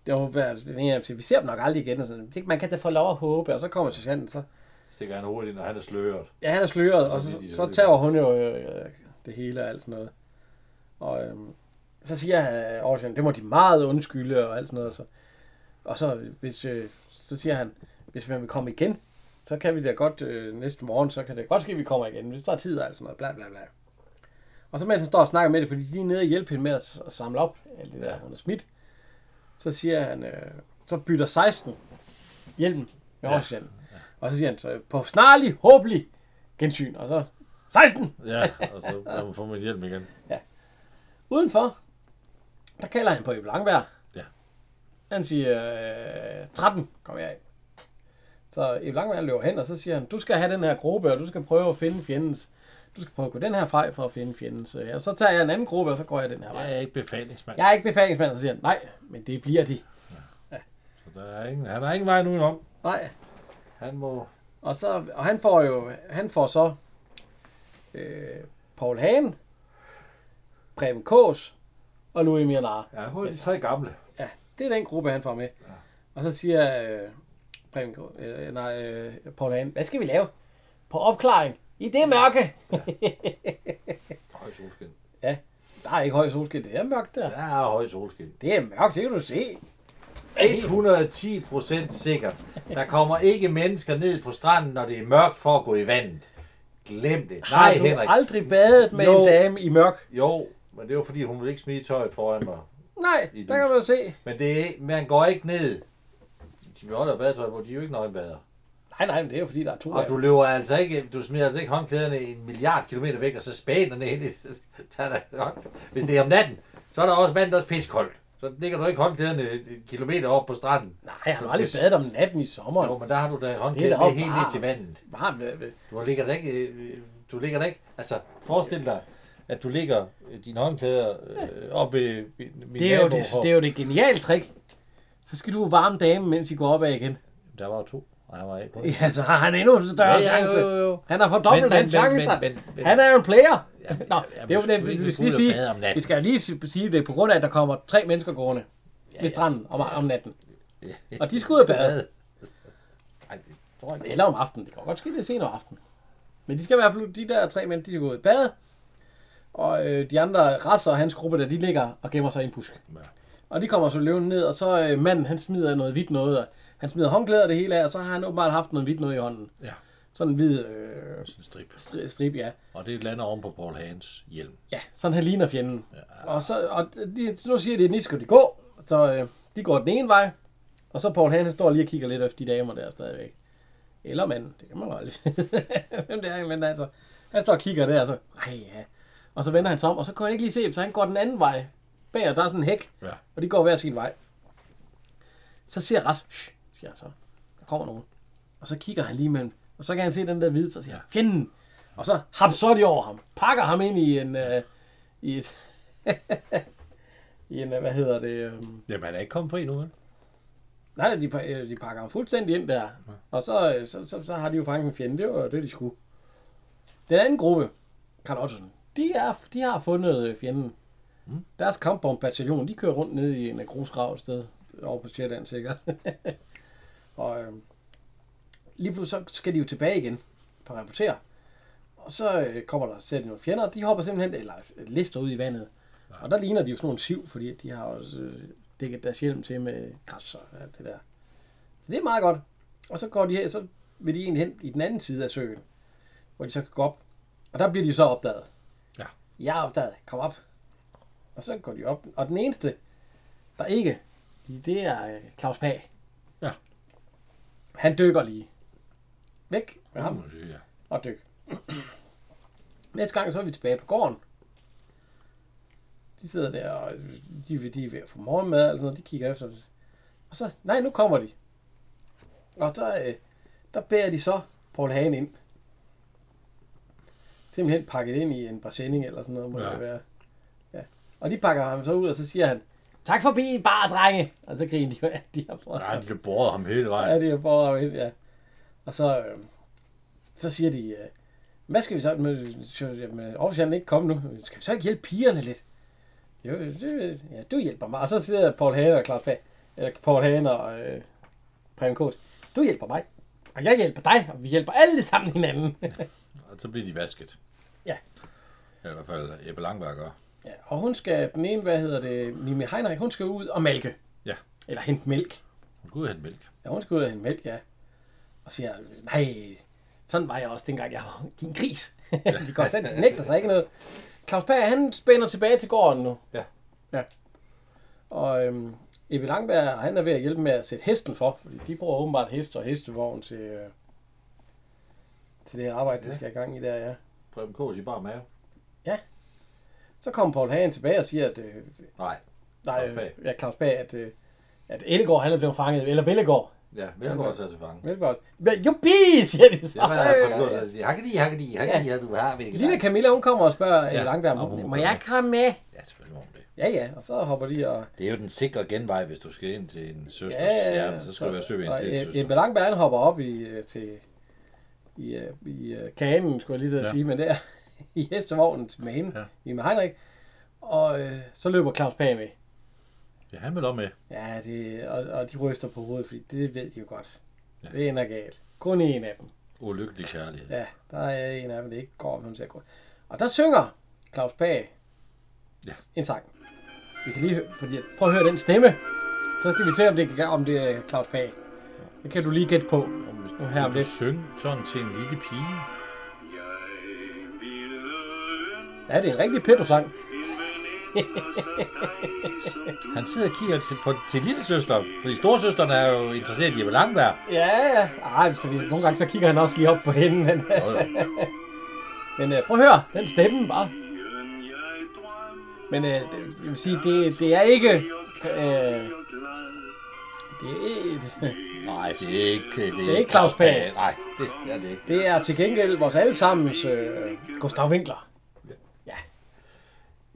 Speaker 1: Det var været den ene af dem siger, vi ser dem nok aldrig igen. Og sådan, "Det- man kan da få lov at håbe, og så kommer sergeanten, så...
Speaker 2: Stikker han hovedet ind, og han er sløret.
Speaker 1: Ja, han er sløret, og
Speaker 2: Og så
Speaker 1: så,
Speaker 2: bliver de
Speaker 1: så
Speaker 2: løbet.
Speaker 1: tager hun jo øh, det hele og alt sådan noget. Og øh, så siger han, øh, Aarhusian, det må de meget undskylde og alt sådan noget. Så. Og så, hvis, øh, så siger han, hvis man vil komme igen, så kan vi da godt øh, næste morgen, så kan det godt ske, at vi kommer igen. Hvis der er tid og alt sådan noget, bla bla bla. Og så mens han står og snakker med det, fordi de er nede og hjælpe hende med at, s- at samle op alt det der, hun er smidt. Så siger han, øh, så bytter 16 hjelmen med ja. Og så siger han, så, på snarlig, håbelig gensyn. Og så 16!
Speaker 3: Ja, og så lad mig få min hjælp igen.
Speaker 1: Udenfor, der kalder han på Ebbe Langberg.
Speaker 3: Ja.
Speaker 1: Han siger, øh, 13 kommer jeg af. Så Ebbe Langberg løber hen, og så siger han, du skal have den her gruppe, og du skal prøve at finde fjendens. Du skal prøve at gå den her vej for at finde fjendens. øh, Og så tager jeg en anden gruppe, og så går jeg den her vej.
Speaker 3: Jeg er ikke befalingsmand, ja.
Speaker 1: Jeg er ikke befalingsmand, så siger han, nej, men det bliver de.
Speaker 3: så der er ingen, han har ingen vej udenom.
Speaker 1: Nej.
Speaker 2: Han må...
Speaker 1: Og, så, og han får jo, han får så øh, Paul Hagen, Preben Kås og Louis Mianar.
Speaker 2: Ja, hun er de tre gamle.
Speaker 1: Ja, det er den gruppe, han får med. Ja. Og så siger øh, Preben, Kå- øh, nej, øh, Paul Hagen, hvad skal vi lave? På opklaring. I det mørke.
Speaker 2: Høj solskin.
Speaker 1: Ja, der er ikke høj solskin. Det er mørkt der.
Speaker 2: Der er høj solskin.
Speaker 1: Det er mørkt, det kan du se.
Speaker 2: 110 procent sikkert. Der kommer ikke mennesker ned på stranden, når det er mørkt for at gå i vandet. Glem det.
Speaker 1: Har
Speaker 2: Nej,
Speaker 1: du
Speaker 2: Henrik.
Speaker 1: aldrig badet med
Speaker 2: Jo.
Speaker 1: en dame i mørk?
Speaker 2: Jo, men det var fordi, hun ville ikke smide tøjet foran mig.
Speaker 1: Nej,
Speaker 2: I
Speaker 1: der kan
Speaker 2: lys.
Speaker 1: du se.
Speaker 2: Men det er, man går ikke ned. De beholder badetøj på, de er jo ikke nøgenbader.
Speaker 1: Nej, nej, men det er jo fordi, der er to af
Speaker 2: Og du
Speaker 1: dem.
Speaker 2: løber altså ikke, du smider altså ikke håndklæderne en milliard kilometer væk, og så spæner ned. Det tager da nok. Hvis det er om natten, så er der også vandet også piskoldt. Så ligger du ikke håndklæderne en kilometer op på stranden.
Speaker 1: Nej, jeg har aldrig badet om natten i sommeren.
Speaker 2: Jo, men der har du da
Speaker 1: Det er
Speaker 2: håndklæderne
Speaker 1: da
Speaker 2: helt ned
Speaker 1: varmt.
Speaker 2: til vandet.
Speaker 1: Varmt, øh, øh.
Speaker 2: Du ligger da ikke, øh, du ligger da ikke, altså forestil dig, at du ligger øh, dine håndklæder øh, op ved ved min
Speaker 1: Det er, jo
Speaker 2: nabo
Speaker 1: det,
Speaker 2: for-
Speaker 1: det er jo det geniale trick. Så skal du varme damen, mens I går op ad igen.
Speaker 3: Der var jo to, og han var ikke kun.
Speaker 1: Ja, så har han endnu en større
Speaker 2: Ja, ja,
Speaker 1: chance.
Speaker 2: jo, jo, jo.
Speaker 1: Han har fordoblet
Speaker 2: Men-
Speaker 1: hans
Speaker 2: men- men-
Speaker 1: chancer.
Speaker 2: men- men-
Speaker 1: Han er jo en player.
Speaker 3: Ja, men-
Speaker 1: Nå,
Speaker 3: ja,
Speaker 1: det
Speaker 3: men
Speaker 1: er jo
Speaker 3: skulle
Speaker 1: det,
Speaker 3: vi
Speaker 1: vi,
Speaker 3: ikke
Speaker 1: skal lige
Speaker 3: ud og bade om
Speaker 1: sige,
Speaker 3: natten?
Speaker 1: vi skal lige si- sige det er på grund af, at der kommer tre mennesker gående ved stranden om, om natten. Og de skal ud og bade.
Speaker 2: Ej, det tror jeg ikke.
Speaker 1: Eller om aftenen. Det kan godt ske, det er senere om aftenen. Men de skal i hvert fald, ud- de der tre mænd, de skal gå ud og bade. Og øh, de andre, Rasser og hans gruppe, der de ligger og gemmer sig i en busk.
Speaker 3: Ja.
Speaker 1: Og de kommer så løvende ned, og så øh, manden, han smider noget hvidt noget, og han smider håndklæder og det hele af, og så har han åbenbart haft noget hvidt noget i hånden.
Speaker 3: ja.
Speaker 1: Sådan en hvid øh,
Speaker 3: Sådan en strip.
Speaker 1: stri- strip, ja.
Speaker 3: Og det lander oven på Paul Hans hjelm.
Speaker 1: Ja, sådan han ligner fjenden. Ja. Og, så, og de, så nu siger de, at de skal de gå, så øh, de går den ene vej, og så Paul Hagen han står lige og kigger lidt efter de damer der stadigvæk. Eller manden, det kan man jo aldrig vide, hvem det er, men altså, han står og kigger der, og så, ej ja. Og så vender han sig om, og så kan han ikke lige se, dem, så han går den anden vej bag, og der er sådan en hæk,
Speaker 3: Ja.
Speaker 1: og de går hver sin vej. Så siger Ras, shh, siger han så, der kommer nogen. Og så kigger han lige imellem, og så kan han se den der hvide, så siger han, fjenden. Og så hap så de over ham, pakker ham ind i en, øh, i et, i en, øh, hvad hedder det, øh,
Speaker 3: Jamen, han er ikke kommet fri nu, vel?
Speaker 1: nej, de, pa- øh, de pakker ham fuldstændig ind der. Og så, øh, så, så, så har de jo fanget en fjende, det var jo det, de skulle. Den anden gruppe, Karl Ottesen, de, er, de har fundet øh, fjenden. Mm. Deres kampvognbataljon, de kører rundt ned i en øh, grusgrav et sted, over på Sjælland sikkert. og øh, lige pludselig så skal de jo tilbage igen for at rapportere. Og så øh, kommer der sæt nogle fjender, og de hopper simpelthen, eller øh, lister ud i vandet. Og der ligner de jo sådan nogle siv, fordi de har også øh, dækket deres hjelm til med græs og alt det der. Så det er meget godt. Og så går de her, så vil de egentlig hen i den anden side af søen, hvor de så kan gå op. Og der bliver de så opdaget.
Speaker 3: Ja.
Speaker 1: Jeg er opdaget. Kom op. Og så går de op. Og den eneste, der ikke, det er øh, Claus Pag.
Speaker 3: Ja.
Speaker 1: Han dykker lige. Væk med ham
Speaker 3: må man sige, ja.
Speaker 1: og dyk. Næste gang, så er vi tilbage på gården. De sidder der, og de, de er ved at få morgenmad, og sådan noget. de kigger efter. Og så, nej, nu kommer de. Og så, øh, der bærer de så Paul Hagen ind. Simpelthen pakket ind i en presenning eller sådan noget, må ja.
Speaker 3: Ja.
Speaker 1: det være. Ja. Og de pakker ham så ud, og så siger han, tak for bilen, bare drenge. Og så griner de jo af, de har fået
Speaker 3: Nej, de borede ham hele
Speaker 1: Altså. Ja,
Speaker 3: vejen.
Speaker 1: det er fordrag helt, ja. Og så, øh, så siger de, øh, hvad skal vi så med, så- jamen, Aarhus Jan er ikke komme nu. Skal vi så ikke hjælpe pigerne lidt? Jo, det, ja, du hjælper mig. Og så sidder Paul Hagen og Claus Bag, eller Paul Hagen og øh, Preben Kås. Du hjælper mig, og jeg hjælper dig, og vi hjælper alle sammen hinanden.
Speaker 3: Og så bliver de vasket.
Speaker 1: Ja.
Speaker 3: Eller i hvert fald Ebbe Langberg gør.
Speaker 1: ja, og hun skal, den ene, hvad hedder det, Mimi Heinrich, hun skal ud og mælke.
Speaker 3: Ja.
Speaker 1: Eller hente mælk.
Speaker 3: Hun kunne have mælk.
Speaker 1: Ja, hun skal ud og hente mælk, ja. Og siger, nej, sådan var jeg også dengang, jeg var din gris. de går selv, de nægter sig ikke noget. Claus Berg, han spænder tilbage til gården nu.
Speaker 2: Ja.
Speaker 1: ja. Og øhm, Ebbe Langberg, han er ved at hjælpe med at sætte hesten for, fordi de bruger åbenbart hest og hestevogn til, øh, til det her arbejde, ja. det skal i gang i der, ja.
Speaker 2: Preben Kås i bare mave.
Speaker 1: Så kommer Paul Hagen tilbage og siger, at øh,
Speaker 2: Nej.
Speaker 1: nej,
Speaker 2: Claus Berg.
Speaker 1: øh, ja, Claus Berg, at, øh, at Ellegaard, han er blevet fanget, eller Vellegård.
Speaker 2: Ja, Vellegård tager til fange.
Speaker 1: Vellegård. Jubi, siger de så.
Speaker 2: Jeg var der Preben Kås, og siger, hakkedi, hakkedi, hakkedi, ja. du har ved
Speaker 1: Lille Camilla, hun kommer og spørger ja.
Speaker 3: Ja.
Speaker 1: Langberg,
Speaker 3: Nå, hun
Speaker 1: må,
Speaker 3: må
Speaker 1: må
Speaker 3: gøre
Speaker 1: jeg
Speaker 3: det."
Speaker 1: komme med?
Speaker 3: Ja, selvfølgelig må hun det.
Speaker 1: Ja, ja, og så hopper de og...
Speaker 3: Det er jo den sikre genvej, hvis du skal ind til en søster. så skal du være søg ved en
Speaker 1: og
Speaker 3: stille
Speaker 1: Eb- Ebbe
Speaker 3: søster.
Speaker 1: Langberg, han hopper op i, øh, til, i, øh, i øh, kanen, skulle jeg lige til at
Speaker 3: Ja.
Speaker 1: sige, men der i hestevognen med hende,
Speaker 3: Ja.
Speaker 1: ja. med Heinrich, og øh, så løber Claus Pag med.
Speaker 3: Ja, han vil om med.
Speaker 1: Ja, det, og, og de ryster på hovedet, fordi det ved de jo godt. Ja.
Speaker 3: Ja.
Speaker 1: Det ender galt. Kun en af dem.
Speaker 3: Ulykkelig kærlighed.
Speaker 1: Ja, der er en af dem, det ikke går, som ser godt. Og der synger Claus Pag
Speaker 3: Ja.
Speaker 1: en sang. Vi kan lige høre, fordi, prøv at høre den stemme. Så skal vi se, om det, kan- om det er Claus Pag. Det kan du lige gætte på.
Speaker 3: Hvis
Speaker 1: Nu her om
Speaker 3: du
Speaker 1: lidt.
Speaker 3: synge sådan til en lille pige.
Speaker 5: Jeg ville ønske
Speaker 1: Ja, det er en rigtig pedosang.
Speaker 5: en veninde som dig, som du
Speaker 3: Han sidder og kigger til, på, til lille søster, fordi storsøsteren er jo interesseret i Ebbe Langberg.
Speaker 1: Ja, ja. Ej, fordi nogle gange så kigger han også lige op på hende. Men, men øh, prøv at høre, den stemme bare.
Speaker 5: Øen jeg drømmer
Speaker 1: Men øh, det, jeg vil sige, det, det er ikke... Øh,
Speaker 5: glad
Speaker 1: det, er,
Speaker 3: Nej, det er ikke...
Speaker 1: Det er ikke Claus Pag.
Speaker 3: Nej, det er det ikke.
Speaker 1: det er til gengæld vores allesammens øh, Gustav Winkler.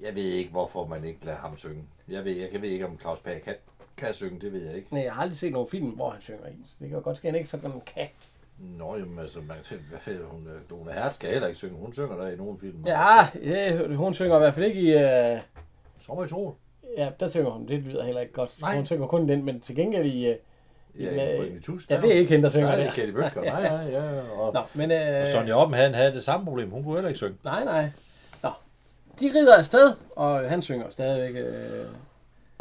Speaker 2: Jeg ved ikke, hvorfor man ikke lader ham synge. Jeg ved, jeg ved ikke, om Claus Pag kan, kan synge, det ved jeg ikke.
Speaker 1: Nej, jeg har aldrig set nogen film, hvor han synger i. Så det kan jo godt ske, at han ikke så godt kan.
Speaker 2: Nå, jamen, altså, man, hvad hedder hun, øh, Lone Hertz skal heller ikke synge. Hun synger der i nogle film.
Speaker 1: Ja, øh, hun synger i hvert fald ikke i... Øh,
Speaker 2: Sommer i sol.
Speaker 1: ja, der synger hun. Det lyder heller ikke godt. Nej.
Speaker 2: Nej.
Speaker 1: Hun synger kun i den, men til gengæld i... Øh,
Speaker 2: Ja,
Speaker 1: Ja,
Speaker 2: i Tus,
Speaker 1: ja, det er ikke hende, der synger
Speaker 2: Nej, det er
Speaker 1: der.
Speaker 2: Katie Bøtger. Nej, ja, ja. Og,
Speaker 1: Nå, men... Øh,
Speaker 3: Og Sonja Oppenhagen havde det samme problem. Hun kunne heller ikke synge.
Speaker 1: Nej, nej. Nå. De rider afsted, og han synger stadigvæk... Øh,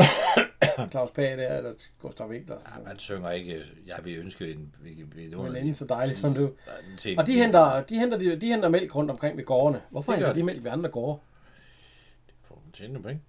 Speaker 1: Claus Pag der, eller Gustav Winkler.
Speaker 3: Ja, man synger ikke...
Speaker 2: øh,
Speaker 3: Jeg vil ønske en... Vi, vi, det var
Speaker 1: Men
Speaker 3: en-
Speaker 1: inden så dejligt som du.
Speaker 3: til en-
Speaker 1: Og de henter, de, henter, de, de henter mælk rundt omkring ved gårdene. Hvorfor
Speaker 3: Det gør
Speaker 1: henter de
Speaker 3: de.
Speaker 1: mælk ved andre gårde?
Speaker 3: For at tjene penge.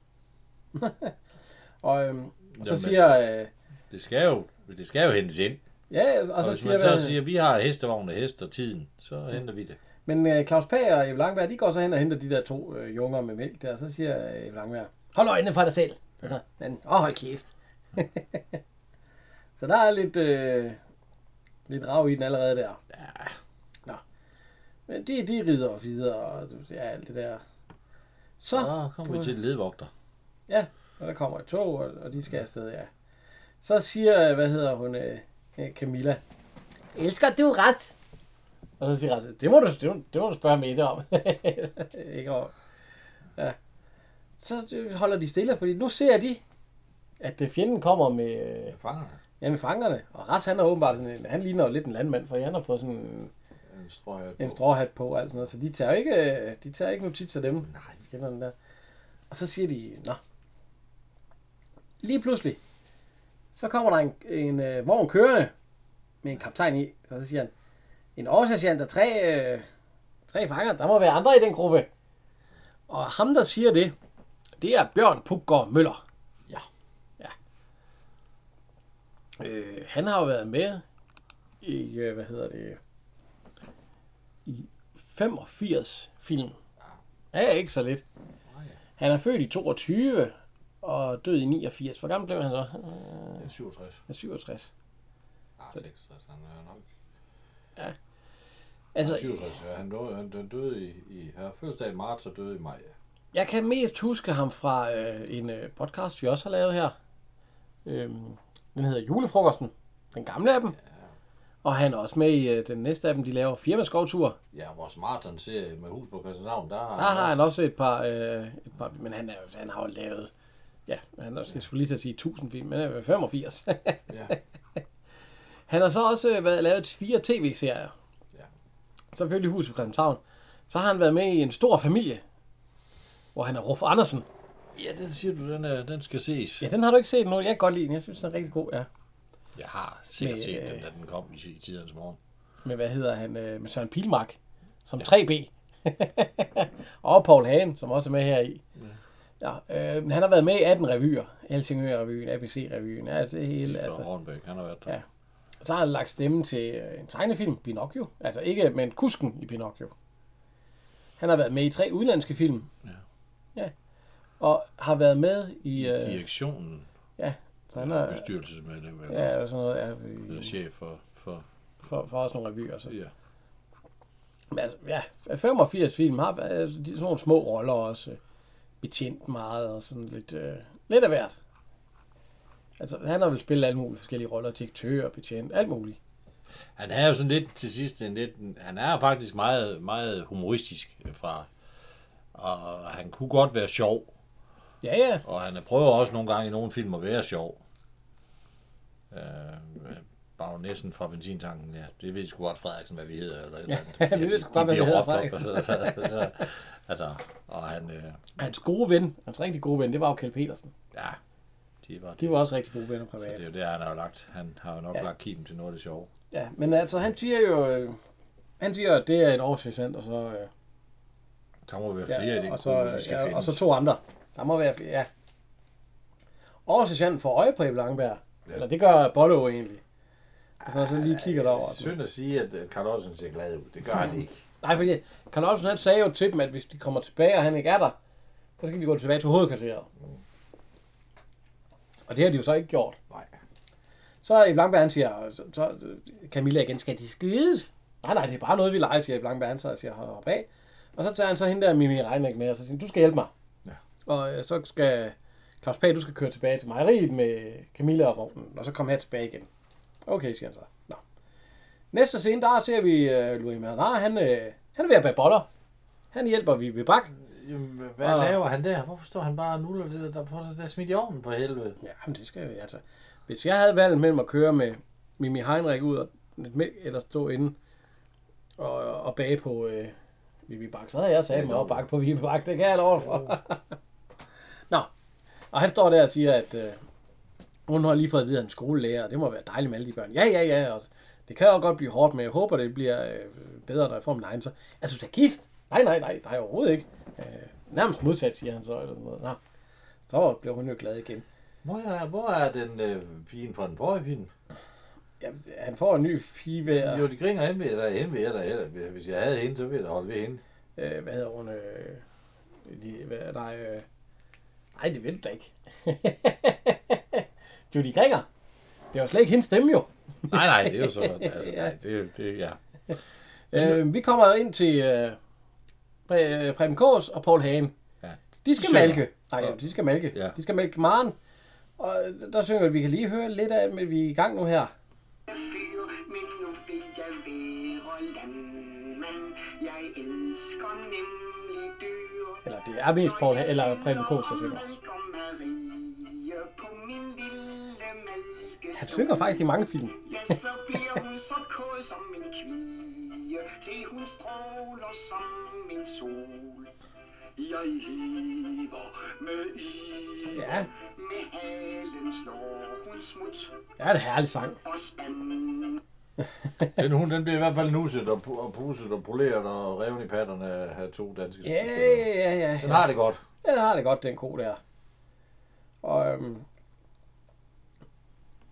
Speaker 1: Og, øhm, og så
Speaker 3: Jamen,
Speaker 1: siger... Øh,
Speaker 3: Det skal jo, det skal jo hentes ind.
Speaker 1: ja, og så
Speaker 3: Og, og hvis
Speaker 1: siger...
Speaker 3: man så
Speaker 1: hvad-
Speaker 3: siger, at vi har hestevogn og hest og tiden, så henter vi det.
Speaker 1: Men øh, Claus Pag og Ebbe Langberg, de går så hen og henter de der to øh, junger med mælk der, og så siger øh, Ebbe Langberg, hold øjnene fra dig selv. Ja. Så, men, åh, hold kæft. så der er lidt, øh, lidt rav i den allerede der.
Speaker 3: Ja,
Speaker 1: Men de, de rider videre, og ja, alt det der. Så, ja.
Speaker 3: så kommer vi til en ledvogter.
Speaker 1: og der kommer et tog, og, og de skal afsted, ja. Så siger, øh, hvad hedder hun, øh, øh, Camilla, elsker du ret? Og så siger Rasmus, det må du, det må, det må du spørge Mette om. ikke om. Ja. Så øh, holder de stille, fordi nu ser de, at øh, fjenden kommer med, øh,
Speaker 2: Fangerne.
Speaker 1: ja, med fangerne. Og Ras, han er åbenbart sådan en, han ligner jo lidt en landmand, for han har fået sådan en,
Speaker 2: En strøg.
Speaker 1: en stråhat på og alt sådan noget. Så de tager jo ikke, øh, de tager ikke notits af dem.
Speaker 2: Nej.
Speaker 1: Kender den der. Og så siger de, nå. Lige pludselig, så kommer der en, en øh, vogn kørende med en kaptajn i, og så siger han, en oversergeant og tre, øh, tre fanger. Der må være andre i den gruppe. Og ham, der siger det, det er Bjørn Puggaard Møller.
Speaker 2: Ja.
Speaker 1: ja. Øh, han har jo været med i, øh, hvad hedder det, i 85 film. Ja, ja ikke så lidt. Han er født i 22 og død i 89. Hvor gammel blev han så?
Speaker 2: Det er 67.
Speaker 1: Han er 67.
Speaker 2: Ah, 66. Han er nok
Speaker 1: Altså,
Speaker 2: 67. Ja, han, døde, han, han døde i, i han havde fødselsdag i marts og døde i maj.
Speaker 1: Jeg kan mest huske ham fra øh, en øh, podcast, vi også har lavet her. Øhm, den hedder Julefrokosten. Den gamle af dem. Og han er også med i øh, den næste af dem, de laver firmaskovtur.
Speaker 2: Ja, vores maraton-serie med hus på Christianshavn, der har
Speaker 1: Der har han også et par... Øh, et par men han, er, jo- han har jo lavet... Ja, han er, jeg skulle lige til at sige 1000 film, men han er jo 85.
Speaker 2: Ja,
Speaker 1: han har så også øh, været, lavet fire tv-serier.
Speaker 2: Ja.
Speaker 1: Selvfølgelig Huset på Christianshavn. Så har han været med i en stor familie, hvor han er Ruf Andersen.
Speaker 3: Ja, den siger du, den, er, den skal ses.
Speaker 1: Ja, den har du ikke set nu. Jeg kan godt lide den. Jeg synes, den er rigtig god, ja.
Speaker 3: Jeg har sikkert
Speaker 1: Med,
Speaker 3: set
Speaker 1: øh,
Speaker 3: den, da den kom i, i tidens morgen.
Speaker 1: med, hvad hedder han, øh, med Søren Pilmark, som 3B. og Paul Hagen, som også er med her i. Ja, øh, han har været med i 18 revyer. Helsingør-revyen, ABC-revyen, ja, det hele.
Speaker 3: Altså.
Speaker 1: Altså.
Speaker 3: Hornbæk, han har været der.
Speaker 1: Ja. Så har han lagt stemmen til øh, en tegnefilm, Pinocchio. Altså ikke, men kusken i Pinocchio. Han har været med i tre udenlandske film.
Speaker 3: Ja.
Speaker 1: ja. Og har været med i... Øh,
Speaker 3: Direktionen,
Speaker 1: ja, så han
Speaker 3: øh,
Speaker 1: er...
Speaker 3: bestyrelsesmedlem, eller
Speaker 1: Ja, eller sådan noget. Ja,
Speaker 3: ja.
Speaker 1: i-
Speaker 3: chef for, for
Speaker 1: for, for også nogle revyer. Så.
Speaker 3: ja.
Speaker 1: Men altså, ja, 85 film har været, altså, de- sådan nogle små roller også øh, betjent meget og sådan lidt, øh, lidt af hvert. Altså, han har vel spillet alle mulige forskellige roller, direktør, betjent, alt muligt.
Speaker 3: Han er jo sådan lidt til sidst en lidt... Han er faktisk meget, meget humoristisk øh, fra... Og han kunne godt være sjov,
Speaker 1: Ja, ja,
Speaker 3: og han prøver også nogle gange i nogle film at være sjov. Øh, Bagnæssen fra benzintanken, ja, det ved sgu godt Frederiksen, hvad vi hedder. Eller, eller,
Speaker 1: Ja, vi ved sgu godt, hvad vi hedder,
Speaker 3: altså, og han, øh,
Speaker 1: hans gode ven, hans rigtig gode ven, det var jo Kjeld Petersen.
Speaker 3: ja, de var
Speaker 1: De var også rigtig gode venner privat.
Speaker 3: Det er jo der, han har jo lagt. Han har jo nok ja. lagt kimen til noget af det sjove.
Speaker 1: Ja, men altså, han siger jo, øh, han siger, at det er en årsfængsel, og så... Øh,
Speaker 3: Der må være flere ja, i
Speaker 1: Ja,
Speaker 3: den
Speaker 1: og, så,
Speaker 3: gruppe, vi skal
Speaker 1: ja,
Speaker 3: finde.
Speaker 1: og så to andre. Der må være flere, ja. Og sergeanten får øje på Ebbe Langberg. Ja. Eller det gør Bollo egentlig. Og så, så lige kigger derover.
Speaker 2: synd at sige, at at Carl Olsen ser glad ud. Det gør
Speaker 1: Mm.
Speaker 2: han ikke.
Speaker 1: Nej, fordi Carl Olsen han sagde jo til dem, at hvis de kommer tilbage, og han ikke er der, så skal de gå tilbage til hovedkvarteret. Og det har de jo så ikke gjort.
Speaker 2: Nej.
Speaker 1: Så i Blankberg, han siger, så, så, Camilla igen, skal de skydes? Nej, nej, det er bare noget, vi leger, siger Blankberg, han så og siger, hop hop af. Og så tager han så hende der Mimi Reinæk med, og så siger han, du skal hjælpe mig.
Speaker 2: Ja.
Speaker 1: Og øh, så skal Claus Pag, du skal køre tilbage til mejeriet med Camilla og vognen, og så kom her tilbage igen. Okay, siger han så. Nå. Næste scene, der ser vi øh, Louis Marinard, han, øh, han er ved at bage boller. Han hjælper vi ved bak.
Speaker 2: Jamen, hvad
Speaker 1: Og-
Speaker 2: laver han der? Hvorfor står han bare og nuller det der? Der får det der smidt i ovnen for helvede.
Speaker 1: Ja, men det skal jeg altså. Hvis jeg havde valget mellem at køre med Mimi Heinrich ud og lidt mælk, eller stå inde og, og bage på øh, Vivi Bak, så havde jeg sagt mig op bakke på Vivi Bak. Det kan jeg lov for. Nå, og han står der og siger, at øh, hun har lige fået at vide, at han er skolelærer, og det må være dejligt med alle de børn. Ja, ja, ja, og det kan jo godt blive hårdt, men jeg håber, det bliver øh, bedre, når jeg får min egen. Så, er du da gift? Nej, nej, nej, nej, overhovedet ikke. Øh, nærmest modsat, siger han så, eller sådan noget. Nå, så bliver hun jo glad igen.
Speaker 2: Hvor er, hvor er den øh, pigen fra den forrige film?
Speaker 1: Ja, han får en ny pige ved, at-
Speaker 2: Jo, de griner hen ved dig, hen ved jeg dig. Hvis jeg havde hende, så ville jeg da holde ved hende.
Speaker 1: øh, hvad hedder hun, øh, lige, hvad, nej, øh, nej, det vil du da ikke. Judy Gringer. Det var slet ikke hendes stemme, jo.
Speaker 3: Nej, nej, det er jo så... Altså, nej, det, det, ja.
Speaker 1: Øh, vi kommer ind til øh, Pre- øh, Preben Kås og Paul Hagen.
Speaker 3: Ja.
Speaker 1: De skal
Speaker 3: synger.
Speaker 1: malke. Nej, ja, de skal malke.
Speaker 3: Ja.
Speaker 1: De skal malke Maren. Og øh, der synger vi, vi kan lige høre lidt af, men vi er i gang nu her.
Speaker 5: fyr, men nu vil jeg være landmand. Jeg elsker nemlig dyr.
Speaker 1: Eller det er mest Paul Hagen, eller Preben Kås, der synger. Han synger faktisk i mange film.
Speaker 5: Ja, så bliver hun så kåd som en kvige. Se, hun stråler som en sol. Jeg hiver med i.
Speaker 1: Ja.
Speaker 5: Med halen slår hun smut
Speaker 1: Det er en herlig sang.
Speaker 5: og spand.
Speaker 2: Den hund, den bliver i hvert fald nusset og, pu- og puset og poleret og revnet i patterne af to danske
Speaker 1: Ja,
Speaker 2: skuespillere.
Speaker 1: ja, ja.
Speaker 2: Den har det godt.
Speaker 1: Den har det godt, den ko der. Og øhm,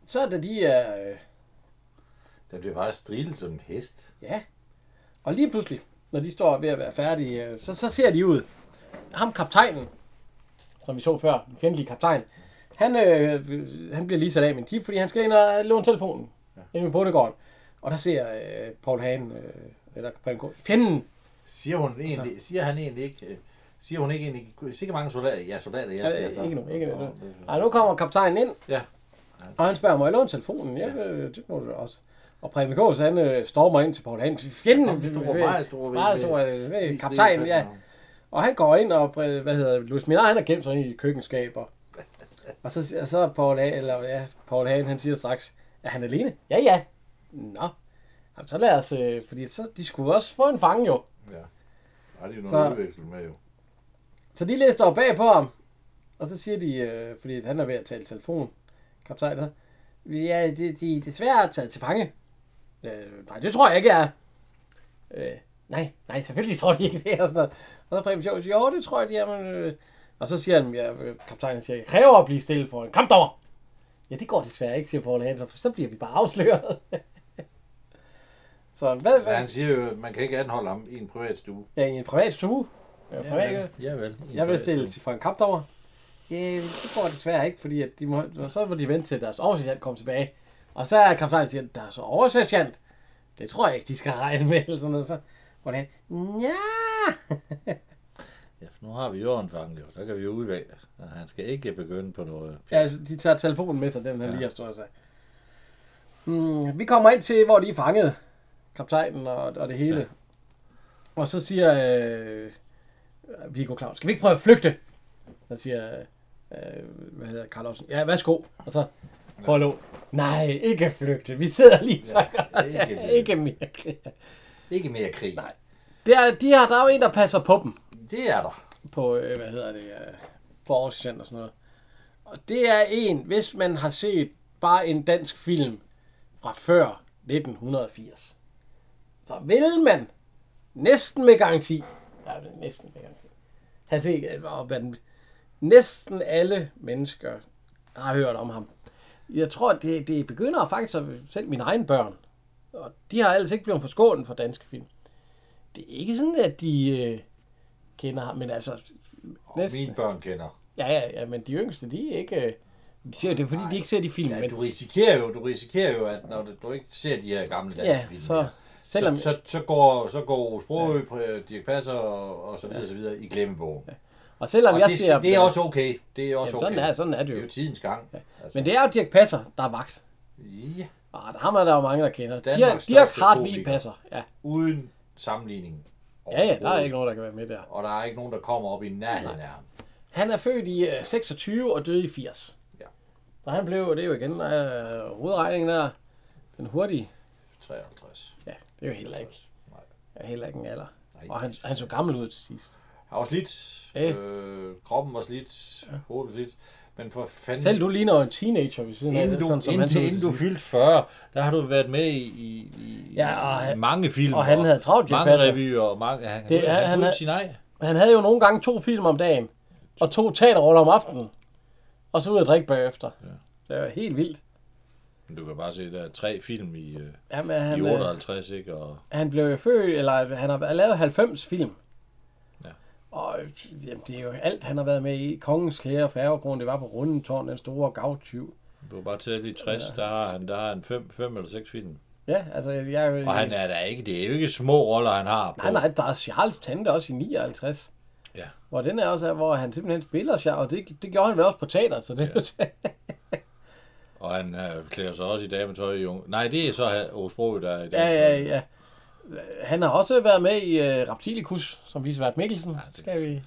Speaker 1: så er der de er... Øh,
Speaker 2: Den bliver bare strilet som en hest.
Speaker 1: ja. Og lige pludselig, når de står ved at være færdige, øh, så, så ser de ud. Ham kaptajnen, som vi så før, den fjendtlige kaptajn, han, øh, han bliver lige sat af med en tip, fordi han skal ind og låne telefonen. Ja. Inde på Bondegården. Og der ser øh, Paul Hagen, øh, eller Paul K. Fjenden!
Speaker 2: Siger, hun egentlig, siger han egentlig ikke... øh, Siger hun ikke egentlig... Sikkert mange soldater. Ja, soldater, jeg
Speaker 1: Ja,
Speaker 2: siger så.
Speaker 1: Øh, ikke nu, ikke nu.
Speaker 2: Nå, det-
Speaker 1: Ej, nu kommer kaptajnen ind,
Speaker 2: Ja,
Speaker 1: Og han spørger, må jeg låne telefonen? Ja, øh, det må du da også. Og Preben Kås, han øh, stormer ind til Paul Hansen. Fjenden! øh,
Speaker 2: Kom, store, meget store ven.
Speaker 1: Meget store, øh,
Speaker 2: Vis
Speaker 1: kaptajn,
Speaker 2: det,
Speaker 1: ja. Og han går ind, og øh, hvad hedder det, Louis Minard, han har gemt sig ind i køkkenskaber. Og så, og så er Paul, Hagen, eller, ja, Paul Hagen, han siger straks, er han alene? Ja, ja. Nå. Jamen, så lad os, øh, fordi så, de skulle også få en fange jo.
Speaker 2: Ej, det er jo
Speaker 1: Så-
Speaker 2: noget udvekslet med jo.
Speaker 1: Så de lister op bag på ham, og så siger de, øh, fordi han er ved at tale telefon, kaptajn så, vi er, de, de er desværre taget til fange. Øh, nej, det tror jeg ikke, jeg er. Øh, nej, nej, selvfølgelig tror de ikke det, og sådan noget. Og så Preben Sjov, jo, det tror jeg, de er, men... Øh. Og så siger han, ja, øh, kaptajnen siger, jeg kræver at blive stille for en kampdommer. Ja, det går desværre ikke, siger Paul Hansen, for så bliver vi bare afsløret. så hvad,
Speaker 2: Så han
Speaker 1: hvad?
Speaker 2: siger jo, at man kan ikke anholde ham i en privat stue.
Speaker 1: Ja, i en privat stue. Ja,
Speaker 3: Ja,
Speaker 1: privat,
Speaker 3: vel. Ja, vel. I en
Speaker 1: jeg vil
Speaker 3: privat
Speaker 1: stille
Speaker 3: stue.
Speaker 1: for en kampdommer. Øh, det går desværre ikke, fordi at de må, så må de vente til, at deres oversergeant kommer tilbage. Og så er kaptajnen siger, deres oversergeant, det tror jeg ikke, de skal regne med, eller sådan noget. Så, hvordan? Nja!
Speaker 3: Ja, for nu har vi jo en fange, jo. Så kan vi jo udvælge. Og han skal ikke begynde på noget.
Speaker 1: Ja, altså, de tager telefonen med sig, den her ja. lige har stået sig. Mm, vi kommer ind til, hvor de er fanget. Kaptajnen og, og det hele. Ja. Og så siger øh, Viggo Claus, skal vi ikke prøve at flygte? Så siger, øh, hvad hedder Carlsen? Ja, værsgo. Og så, Pollo, nej, ikke flygte. Vi sidder lige så godt.
Speaker 2: Ja, ikke
Speaker 1: Ja,
Speaker 2: det.
Speaker 1: ikke mere.
Speaker 2: Ikke mere krig. Nej.
Speaker 1: Der, de her, der er jo en, der passer på dem.
Speaker 2: Det er der.
Speaker 1: på, øh, hvad hedder det, øh, på Aarhus Center og sådan noget. Og det er en, hvis man har set bare en dansk film fra før 1980, så vil man næsten med garanti, ja, det er næsten med garanti, have set, at og man, næsten alle mennesker har hørt om ham. Jeg tror, det, det begynder faktisk, at, selv mine egne børn, og de har altså ikke blevet forskånet for danske film. Det er ikke sådan, at de øh, kender ham, men altså...
Speaker 2: Og mine børn kender.
Speaker 1: Ja, ja, ja, men de yngste, de er ikke... øh, De ser, det er fordi, de ikke ser de film,
Speaker 2: Ja,
Speaker 1: men
Speaker 2: du risikerer jo, du risikerer jo, at når du- du ikke ser de her gamle danske
Speaker 1: ja,
Speaker 2: film,
Speaker 1: så... Selvom,
Speaker 2: altså, så, så, så, går, så går Sprogø, ja. Dirk Passer og, og så videre, ja. så videre i glemmebogen. Ja.
Speaker 1: og selvom
Speaker 2: Og
Speaker 1: jeg
Speaker 2: det,
Speaker 1: ser...
Speaker 2: det er også okay. Det er også
Speaker 1: Jamen, sådan
Speaker 2: okay.
Speaker 1: er- sådan er det jo.
Speaker 2: Det er jo tidens gang. Ja. Altså,
Speaker 1: Men det er jo Dirk Passer, der er vagt.
Speaker 2: ja,
Speaker 1: Ah, der ham er der jo mange, der kender. Dirk,
Speaker 2: Danmarks
Speaker 1: Dirk
Speaker 2: største
Speaker 1: Hartvig
Speaker 2: komiker.
Speaker 1: Passer. Ja.
Speaker 2: uden sammenligning.
Speaker 1: ja, ja, der er ikke nogen, der kan være med der.
Speaker 2: Og der er ikke nogen, der kommer op i nærheden af ham.
Speaker 1: Han er født i øh, 26 og døde i 80.
Speaker 2: Ja.
Speaker 1: Og han blev, det er jo igen øh, hovedregningen der, den hurtige.
Speaker 2: 53.
Speaker 1: Ja, det er jo heller ikke,
Speaker 2: Nej.
Speaker 1: er heller ikke en alder.
Speaker 2: Nej.
Speaker 1: Og han, han så gammel ud til sidst.
Speaker 2: Han var slidt.
Speaker 1: Ja.
Speaker 2: Øh, kroppen var slidt. Ja. Hovedet var slidt. Men for fanden...
Speaker 1: Selv du ligner jo en teenager ved siden af
Speaker 3: Inden
Speaker 1: det,
Speaker 3: du,
Speaker 1: sådan som han
Speaker 3: inden,
Speaker 1: så ud
Speaker 3: inden
Speaker 1: til
Speaker 3: du
Speaker 1: sidst.
Speaker 3: fyldte 40, der har du været med i, i, i,
Speaker 1: Ja, og
Speaker 3: i
Speaker 1: han-
Speaker 3: mange film.
Speaker 1: og han havde travlt, Dirch
Speaker 3: Mange
Speaker 1: Passer.
Speaker 3: revyer og mange... Han,
Speaker 1: Det
Speaker 3: det,
Speaker 1: er-
Speaker 3: han,
Speaker 1: han
Speaker 3: han, kunne
Speaker 1: er-
Speaker 3: ikke sige nej.
Speaker 1: Han havde jo nogle gange to film om dagen, og to teaterroller om aftenen, og så ud og drikke bagefter. Ja. Det var helt vildt.
Speaker 3: Men Du kan bare se, der er tre film i, øh,
Speaker 1: Jamen,
Speaker 3: i
Speaker 1: han, øh,
Speaker 3: 58, ikke? Og,
Speaker 1: han blev jo født, eller han har lavet 90 film.
Speaker 3: Ja.
Speaker 1: Og øh, jamen, det er jo alt, han har været med i. Kongens Klæder, Færgegrund, det var på Rundetårn, den store gavtyv.
Speaker 3: du kan bare tælle i 60, der har han, der har han fem, fem eller seks film.
Speaker 1: Ja, altså, jeg...
Speaker 3: Og han er da ikke, det er jo ikke små roller, han har på.
Speaker 1: Nej, nej, der er Charles Tante også i 59.
Speaker 3: Ja.
Speaker 1: Hvor den er også, hvor han simpelthen spiller Charles, og det, det gjorde han vel også på teater, så det ja.
Speaker 3: Og han øh, klæder sig også i dametøj i unge. Nej, det er så Osbro, der
Speaker 1: Ja,
Speaker 3: er i dametøj.
Speaker 1: ja, ja. Han har også været med i uh, Reptilicus, som Lisevært Mikkelsen. Ja,
Speaker 3: det-
Speaker 1: Skal vi...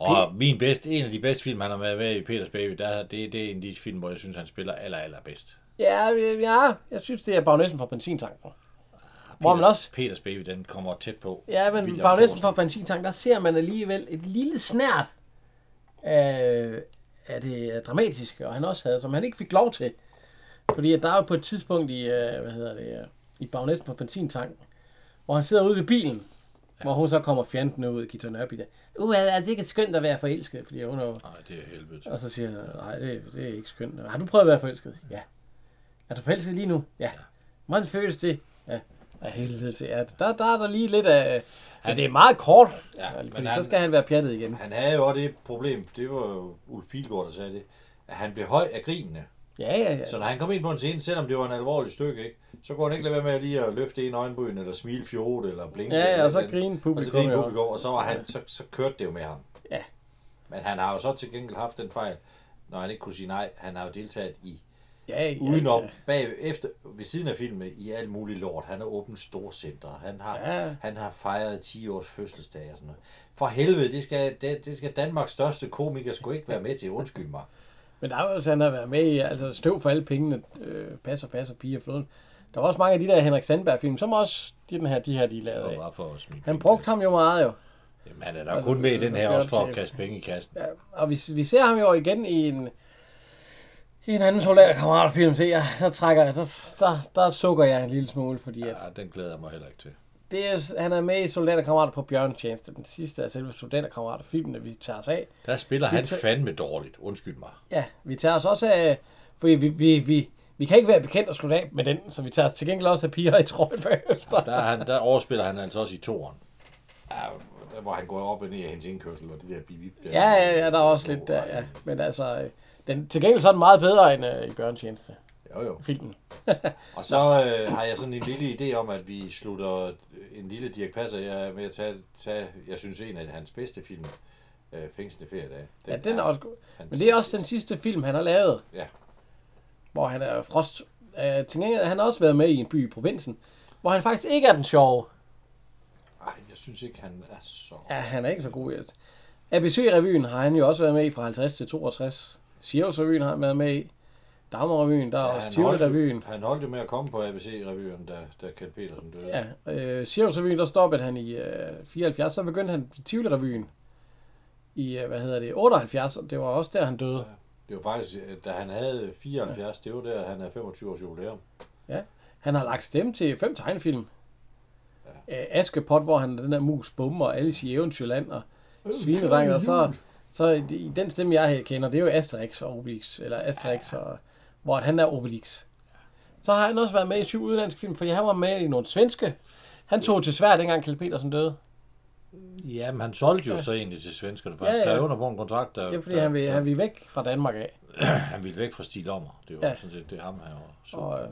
Speaker 3: Og min bedste, en af de bedste film, han har været med i, Peters Baby, der, det, det er en af de film, hvor jeg synes, han spiller aller, aller bedst.
Speaker 1: Ja, øh, ja, jeg synes, det er Bagnessen fra Benzintanken.
Speaker 2: Ah,
Speaker 1: Hvor man
Speaker 3: Peters-
Speaker 1: også...
Speaker 3: Peters Baby, den kommer tæt på.
Speaker 1: Ja, men
Speaker 3: William
Speaker 1: Bagnessen
Speaker 3: Thorsen.
Speaker 1: fra Benzintanken, der ser man alligevel et lille snært af, af det dramatiske, og han også havde, som han ikke fik lov til. Fordi at der er jo på et tidspunkt i, øh, hvad hedder det, øh, i bagnæsten på benzintanken, hvor han sidder ude ved bilen, ja. hvor hun så kommer fjendende ud i Gita Nørby der. Uh, er det ikke skønt at være forelsket? Fordi hun er jo...
Speaker 3: Nej, det er helvede.
Speaker 1: Og så siger han, nej, det, det er ikke skønt. Har du prøvet at være forelsket? Ja. Er du forelsket lige nu? Ja. Hvordan føles det? Ja. Af helvede til. Ja, der, der er der lige lidt af... Men det er meget kort,
Speaker 3: Ja,
Speaker 1: ja,
Speaker 3: men
Speaker 1: fordi så
Speaker 3: han-
Speaker 1: skal han være pjattet igen.
Speaker 2: Han havde jo også det problem, det var jo Ulf Pilgaard, der sagde det, at han blev høj af grinene.
Speaker 1: Ja, ja, ja.
Speaker 2: Så når han kom ind på en scene, selvom det var en alvorlig stykke, ikke, så kunne han ikke lade være med at lige at løfte en øjenbryn, eller smile fjort, eller blinke.
Speaker 1: Ja, ja,
Speaker 2: eller
Speaker 1: og så
Speaker 2: den.
Speaker 1: grine
Speaker 2: Og så
Speaker 1: publikum
Speaker 2: grine
Speaker 1: jo.
Speaker 2: publikum, og så, var han, så, så kørte det jo med ham.
Speaker 1: Ja.
Speaker 2: Men han har jo så til gengæld haft den fejl, når han ikke kunne sige nej. Han har jo deltaget i
Speaker 1: ja, ja
Speaker 2: udenom,
Speaker 1: Ja.
Speaker 2: bag, efter, ved siden af filmen, i alt muligt lort. Han har åbnet storcenter. Han har,
Speaker 1: Ja.
Speaker 2: ja. han har fejret 10 års fødselsdag og sådan noget. For helvede, det skal, det, det skal Danmarks største komiker sgu ikke være med til. Undskyld mig.
Speaker 1: Men der er jo også, han har været med i, altså Støv for alle pengene, øh, Passer, Passer, Piger, Floden. Der var også mange af de der Henrik Sandberg-film, som også de, den her, de her, de er lavet
Speaker 3: Det var
Speaker 1: af.
Speaker 3: bare for at smide
Speaker 1: Han
Speaker 3: penge.
Speaker 1: brugte ham jo meget jo.
Speaker 3: Jamen, han er da
Speaker 1: Altså,
Speaker 3: kun
Speaker 1: øh,
Speaker 3: med i den her, også for at kaste penge i kassen.
Speaker 1: Ja, og vi, vi ser ham jo igen i en, i en anden soldaterkammeratfilm, se, jeg, der trækker jeg, der, der, der sukker jeg en lille smule, fordi at
Speaker 3: Ja, den glæder jeg mig heller ikke til.
Speaker 1: det er, jo- han er med i Soldaterkammerater på Bjørn Tjeneste, den sidste af selve Soldaterkammerater-filmen, at vi tager os af.
Speaker 3: Der spiller han
Speaker 1: tager-
Speaker 3: fandme dårligt. Undskyld mig.
Speaker 1: Ja, vi tager os også af, fordi vi, vi, vi, vi kan ikke være bekendt og slutte af med den, så vi tager os til gengæld også af piger i trøje bagefter.
Speaker 3: Der, er han, der overspiller han altså også i toren.
Speaker 2: Ja, der, hvor han går op og ned af hendes indkørsel, og det der bip der.
Speaker 1: Ja, ja, ja, der er også lidt der, ja. Men altså, øh, den, til gengæld så er den meget bedre end øh, i Bjørn Tjeneste,
Speaker 2: Jo, jo.
Speaker 1: filmen.
Speaker 2: Og så øh, har jeg sådan en lille idé om, at vi slutter en lille Dirk Passer jeg er med at tage, tage, jeg synes, en af hans bedste film, øh, Fængslende Feriedage.
Speaker 1: Ja, den er også god. Men det er også den sidste film, han har lavet.
Speaker 2: Ja.
Speaker 1: Hvor han er frost. Øh, til gengæld, han har også været med i en by i provinsen, hvor han faktisk ikke er den sjove.
Speaker 2: Ej, jeg synes ikke, han er så...
Speaker 1: Ja, han er ikke så god i det. ABC-revyen har han jo også været med i fra 50 til 62. Sirius-revyen har han været med i. Dagmar-revyen, der er ja, også
Speaker 2: han, holdt
Speaker 1: Tivoli-revyen.
Speaker 2: jo, han holdt jo med at komme på ABC-revyen, da, da Kjeld Petersen døde.
Speaker 1: Ja, øh, Sirius-revyen, der stoppede han i øh, 74, så begyndte han Tivoli-revyen i, øh, hvad hedder det, 78, og det var også der, han døde.
Speaker 2: Det var faktisk, øh, da han havde 74, det var der, han havde 25 års jubilæum.
Speaker 1: Ja. Han har lagt stemme til fem tegnefilm. Ja. Askepot, hvor han er den der mus bummer, og Alice i Eventyrland og Svinedreng, og så, så i- i den stemme, jeg kender, det er jo Asterix og Obelix, eller Asterix, og, hvor han er Obelix. Så har han også været med i syv udlandske film, fordi han var med i nogle svenske. Han tog til Sverige, dengang Kjeld Petersen døde.
Speaker 3: Jamen, han solgte jo ja. så egentlig til svenskerne, for ja,
Speaker 1: Ja,
Speaker 3: han
Speaker 1: ja.
Speaker 3: skrev under på en kontrakt, der,
Speaker 1: Det er, fordi
Speaker 3: der,
Speaker 1: han ville,
Speaker 3: der,
Speaker 1: han ville væk fra Danmark af.
Speaker 3: han ville væk fra Stig Lommer. Det var
Speaker 1: Ja.
Speaker 3: ja. sådan set det er ham, han var sur,
Speaker 1: Og, øh,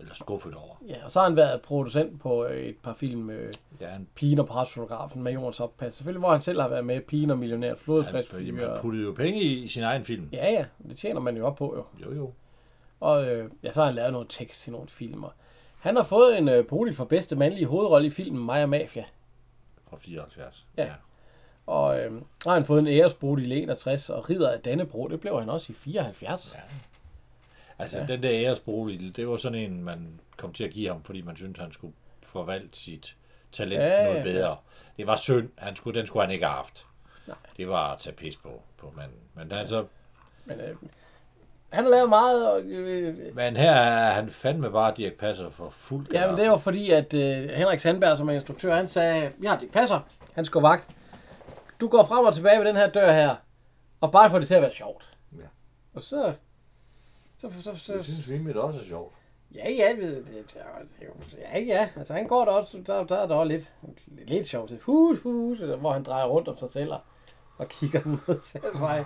Speaker 3: eller skuffet over.
Speaker 1: ja, og så har han været producent på øh, et par film, øh,
Speaker 3: Ja, han,
Speaker 1: Pigen og presfotografen med jordens oppas. Selvfølgelig, hvor han selv har været med, Pigen og millionær,
Speaker 3: han,
Speaker 1: flodfladsfyr.
Speaker 3: jamen, han puttede jo penge i, i sin egen film. Ja.
Speaker 1: Ja, ja, det tjener man jo op på jo.
Speaker 3: Jo, jo.
Speaker 1: Og øh, ja, så har han lavet noget tekst til nogle filmer. Han har fået en øh, Bodil for bedste mandlige hovedrolle i filmen Maja Mafia.
Speaker 3: Fra 74.
Speaker 1: Ja. Og øh, så har han fået en æresbodil i 61 og Ridder af Dannebro. Det blev han også i 74. Ja.
Speaker 3: Altså, ja. den der æresbolig, det var sådan en, man kom til at give ham, fordi man syntes, han skulle forvalte sit talent
Speaker 1: Ja,
Speaker 3: ja,
Speaker 1: ja.
Speaker 3: noget bedre. Det var synd. Han skulle, den skulle han ikke have haft.
Speaker 1: Nej.
Speaker 3: Det var at tage pis på, på manden. Men, altså,
Speaker 1: Men øh, han har lavet meget. Og, øh, øh,
Speaker 3: men her er han fandme bare Dirk Passer for fuld
Speaker 1: ja, men det er jo fordi, at øh, Henrik Sandberg, som er instruktør, han sagde, ja, det passer. Han skulle vagt. Du går frem og tilbage ved den her dør her, og bare få det til at være sjovt.
Speaker 2: Ja.
Speaker 1: Og så... Så, så, så, så,
Speaker 2: Det synes vi med også er sjovt.
Speaker 1: Ja, ja, det, det, det, det- ja, ja. Altså, han går der også, der, der er der også lidt, lidt sjovt. Hus, hus, eller hvor han drejer rundt om sig selv og- og kigger den mod selv vej.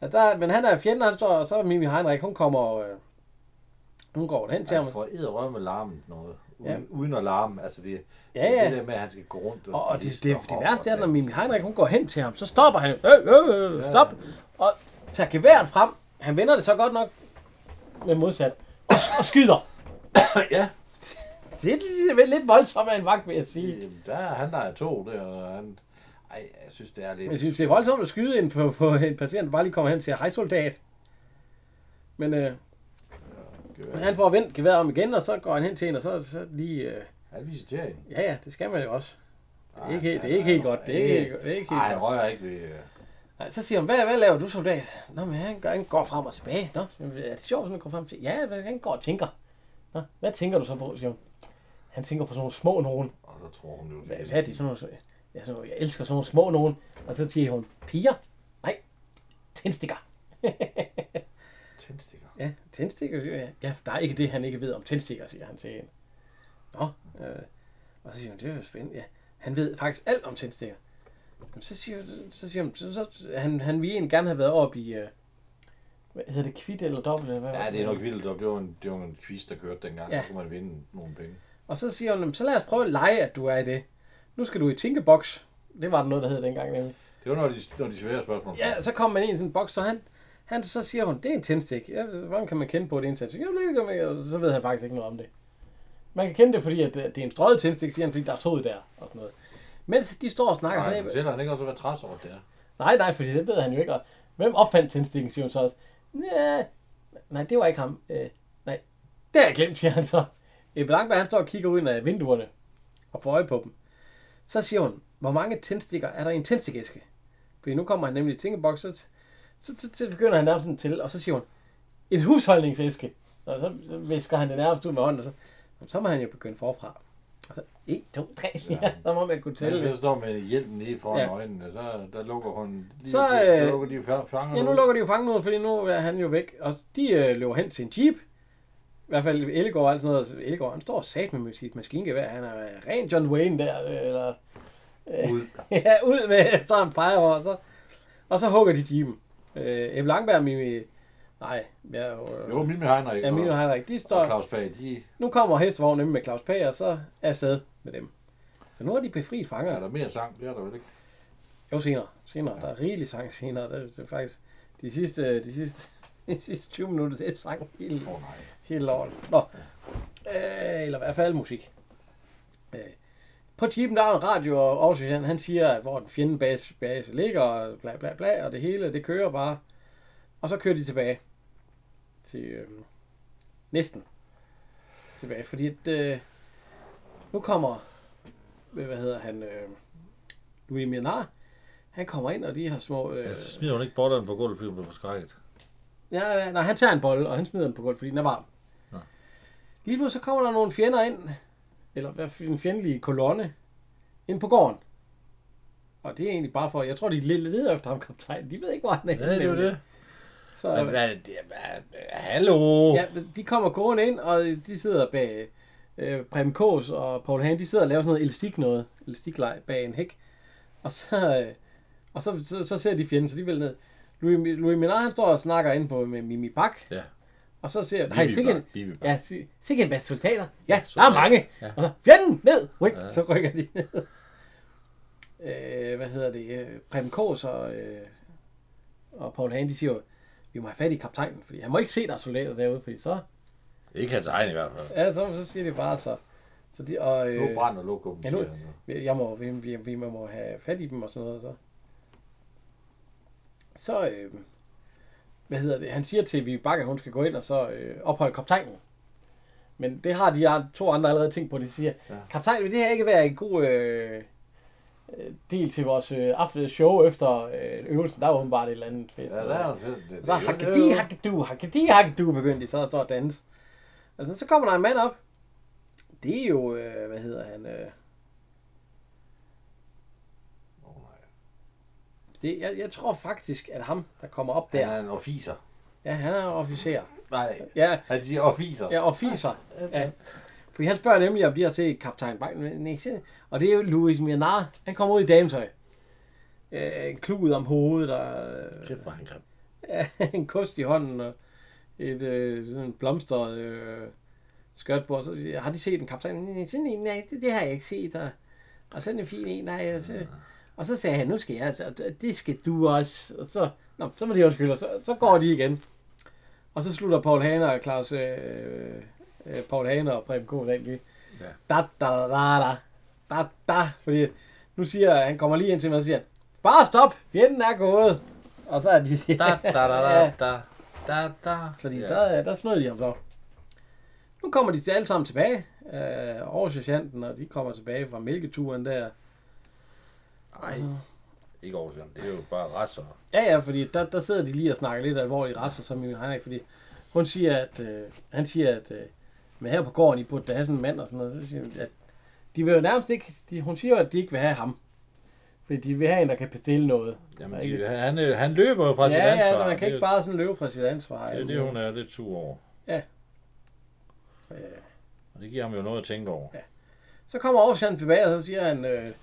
Speaker 1: Og der, men han er fjenden, han står, og så er Mimi Heinrich, hun kommer, øh, hun går hen til ham.
Speaker 2: Han får edderrømme med larmen noget. Uden,
Speaker 1: Ja.
Speaker 2: ja. uden at larme. Altså det,
Speaker 1: Ja, ja.
Speaker 2: det der med, at han skal gå rundt
Speaker 1: Og, og det, det,
Speaker 2: pisse
Speaker 1: det,
Speaker 2: hoppe
Speaker 1: værste er, altså."
Speaker 2: og
Speaker 1: når
Speaker 2: danse.
Speaker 1: Mimi Heinrich, hun går hen til ham, så stopper han, øh, øh, øh, stop, og tager geværet frem. Han vender det så godt nok med modsat, og, og skyder.
Speaker 2: Ja.
Speaker 1: Det er lidt, lidt voldsomt af en vagt, vil jeg sige.
Speaker 2: Jamen, der er han, der er to der, og han... Ej, jeg synes, det er lidt...
Speaker 1: Men jeg synes, det er voldsomt at skyde ind på, på en patient, bare lige kommer hen til hej soldat. Men øh, han får vendt geværet om igen, og så går han hen til en, og så, så lige... Øh,
Speaker 2: Han viser til hende.
Speaker 1: ja, ja, det skal man jo også. Det er ikke, helt- det er ikke helt godt. Det er ikke, helt- det er ikke
Speaker 2: Ej,
Speaker 1: helt
Speaker 2: han
Speaker 1: godt.
Speaker 2: rører ikke ved... øh,
Speaker 1: Nej, så siger hun, hvad, hvad laver du, soldat? Nå, men han, går, han går frem og tilbage. Nå, er det sjovt, at han går frem og tilbage? Ja, hvad- han går og tænker. Nå, hvad tænker du så på, siger hun. Han tænker på sådan nogle små nogen.
Speaker 2: Og så tror hun jo, det
Speaker 1: Hvad,
Speaker 2: er
Speaker 1: hvad er det, sådan nogle, jeg, så, jeg elsker sådan nogle små nogen. Og så siger hun, piger? Nej, tændstikker.
Speaker 2: tændstikker.
Speaker 1: Ja, tændstikker, siger jeg. Ja, der er ikke det, han ikke ved om tændstikker, siger han til hende. Nå, øh, og så siger hun, det er jo spændende. Ja, han ved faktisk alt om tændstikker. Jamen, så siger, så siger hun, så, så, han, han ville egentlig gerne have været op i, øh, hvad hedder det, kvitt eller dobbelt? Eller hvad var
Speaker 2: Ja, det er nok vildt op. Det var en, det var en quiz, der kørte dengang.
Speaker 1: Ja.
Speaker 2: Ja. Der kunne man vinde nogle penge.
Speaker 1: Og så siger hun, "Jamen, så lad os prøve at lege, at du er i det. Nu skal du i Tinkebox. Det var der noget, der hed dengang nemlig.
Speaker 2: Det var når de, når de svære spørgsmål.
Speaker 1: Ja, så kom man ind i sådan en boks, så han, han, så siger hun, det er en tændstik. Ja, hvordan kan man kende på, at det er en tændstik? Jeg ved ikke, om jeg, og så ved han faktisk ikke noget om det. Man kan kende det, fordi at øh, det det er en strøget tændstik, siger han, fordi der er tog der og sådan noget. Mens de står og snakker,
Speaker 2: Nej,
Speaker 1: så
Speaker 2: fortæller han ikke også, hvad træs over det er?
Speaker 1: nej, nej, fordi det ved han jo ikke. Og hvem opfandt tændstikken, siger hun så også. "Næh, Nej, det var ikke ham. Øh, nej, det har jeg glemt, siger han så. Ebbe Langberg, han står og kigger ud af vinduerne og får øje på dem. Så siger hun, hvor mange tændstikker er der i en tændstikæske? Fordi nu kommer han nemlig i tænkeboks, så, så, så, så, begynder han nærmest sådan til, og så siger hun, en husholdningsæske. Og så, så visker han det nærmest ud med hånden, og så, så må han jo begynde forfra. Og så, 1, 2, 3, 4, ja. så må man kunne tælle.
Speaker 2: Tælle. Altså, Så står med hjelmen nede foran
Speaker 1: Ja.
Speaker 2: ja. øjnene, så der lukker hun lige,
Speaker 1: Så,
Speaker 2: der,
Speaker 1: øh,
Speaker 2: lukker de fa- fanger
Speaker 1: Ja, nu
Speaker 2: ud.
Speaker 1: lukker de jo fangen ud, fordi nu er han jo væk. Og de øh, løber hen til en jeep. I hvert fald Ellegaard og alt sådan noget. Ellegaard, han står sat med sit maskingevær. Han er øh, ren John Wayne der. øh, Eller,
Speaker 2: ud.
Speaker 1: ja, ud med efter en peger og så, og så hugger de jeepen. Øh, Ebbe Langberg, Mimi... Nej, ja, øh,
Speaker 2: Jo, Mimmi Heinrich
Speaker 1: ja, Mimi og Heinrich, de
Speaker 2: og
Speaker 1: står...
Speaker 2: Claus Pag, de
Speaker 1: Nu kommer hestevognen med Claus Pag, og så er sted med dem. Så nu har de befriet
Speaker 2: er
Speaker 1: fangerne.
Speaker 2: der mere sang, det er der vel ikke.
Speaker 1: Jo, senere. Senere. Der er rigelig sang senere. Der er, det er faktisk de sidste, de sidste, de sidste 20 minutter, det er sang hele,
Speaker 2: Åh oh, nej.
Speaker 1: hele loven. Nå. Øh, eller i hvert fald musik. Øh. På timen, der er en radio, og Aarhus Johan, han siger, at hvor den fjende base, base ligger, og bla bla bla, og det hele, det kører bare. Og så kører de tilbage. Til, øh, næsten. Tilbage, fordi at, øh, nu kommer, øh, hvad hedder han, øh, Louis Mianar, han kommer ind, og de har små... Øh,
Speaker 3: Ja, så smider hun ikke botteren på gulvet, fordi hun bliver forskrækket.
Speaker 1: Ja, ja, nej, han tager en bold, og han smider den på gulvet, fordi den er varm.
Speaker 3: Nå.
Speaker 1: Lige pludselig så kommer der nogle fjender ind, eller i hvert fald en fjendelig kolonne, ind på gården. Og det er egentlig bare for, jeg tror, de lidt leder efter ham, kaptajn. De ved ikke, hvor han er.
Speaker 3: Ja,
Speaker 1: henne,
Speaker 3: det er jo
Speaker 1: nemlig.
Speaker 3: det.
Speaker 1: Så,
Speaker 3: Men hvad, det er- hvad, hallo?
Speaker 1: ja, men de kommer gående ind, og de sidder bag øh, Prem Kås og Paul Hagen, de sidder og laver sådan noget elastik noget, elastiklej bag en hæk. Og så, øh, og så, så, så ser de fjenden, så de vil ned. Louis, Louis Minard, han står og snakker ind på med Mimi Bak,
Speaker 3: Ja.
Speaker 1: og så ser jeg, hej, sikke en,
Speaker 3: Bibi Bak.
Speaker 1: ja, si- sikke en masse soldater. Ja, der er
Speaker 3: soldater.
Speaker 1: mange.
Speaker 3: Ja.
Speaker 1: Og så, fjenden, ned, ryk,
Speaker 3: Ja.
Speaker 1: så rykker de ned. Øh, hvad hedder det? øh, Preben Kås og, øh, og Paul Hagen, de siger jo, vi må have fat i kaptajnen, fordi han må ikke se, der er soldater derude, fordi så,
Speaker 3: Ikke hans egen i hvert fald.
Speaker 1: ja, så, så siger de bare så. så de, og,
Speaker 2: Nu
Speaker 1: øh,
Speaker 2: brænder lokum,
Speaker 1: ja,
Speaker 2: ja,
Speaker 1: nu-
Speaker 2: siger han.
Speaker 1: jeg må, vi, vi, vi må have fat i dem og sådan noget. Så, så øh, hvad hedder det? Han siger til Vivi Bakker, at hun skal gå ind og så øh, opholde kaptajnen. Men det har de an- to andre allerede tænkt på. De siger, ja. kaptajn, vil det her ikke være en god øh, øh, del til vores øh, aften show efter øh, øvelsen? Der er åbenbart et eller andet fest.
Speaker 2: Ja, der er en fed.
Speaker 1: Og så hakkedi, hakkedu, hakkedi, hakkedu, begyndte de så at stå og danse. Altså, så kommer der en mand op. Det er jo, øh, hvad hedder han? Øh,
Speaker 2: Åh, nej.
Speaker 1: det, jeg, jeg tror faktisk, at ham, der kommer op
Speaker 2: Han
Speaker 1: der,
Speaker 2: er en officer.
Speaker 1: ja, han er officer.
Speaker 2: Nej,
Speaker 1: Ja,
Speaker 2: han siger officer.
Speaker 1: ja officer. Ja. Fordi han spørger nemlig, om de har set Kaptajn Bang. Nej, se. Og det er jo Louis Mianar. Han kommer ud i dametøj. Øh, en klud om hovedet og
Speaker 3: Kæft, hvor er han grim.
Speaker 1: øh, en kost i hånden og et øh, sådan en blomstret øh, skørt på. Og Så siger jeg, har de set en kaptajn? Nej, sådan en, nej, det, det har jeg ikke set. Og, og sådan en fin en, nej. Og
Speaker 3: Ah.
Speaker 1: så, og så sagde han, nu skal jeg, altså, og det- det skal du også. Og så, nå, så må de undskylde, og så, så går de igen. Og så slutter Paul Haner og Claus, øh, øh, Paul Haner og Preben Kohn af lige.
Speaker 3: Ja.
Speaker 1: Da, da, da, da, da, da, fordi nu siger han, kommer lige ind til mig og siger, bare stop, fjenden er gået. Og så er de...
Speaker 3: Da, da, da, da,
Speaker 1: Ja.
Speaker 3: da, da, da.
Speaker 1: Fordi ja. der, der snød de ham så. Nu kommer de til alle sammen tilbage. Øh, over sergeanten, og de kommer tilbage fra mælketuren der.
Speaker 3: Ej,
Speaker 2: Ikke Aarhusian. Det er jo bare rasser.
Speaker 1: Ja, ja, fordi der, der sidder de lige og snakker lidt alvorligt rasser, som Emil Heinek, fordi hun siger, at, øh, han siger, at øh, men her på gården, I burde da have sådan en mand og sådan noget, så siger hun, at de vil jo nærmest ikke, de, hun siger jo, at de ikke vil have ham. Fordi de vil have en, der kan bestille noget.
Speaker 2: Jamen, de, han, øh, han løber jo fra sit
Speaker 1: ja,
Speaker 2: ansvar.
Speaker 1: ja, man kan
Speaker 2: det,
Speaker 1: ikke bare sådan løbe fra sit ansvar.
Speaker 2: Det er jo det, hun er lidt sur over.
Speaker 1: Ja.
Speaker 2: Og det giver ham jo noget at tænke over.
Speaker 1: Så kommer Aarhusian tilbage, og så siger han, øh,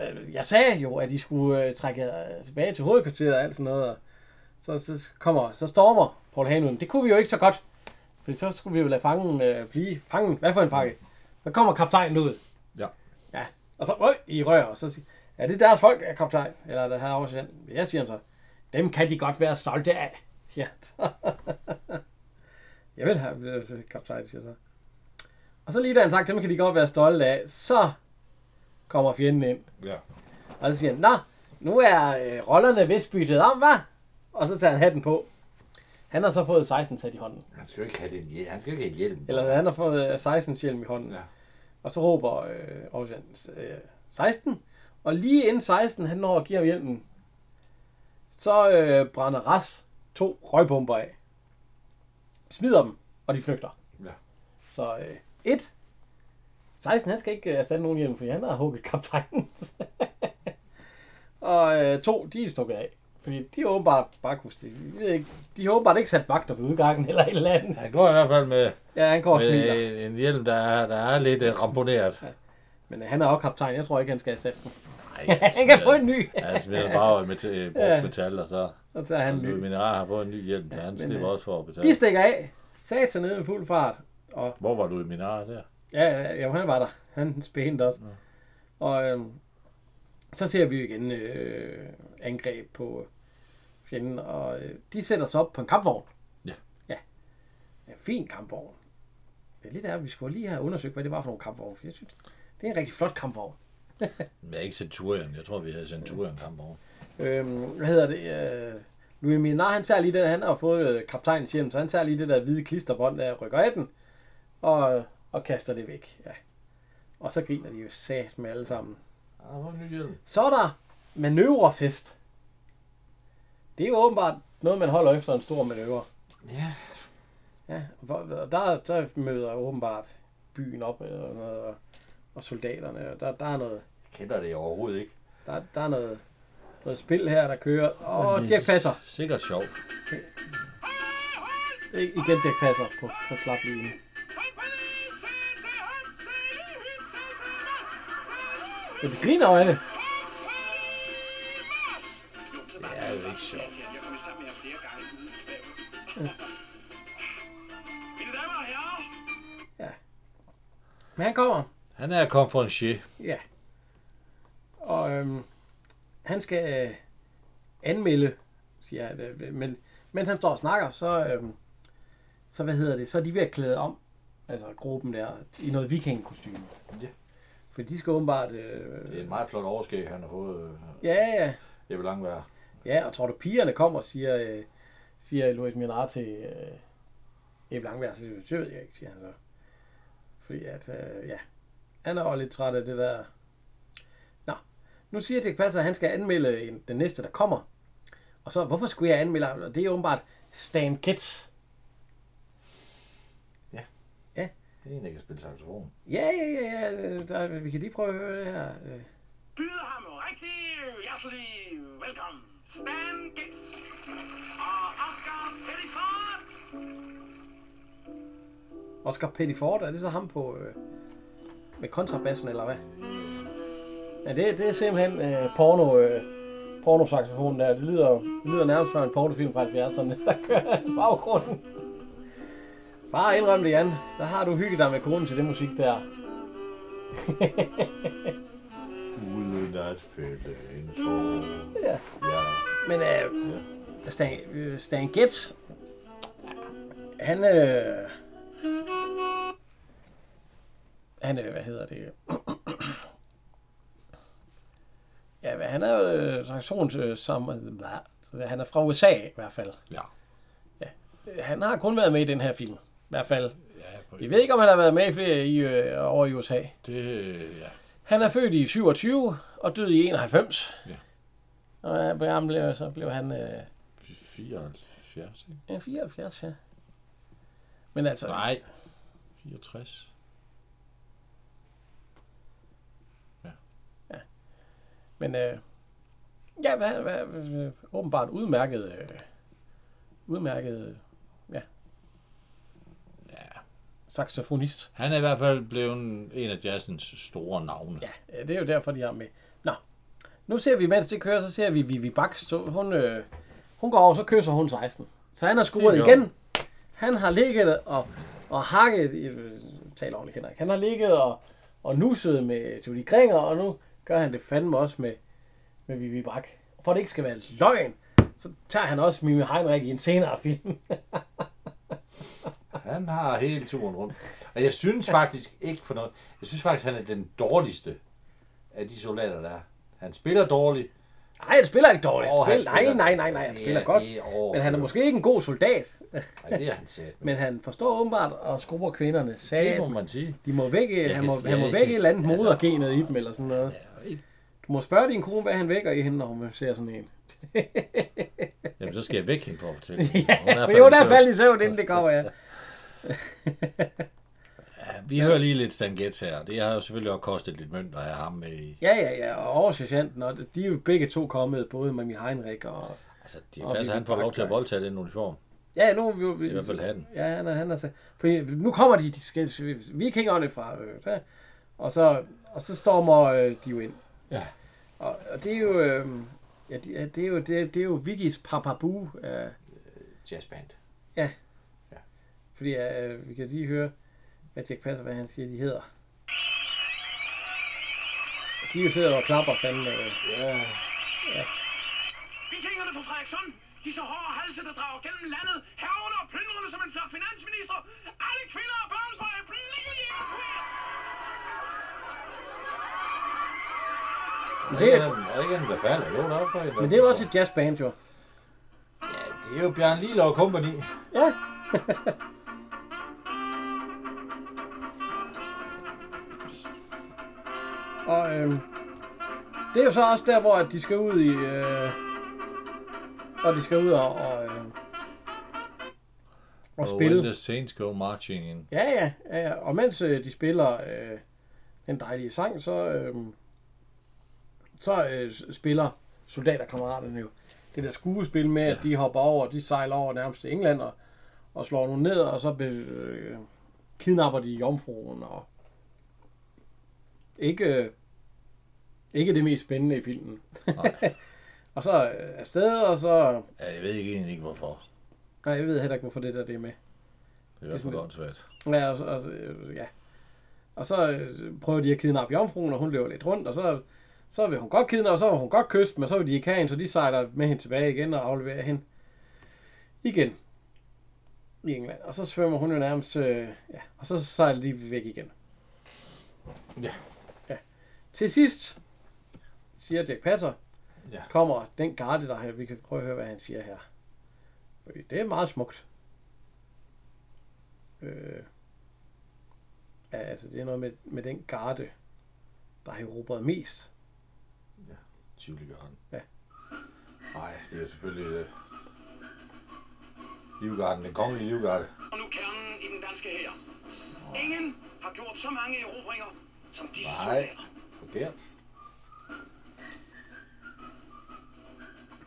Speaker 1: "Øh, jeg sagde jo, at I skulle øh, trække jer tilbage til hovedkvarteret og alt sådan noget. Og så, så, kommer, så stormer Paul Hanlund. Det kunne vi jo ikke så godt, for så skulle vi jo lade fangen øh, blive fangen. Hvad for en fange? Så kommer kaptajnen ud.
Speaker 2: Ja.
Speaker 1: Ja, og så øh, i rør, og så siger, er det deres folk, er kaptajn? Eller der her Aarhusian? Ja, siger han så. Dem kan de godt være stolte af, siger han så. Jeg vil have øh, kaptajn, siger så. Og så lige da han sagt, dem kan de godt være stolte af, så kommer fjenden ind.
Speaker 2: Ja.
Speaker 1: Og så siger han, Nå, nu er øh, rollerne vist byttet om, hva? Og så tager han hatten på. Han har så fået 16 sæt i hånden.
Speaker 2: Han skal jo ikke have den hjelm. Han skal jo ikke have hjelm.
Speaker 1: Eller han har fået øh, 16 hjelm i hånden.
Speaker 2: Ja.
Speaker 1: Og så råber øh, Aarhusian, øh, 16. Og lige inden 16, han når at give ham hjelmen, så øh, brænder Ras to røgbomber af. Smider dem, og de flygter.
Speaker 2: Ja.
Speaker 1: Så øh, et. 16, han skal ikke øh, erstatte nogen hjelm, fordi han har hugget kaptajnen. og øh, to, de er stukket af. Fordi de åbenbart bare kunne stige. Jeg ved ikke, De har åbenbart ikke sat vagter ved udgangen eller et eller andet.
Speaker 2: Han går i hvert fald med,
Speaker 1: Ja, han går og
Speaker 2: med
Speaker 1: smiler.
Speaker 2: en, en hjelm, der er, der er lidt uh, ramponeret.
Speaker 1: Men øh, han er også kaptajn. Jeg tror ikke, han skal erstatte den.
Speaker 2: Nej,
Speaker 1: Han kan få en ny.
Speaker 2: altså, Han smider bare med til, brugt
Speaker 1: Ja.
Speaker 2: metal, og så...
Speaker 1: Så tager han en ny.
Speaker 2: Louis Mineral har fået en ny hjelm, så han slipper
Speaker 1: øh,
Speaker 2: også for at betale.
Speaker 1: De stikker af. Satan ned med fuld fart. Og
Speaker 2: Hvor var du i Mineral der?
Speaker 1: ja, ja, ja, han var der. Han spændte også. Og øhm, så ser vi jo igen øh, angreb på øh, fjenden, og øh, de sætter sig op på en kampvogn.
Speaker 2: Ja.
Speaker 1: Ja. En fin kampvogn. Det er lige der, vi skulle lige have undersøgt, hvad det var for nogle kampvogne. For jeg synes, det er en rigtig flot kampvogn.
Speaker 2: Men jeg er ikke Centurion. Jeg tror, vi havde Centurion kamp over.
Speaker 1: Øhm, hvad hedder det? Øh, Louis Minard, han tager lige det, han har fået øh, kaptajnens hjem, så han tager lige det der hvide klisterbånd, der rykker af den, og, og kaster det væk. Ja. Og så griner de jo sat med alle sammen.
Speaker 2: Han har fået en ny hjelm.
Speaker 1: Så er der manøvrefest. Det er jo åbenbart noget, man holder efter en stor manøvre.
Speaker 2: Ja.
Speaker 1: Ja, hvor- og der, der møder åbenbart byen op eller noget, og, og soldaterne. Og der, der er noget,
Speaker 2: Jeg kender det overhovedet ikke.
Speaker 1: der, der er noget, noget spil her, der kører. Og Dirk Passer.
Speaker 2: Sikkert sjovt.
Speaker 1: Det er Igen Dirk Passer på, på slap linjen. Men de griner jo af det.
Speaker 2: Det er jo ikke sjovt.
Speaker 5: Jeg kommer sammen med jer flere gange uden kvæv. Mine damer og herrer,
Speaker 1: Men han kommer.
Speaker 2: Han er konferencier.
Speaker 1: Ja. Og øhm, han skal øh, anmelde, siger han. Øh, men mens han står og snakker, så, øhm, så hvad hedder det, så er de ved at klæde om, altså gruppen der, i noget vikingkostyme.
Speaker 2: Ja.
Speaker 1: For de skal åbenbart...
Speaker 2: Det er
Speaker 1: Øh,
Speaker 2: en meget flot overskæg, han har fået.
Speaker 1: ja, ja.
Speaker 2: Jeg vil langt være.
Speaker 1: Ja, og tror du, pigerne kommer, siger, øh, siger Louis Minar til øh, Ebbe Langberg, så siger, jeg, det ved jeg ikke, siger han så. Fordi at, øh, ja, han er også lidt træt af det der. Nå, nu siger Dirk Passer, at han skal anmelde en, den næste, der kommer. Og så, hvorfor skulle jeg anmelde ham? Og Det er åbenbart Stan Kitts.
Speaker 2: Det er en, der kan spille saxofon.
Speaker 1: Ja, ja, ja, ja, øh, der, vi kan lige prøve at høre det her. øh.
Speaker 5: byder ham rigtig hjertelig velkommen. Stan Getz og Oscar Pettiford.
Speaker 1: Oscar Pettiford, er det så ham på øh, med kontrabassen, eller hvad? Ja, det, det er simpelthen øh, porno, øh, pornosaxofonen der. Det lyder, det lyder nærmest fra en pornofilm fra 70'erne, der kører i baggrunden. Bare indrøm det, Jan. Der har du hygget dig med konen til det musik der.
Speaker 2: Uden at føle en tår.
Speaker 1: Ja.
Speaker 2: Ja.
Speaker 1: Men øh, Stan, øh, Stan Getz, han, øh, han, øh, hvad hedder det? ja, hvad- han er jo øh, sanktions, øh, som, øh, han er fra USA i hvert fald.
Speaker 3: Ja.
Speaker 1: Han har kun været med i den her film, i hvert fald.
Speaker 3: Ja, på,
Speaker 1: Jeg ved ikke, om han har været med i flere i, øh, over i USA.
Speaker 3: det, ja.
Speaker 1: Han er født i 27 og død i 91.
Speaker 3: Ja.
Speaker 1: Og ja, på ham blev, så blev han øh,
Speaker 3: 74, ikke?
Speaker 1: ja, 74, ja. Men altså,
Speaker 3: Nej. 64.
Speaker 1: men øh, ja, hvad, hvad, øh, åbenbart udmærket, øh, udmærket, øh, ja,
Speaker 3: Ja.
Speaker 1: saxofonist.
Speaker 3: Han er i hvert fald blevet en af jazzens store navne.
Speaker 1: Ja, øh, det er jo derfor, de har ham med. Nå, nu ser vi, mens det kører, så ser vi Vivi Bak. stå- Hun, øh, hun går over, så kysser hun 16. Så han har scoret
Speaker 3: Det gør
Speaker 1: igen. Han har ligget og, og hakket, i- øh, tal ordentligt Henrik, han har ligget og, og nusset med Judy Kringer, og nu gør han det fandme også med, med Vivi Bak. For at det ikke skal være løgn, så tager han også Mimi Heinrich i en senere film.
Speaker 2: Han har hele turen rundt. Og jeg synes faktisk ikke for noget. Jeg synes faktisk, han er den dårligste af de soldater, der er. Han spiller dårligt.
Speaker 1: Nej, han spiller ikke dårligt.
Speaker 2: Åh,
Speaker 1: Han
Speaker 2: han
Speaker 1: spiller, nej,
Speaker 2: spiller-
Speaker 1: nej, nej, nej, han
Speaker 2: Det
Speaker 1: spiller
Speaker 2: er-
Speaker 1: godt.
Speaker 2: det er over-
Speaker 1: Men han er måske ikke en god soldat.
Speaker 2: Ej, det er han sat. med.
Speaker 1: Men han forstår åbenbart at skrue kvinderne
Speaker 2: Det må
Speaker 1: sag.
Speaker 2: man sige.
Speaker 1: De må vække, han
Speaker 3: kan
Speaker 1: må,
Speaker 3: sige,
Speaker 1: han må
Speaker 3: jeg
Speaker 1: vække
Speaker 3: kan-
Speaker 1: et eller andet
Speaker 3: altså-
Speaker 1: modergenet i dem, eller sådan noget. Du må spørge din kone, hvad han vækker i hende, når hun ser sådan en.
Speaker 3: Jamen, så skal jeg væk hende for at fortælle.
Speaker 1: Ja, jo, der faldt i søvn, inden det kommer, ja.
Speaker 3: Vi hører lige lidt Stan Getz her. Det har jo selvfølgelig også kostet lidt mønt at have ham med i.
Speaker 1: Ja, ja, ja, og over sergeanten, og de er jo begge to kommet, både med min Heinrich og...
Speaker 3: Altså, det
Speaker 1: Og
Speaker 3: er altså,
Speaker 1: vi
Speaker 3: han får
Speaker 1: kan
Speaker 3: lov til at
Speaker 1: bakke-
Speaker 3: voldtage den uniform.
Speaker 1: Ja, nu... Vi, vi,
Speaker 3: I hvert fald hatten.
Speaker 1: Ja, han er, han er så... Fordi nu kommer de, de skal, vikingerne fra... Øh, der, og, så, og så stormer øh, de jo ind.
Speaker 3: Ja.
Speaker 1: Og, og det er jo... Øh, ja, det, er- det er jo, det, er- det er jo Viggis papabu. Øh,
Speaker 2: Jazzband.
Speaker 1: fordi øh, vi kan lige høre, at Jack Passer, hvad han siger, de hedder. De jo sidder og klapper fandme. Øh.
Speaker 5: Vikingerne på Frederikssund, de så hårde halse, der drager gennem landet, herunder og plyndrende som en flok finansminister. Alle kvinder og børn på øjeblikket i
Speaker 2: Men
Speaker 1: det
Speaker 2: det
Speaker 1: er-
Speaker 2: er ikke en- der er ikke en, der falder. Jo, der er også en, der
Speaker 1: Men det er jo også et jazzband, jo.
Speaker 2: Ja, det er jo Bjørn Lilo og Company.
Speaker 1: Ja. og øhm, det er jo så også der, hvor at de skal ud i... Øh, og de skal ud og... og, øh, og
Speaker 3: Og
Speaker 1: spille.
Speaker 3: When the Saints Go Marching In.
Speaker 1: Ja, ja, ja, ja. Og mens øh, de spiller øh, den dejlige sang, så, øh, så øh, s- spiller soldaterkammeraterne jo det der skuespil med, ja. at de hopper over, de sejler over nærmest til England og, og slår nogen ned, og så be, øh, kidnapper de jomfruen. Og ikke, øh, ikke det mest spændende i filmen. og så øh, afsted, og så...
Speaker 3: Ja, jeg ved ikke egentlig ikke, hvorfor.
Speaker 1: Nej, jeg ved heller ikke, hvorfor det der det er med.
Speaker 3: Det er i hvert
Speaker 1: sådan
Speaker 3: fald
Speaker 1: lidt-
Speaker 3: godt svært.
Speaker 1: Ja, og, så- og, så, øh, ja. og så øh, prøver de at kidnappe jomfruen, og hun løber lidt rundt, og så, så vil hun godt kidnappe, og så vil hun godt kysse dem, og så vil de ikke have hende, så de sejler med hende tilbage igen og afleverer hende igen i England. Og så svømmer hun jo nærmest, øh, ja, og så sejler de væk igen.
Speaker 2: Ja.
Speaker 1: ja. Til sidst siger Jack Passer,
Speaker 2: Ja.
Speaker 1: kommer den garde, der her, vi kan prøve at høre, hvad han siger her. Fordi Det er meget smukt. Øh, ja, altså det er noget med, med den garde, der har erobret mest.
Speaker 3: Tivoli Garden.
Speaker 2: Nej, det er jo selvfølgelig... Øh... Livgarden, den kongelige livgarde.
Speaker 5: Og nu kernen i den danske hær. Ingen har gjort så mange erobringer som disse
Speaker 2: Nej,
Speaker 5: soldater.
Speaker 2: forkert.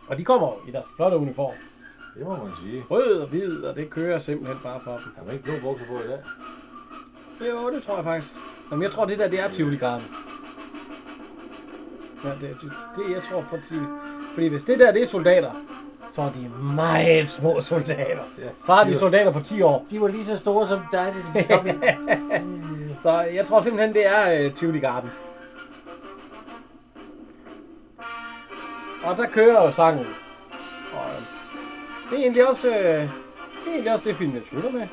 Speaker 1: Og de kommer jo i deres flotte uniform.
Speaker 2: Det må man sige.
Speaker 1: Rød og hvid, og det kører simpelthen bare for dem.
Speaker 2: Har man ikke blå bukser på i dag?
Speaker 1: Jo, det tror jeg faktisk. Jamen, jeg tror, det der, det er tivoli Garden. Ja, det, det, det, jeg tror på Tivoli. Fordi hvis det der, det er soldater, så er de meget små soldater. Så er de soldater på 10 år.
Speaker 2: De var lige så store som dig, da de kom ind.
Speaker 1: Så jeg tror simpelthen, det er øh, Tivoli Garden. Og der kører jo sangen. Og, øh, det er egentlig også, øh, det, er egentlig også det filmen slutter med.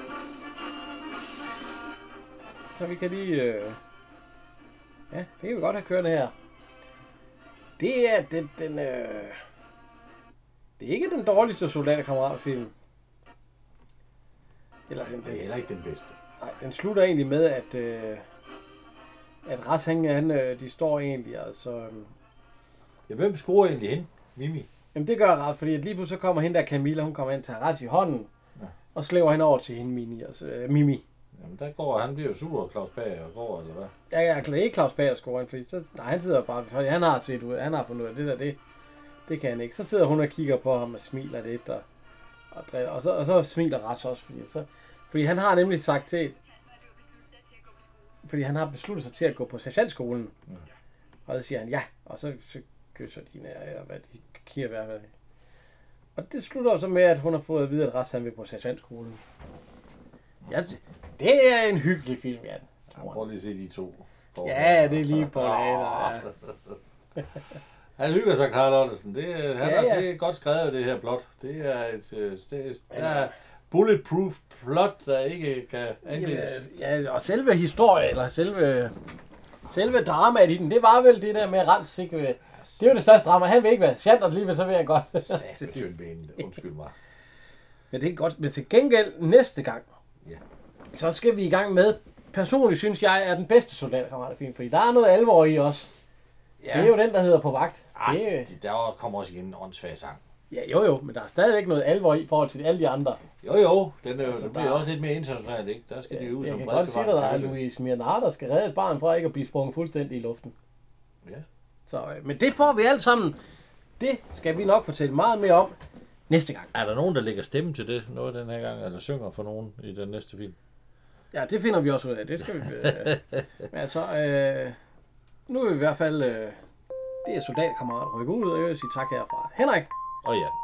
Speaker 1: Så vi kan lige... Øh, ja, det kan vi godt have kørende her. Det er den... den øh, det er ikke den dårligste soldaterkammeratfilm. Eller den,
Speaker 2: Det
Speaker 1: den,
Speaker 2: er heller ikke den bedste.
Speaker 1: Nej, den slutter egentlig med, at, øh, at Ras han, han, øh, de står egentlig, altså... Øh,
Speaker 2: Ja, hvem scorer egentlig hen? Mimi.
Speaker 1: Jamen det gør Ralf, fordi at lige pludselig så kommer hende der Camilla, hun kommer ind til Ralf i hånden, ja. og slæver hende over til hende Mini, altså, øh, Mimi.
Speaker 2: Jamen der går, han bliver jo sur, Claus Bager går, eller hvad?
Speaker 1: Ja, jeg er ikke Claus Bager scoring, fordi så, nej, han sidder bare, fordi han har set ud, han har fundet ud af det der, det, det kan han ikke. Så sidder hun og kigger på ham og smiler lidt, og, og, driller, og, så, og så smiler Ralf også, fordi, så, fordi han har nemlig sagt til, fordi han har besluttet sig til at gå på sergeantskolen. Mm. Og så siger han ja, og så, så kysser de nær, eller hvad de kigger hver hvad. Og det slutter jo så med, at hun har fået at vide, at resten han vil på sergeantskolen. Ja, det er en hyggelig film, ja.
Speaker 2: Prøv lige at se de to.
Speaker 1: Ja, det er lige på lader. Ja.
Speaker 2: Han hygger sig, Karl Ottesen. Det, er- han
Speaker 1: Ja,
Speaker 2: ja,
Speaker 1: ja.
Speaker 2: ja. det er godt skrevet, det her plot. Det er et, øh, det er, der er bulletproof plot, der ikke kan
Speaker 1: Jamen, altså,
Speaker 2: angribes.
Speaker 1: ja, og selve historien, eller selve, selve dramaet i den, det var vel det der med Rans ikke vil- Det er jo det største drama. Han vil ikke være sjant, og alligevel så vil han godt.
Speaker 2: Satme tyndbenet. Undskyld mig.
Speaker 1: Men det er godt. Men til gengæld næste gang,
Speaker 2: Ja.
Speaker 1: så skal vi i gang med, personligt synes jeg er den bedste soldatkammeratfilm, fordi der er noget alvor i os. Ja. Det er jo den, der hedder På Vagt.
Speaker 2: Ej,
Speaker 1: det, er-
Speaker 2: de, der kommer også igen en åndssvag sang.
Speaker 1: ja, jo jo, men der er stadigvæk noget alvor i forhold til alle de andre.
Speaker 2: Jo jo, den, er, altså, den
Speaker 1: der-
Speaker 2: bliver også lidt mere international, ikke? Der skal de ud
Speaker 1: Jeg
Speaker 2: som
Speaker 1: kan godt sige dig, at Louise Mianar, der skal redde et barn fra ikke at blive sprunget fuldstændig i luften.
Speaker 2: Ja.
Speaker 1: Så, øh, men det får vi alt sammen. Det skal vi nok fortælle meget mere om næste gang.
Speaker 3: Er der nogen, der lægger stemme til det noget den her gang, eller synger for nogen i den næste film?
Speaker 1: Ja, det finder vi også ud af. Det skal vi... Øh, men altså, øh, nu er vi i hvert fald... Øh, det er soldatkammerat Rykke ud, og jeg vil sige tak herfra. Henrik,
Speaker 3: Og ja.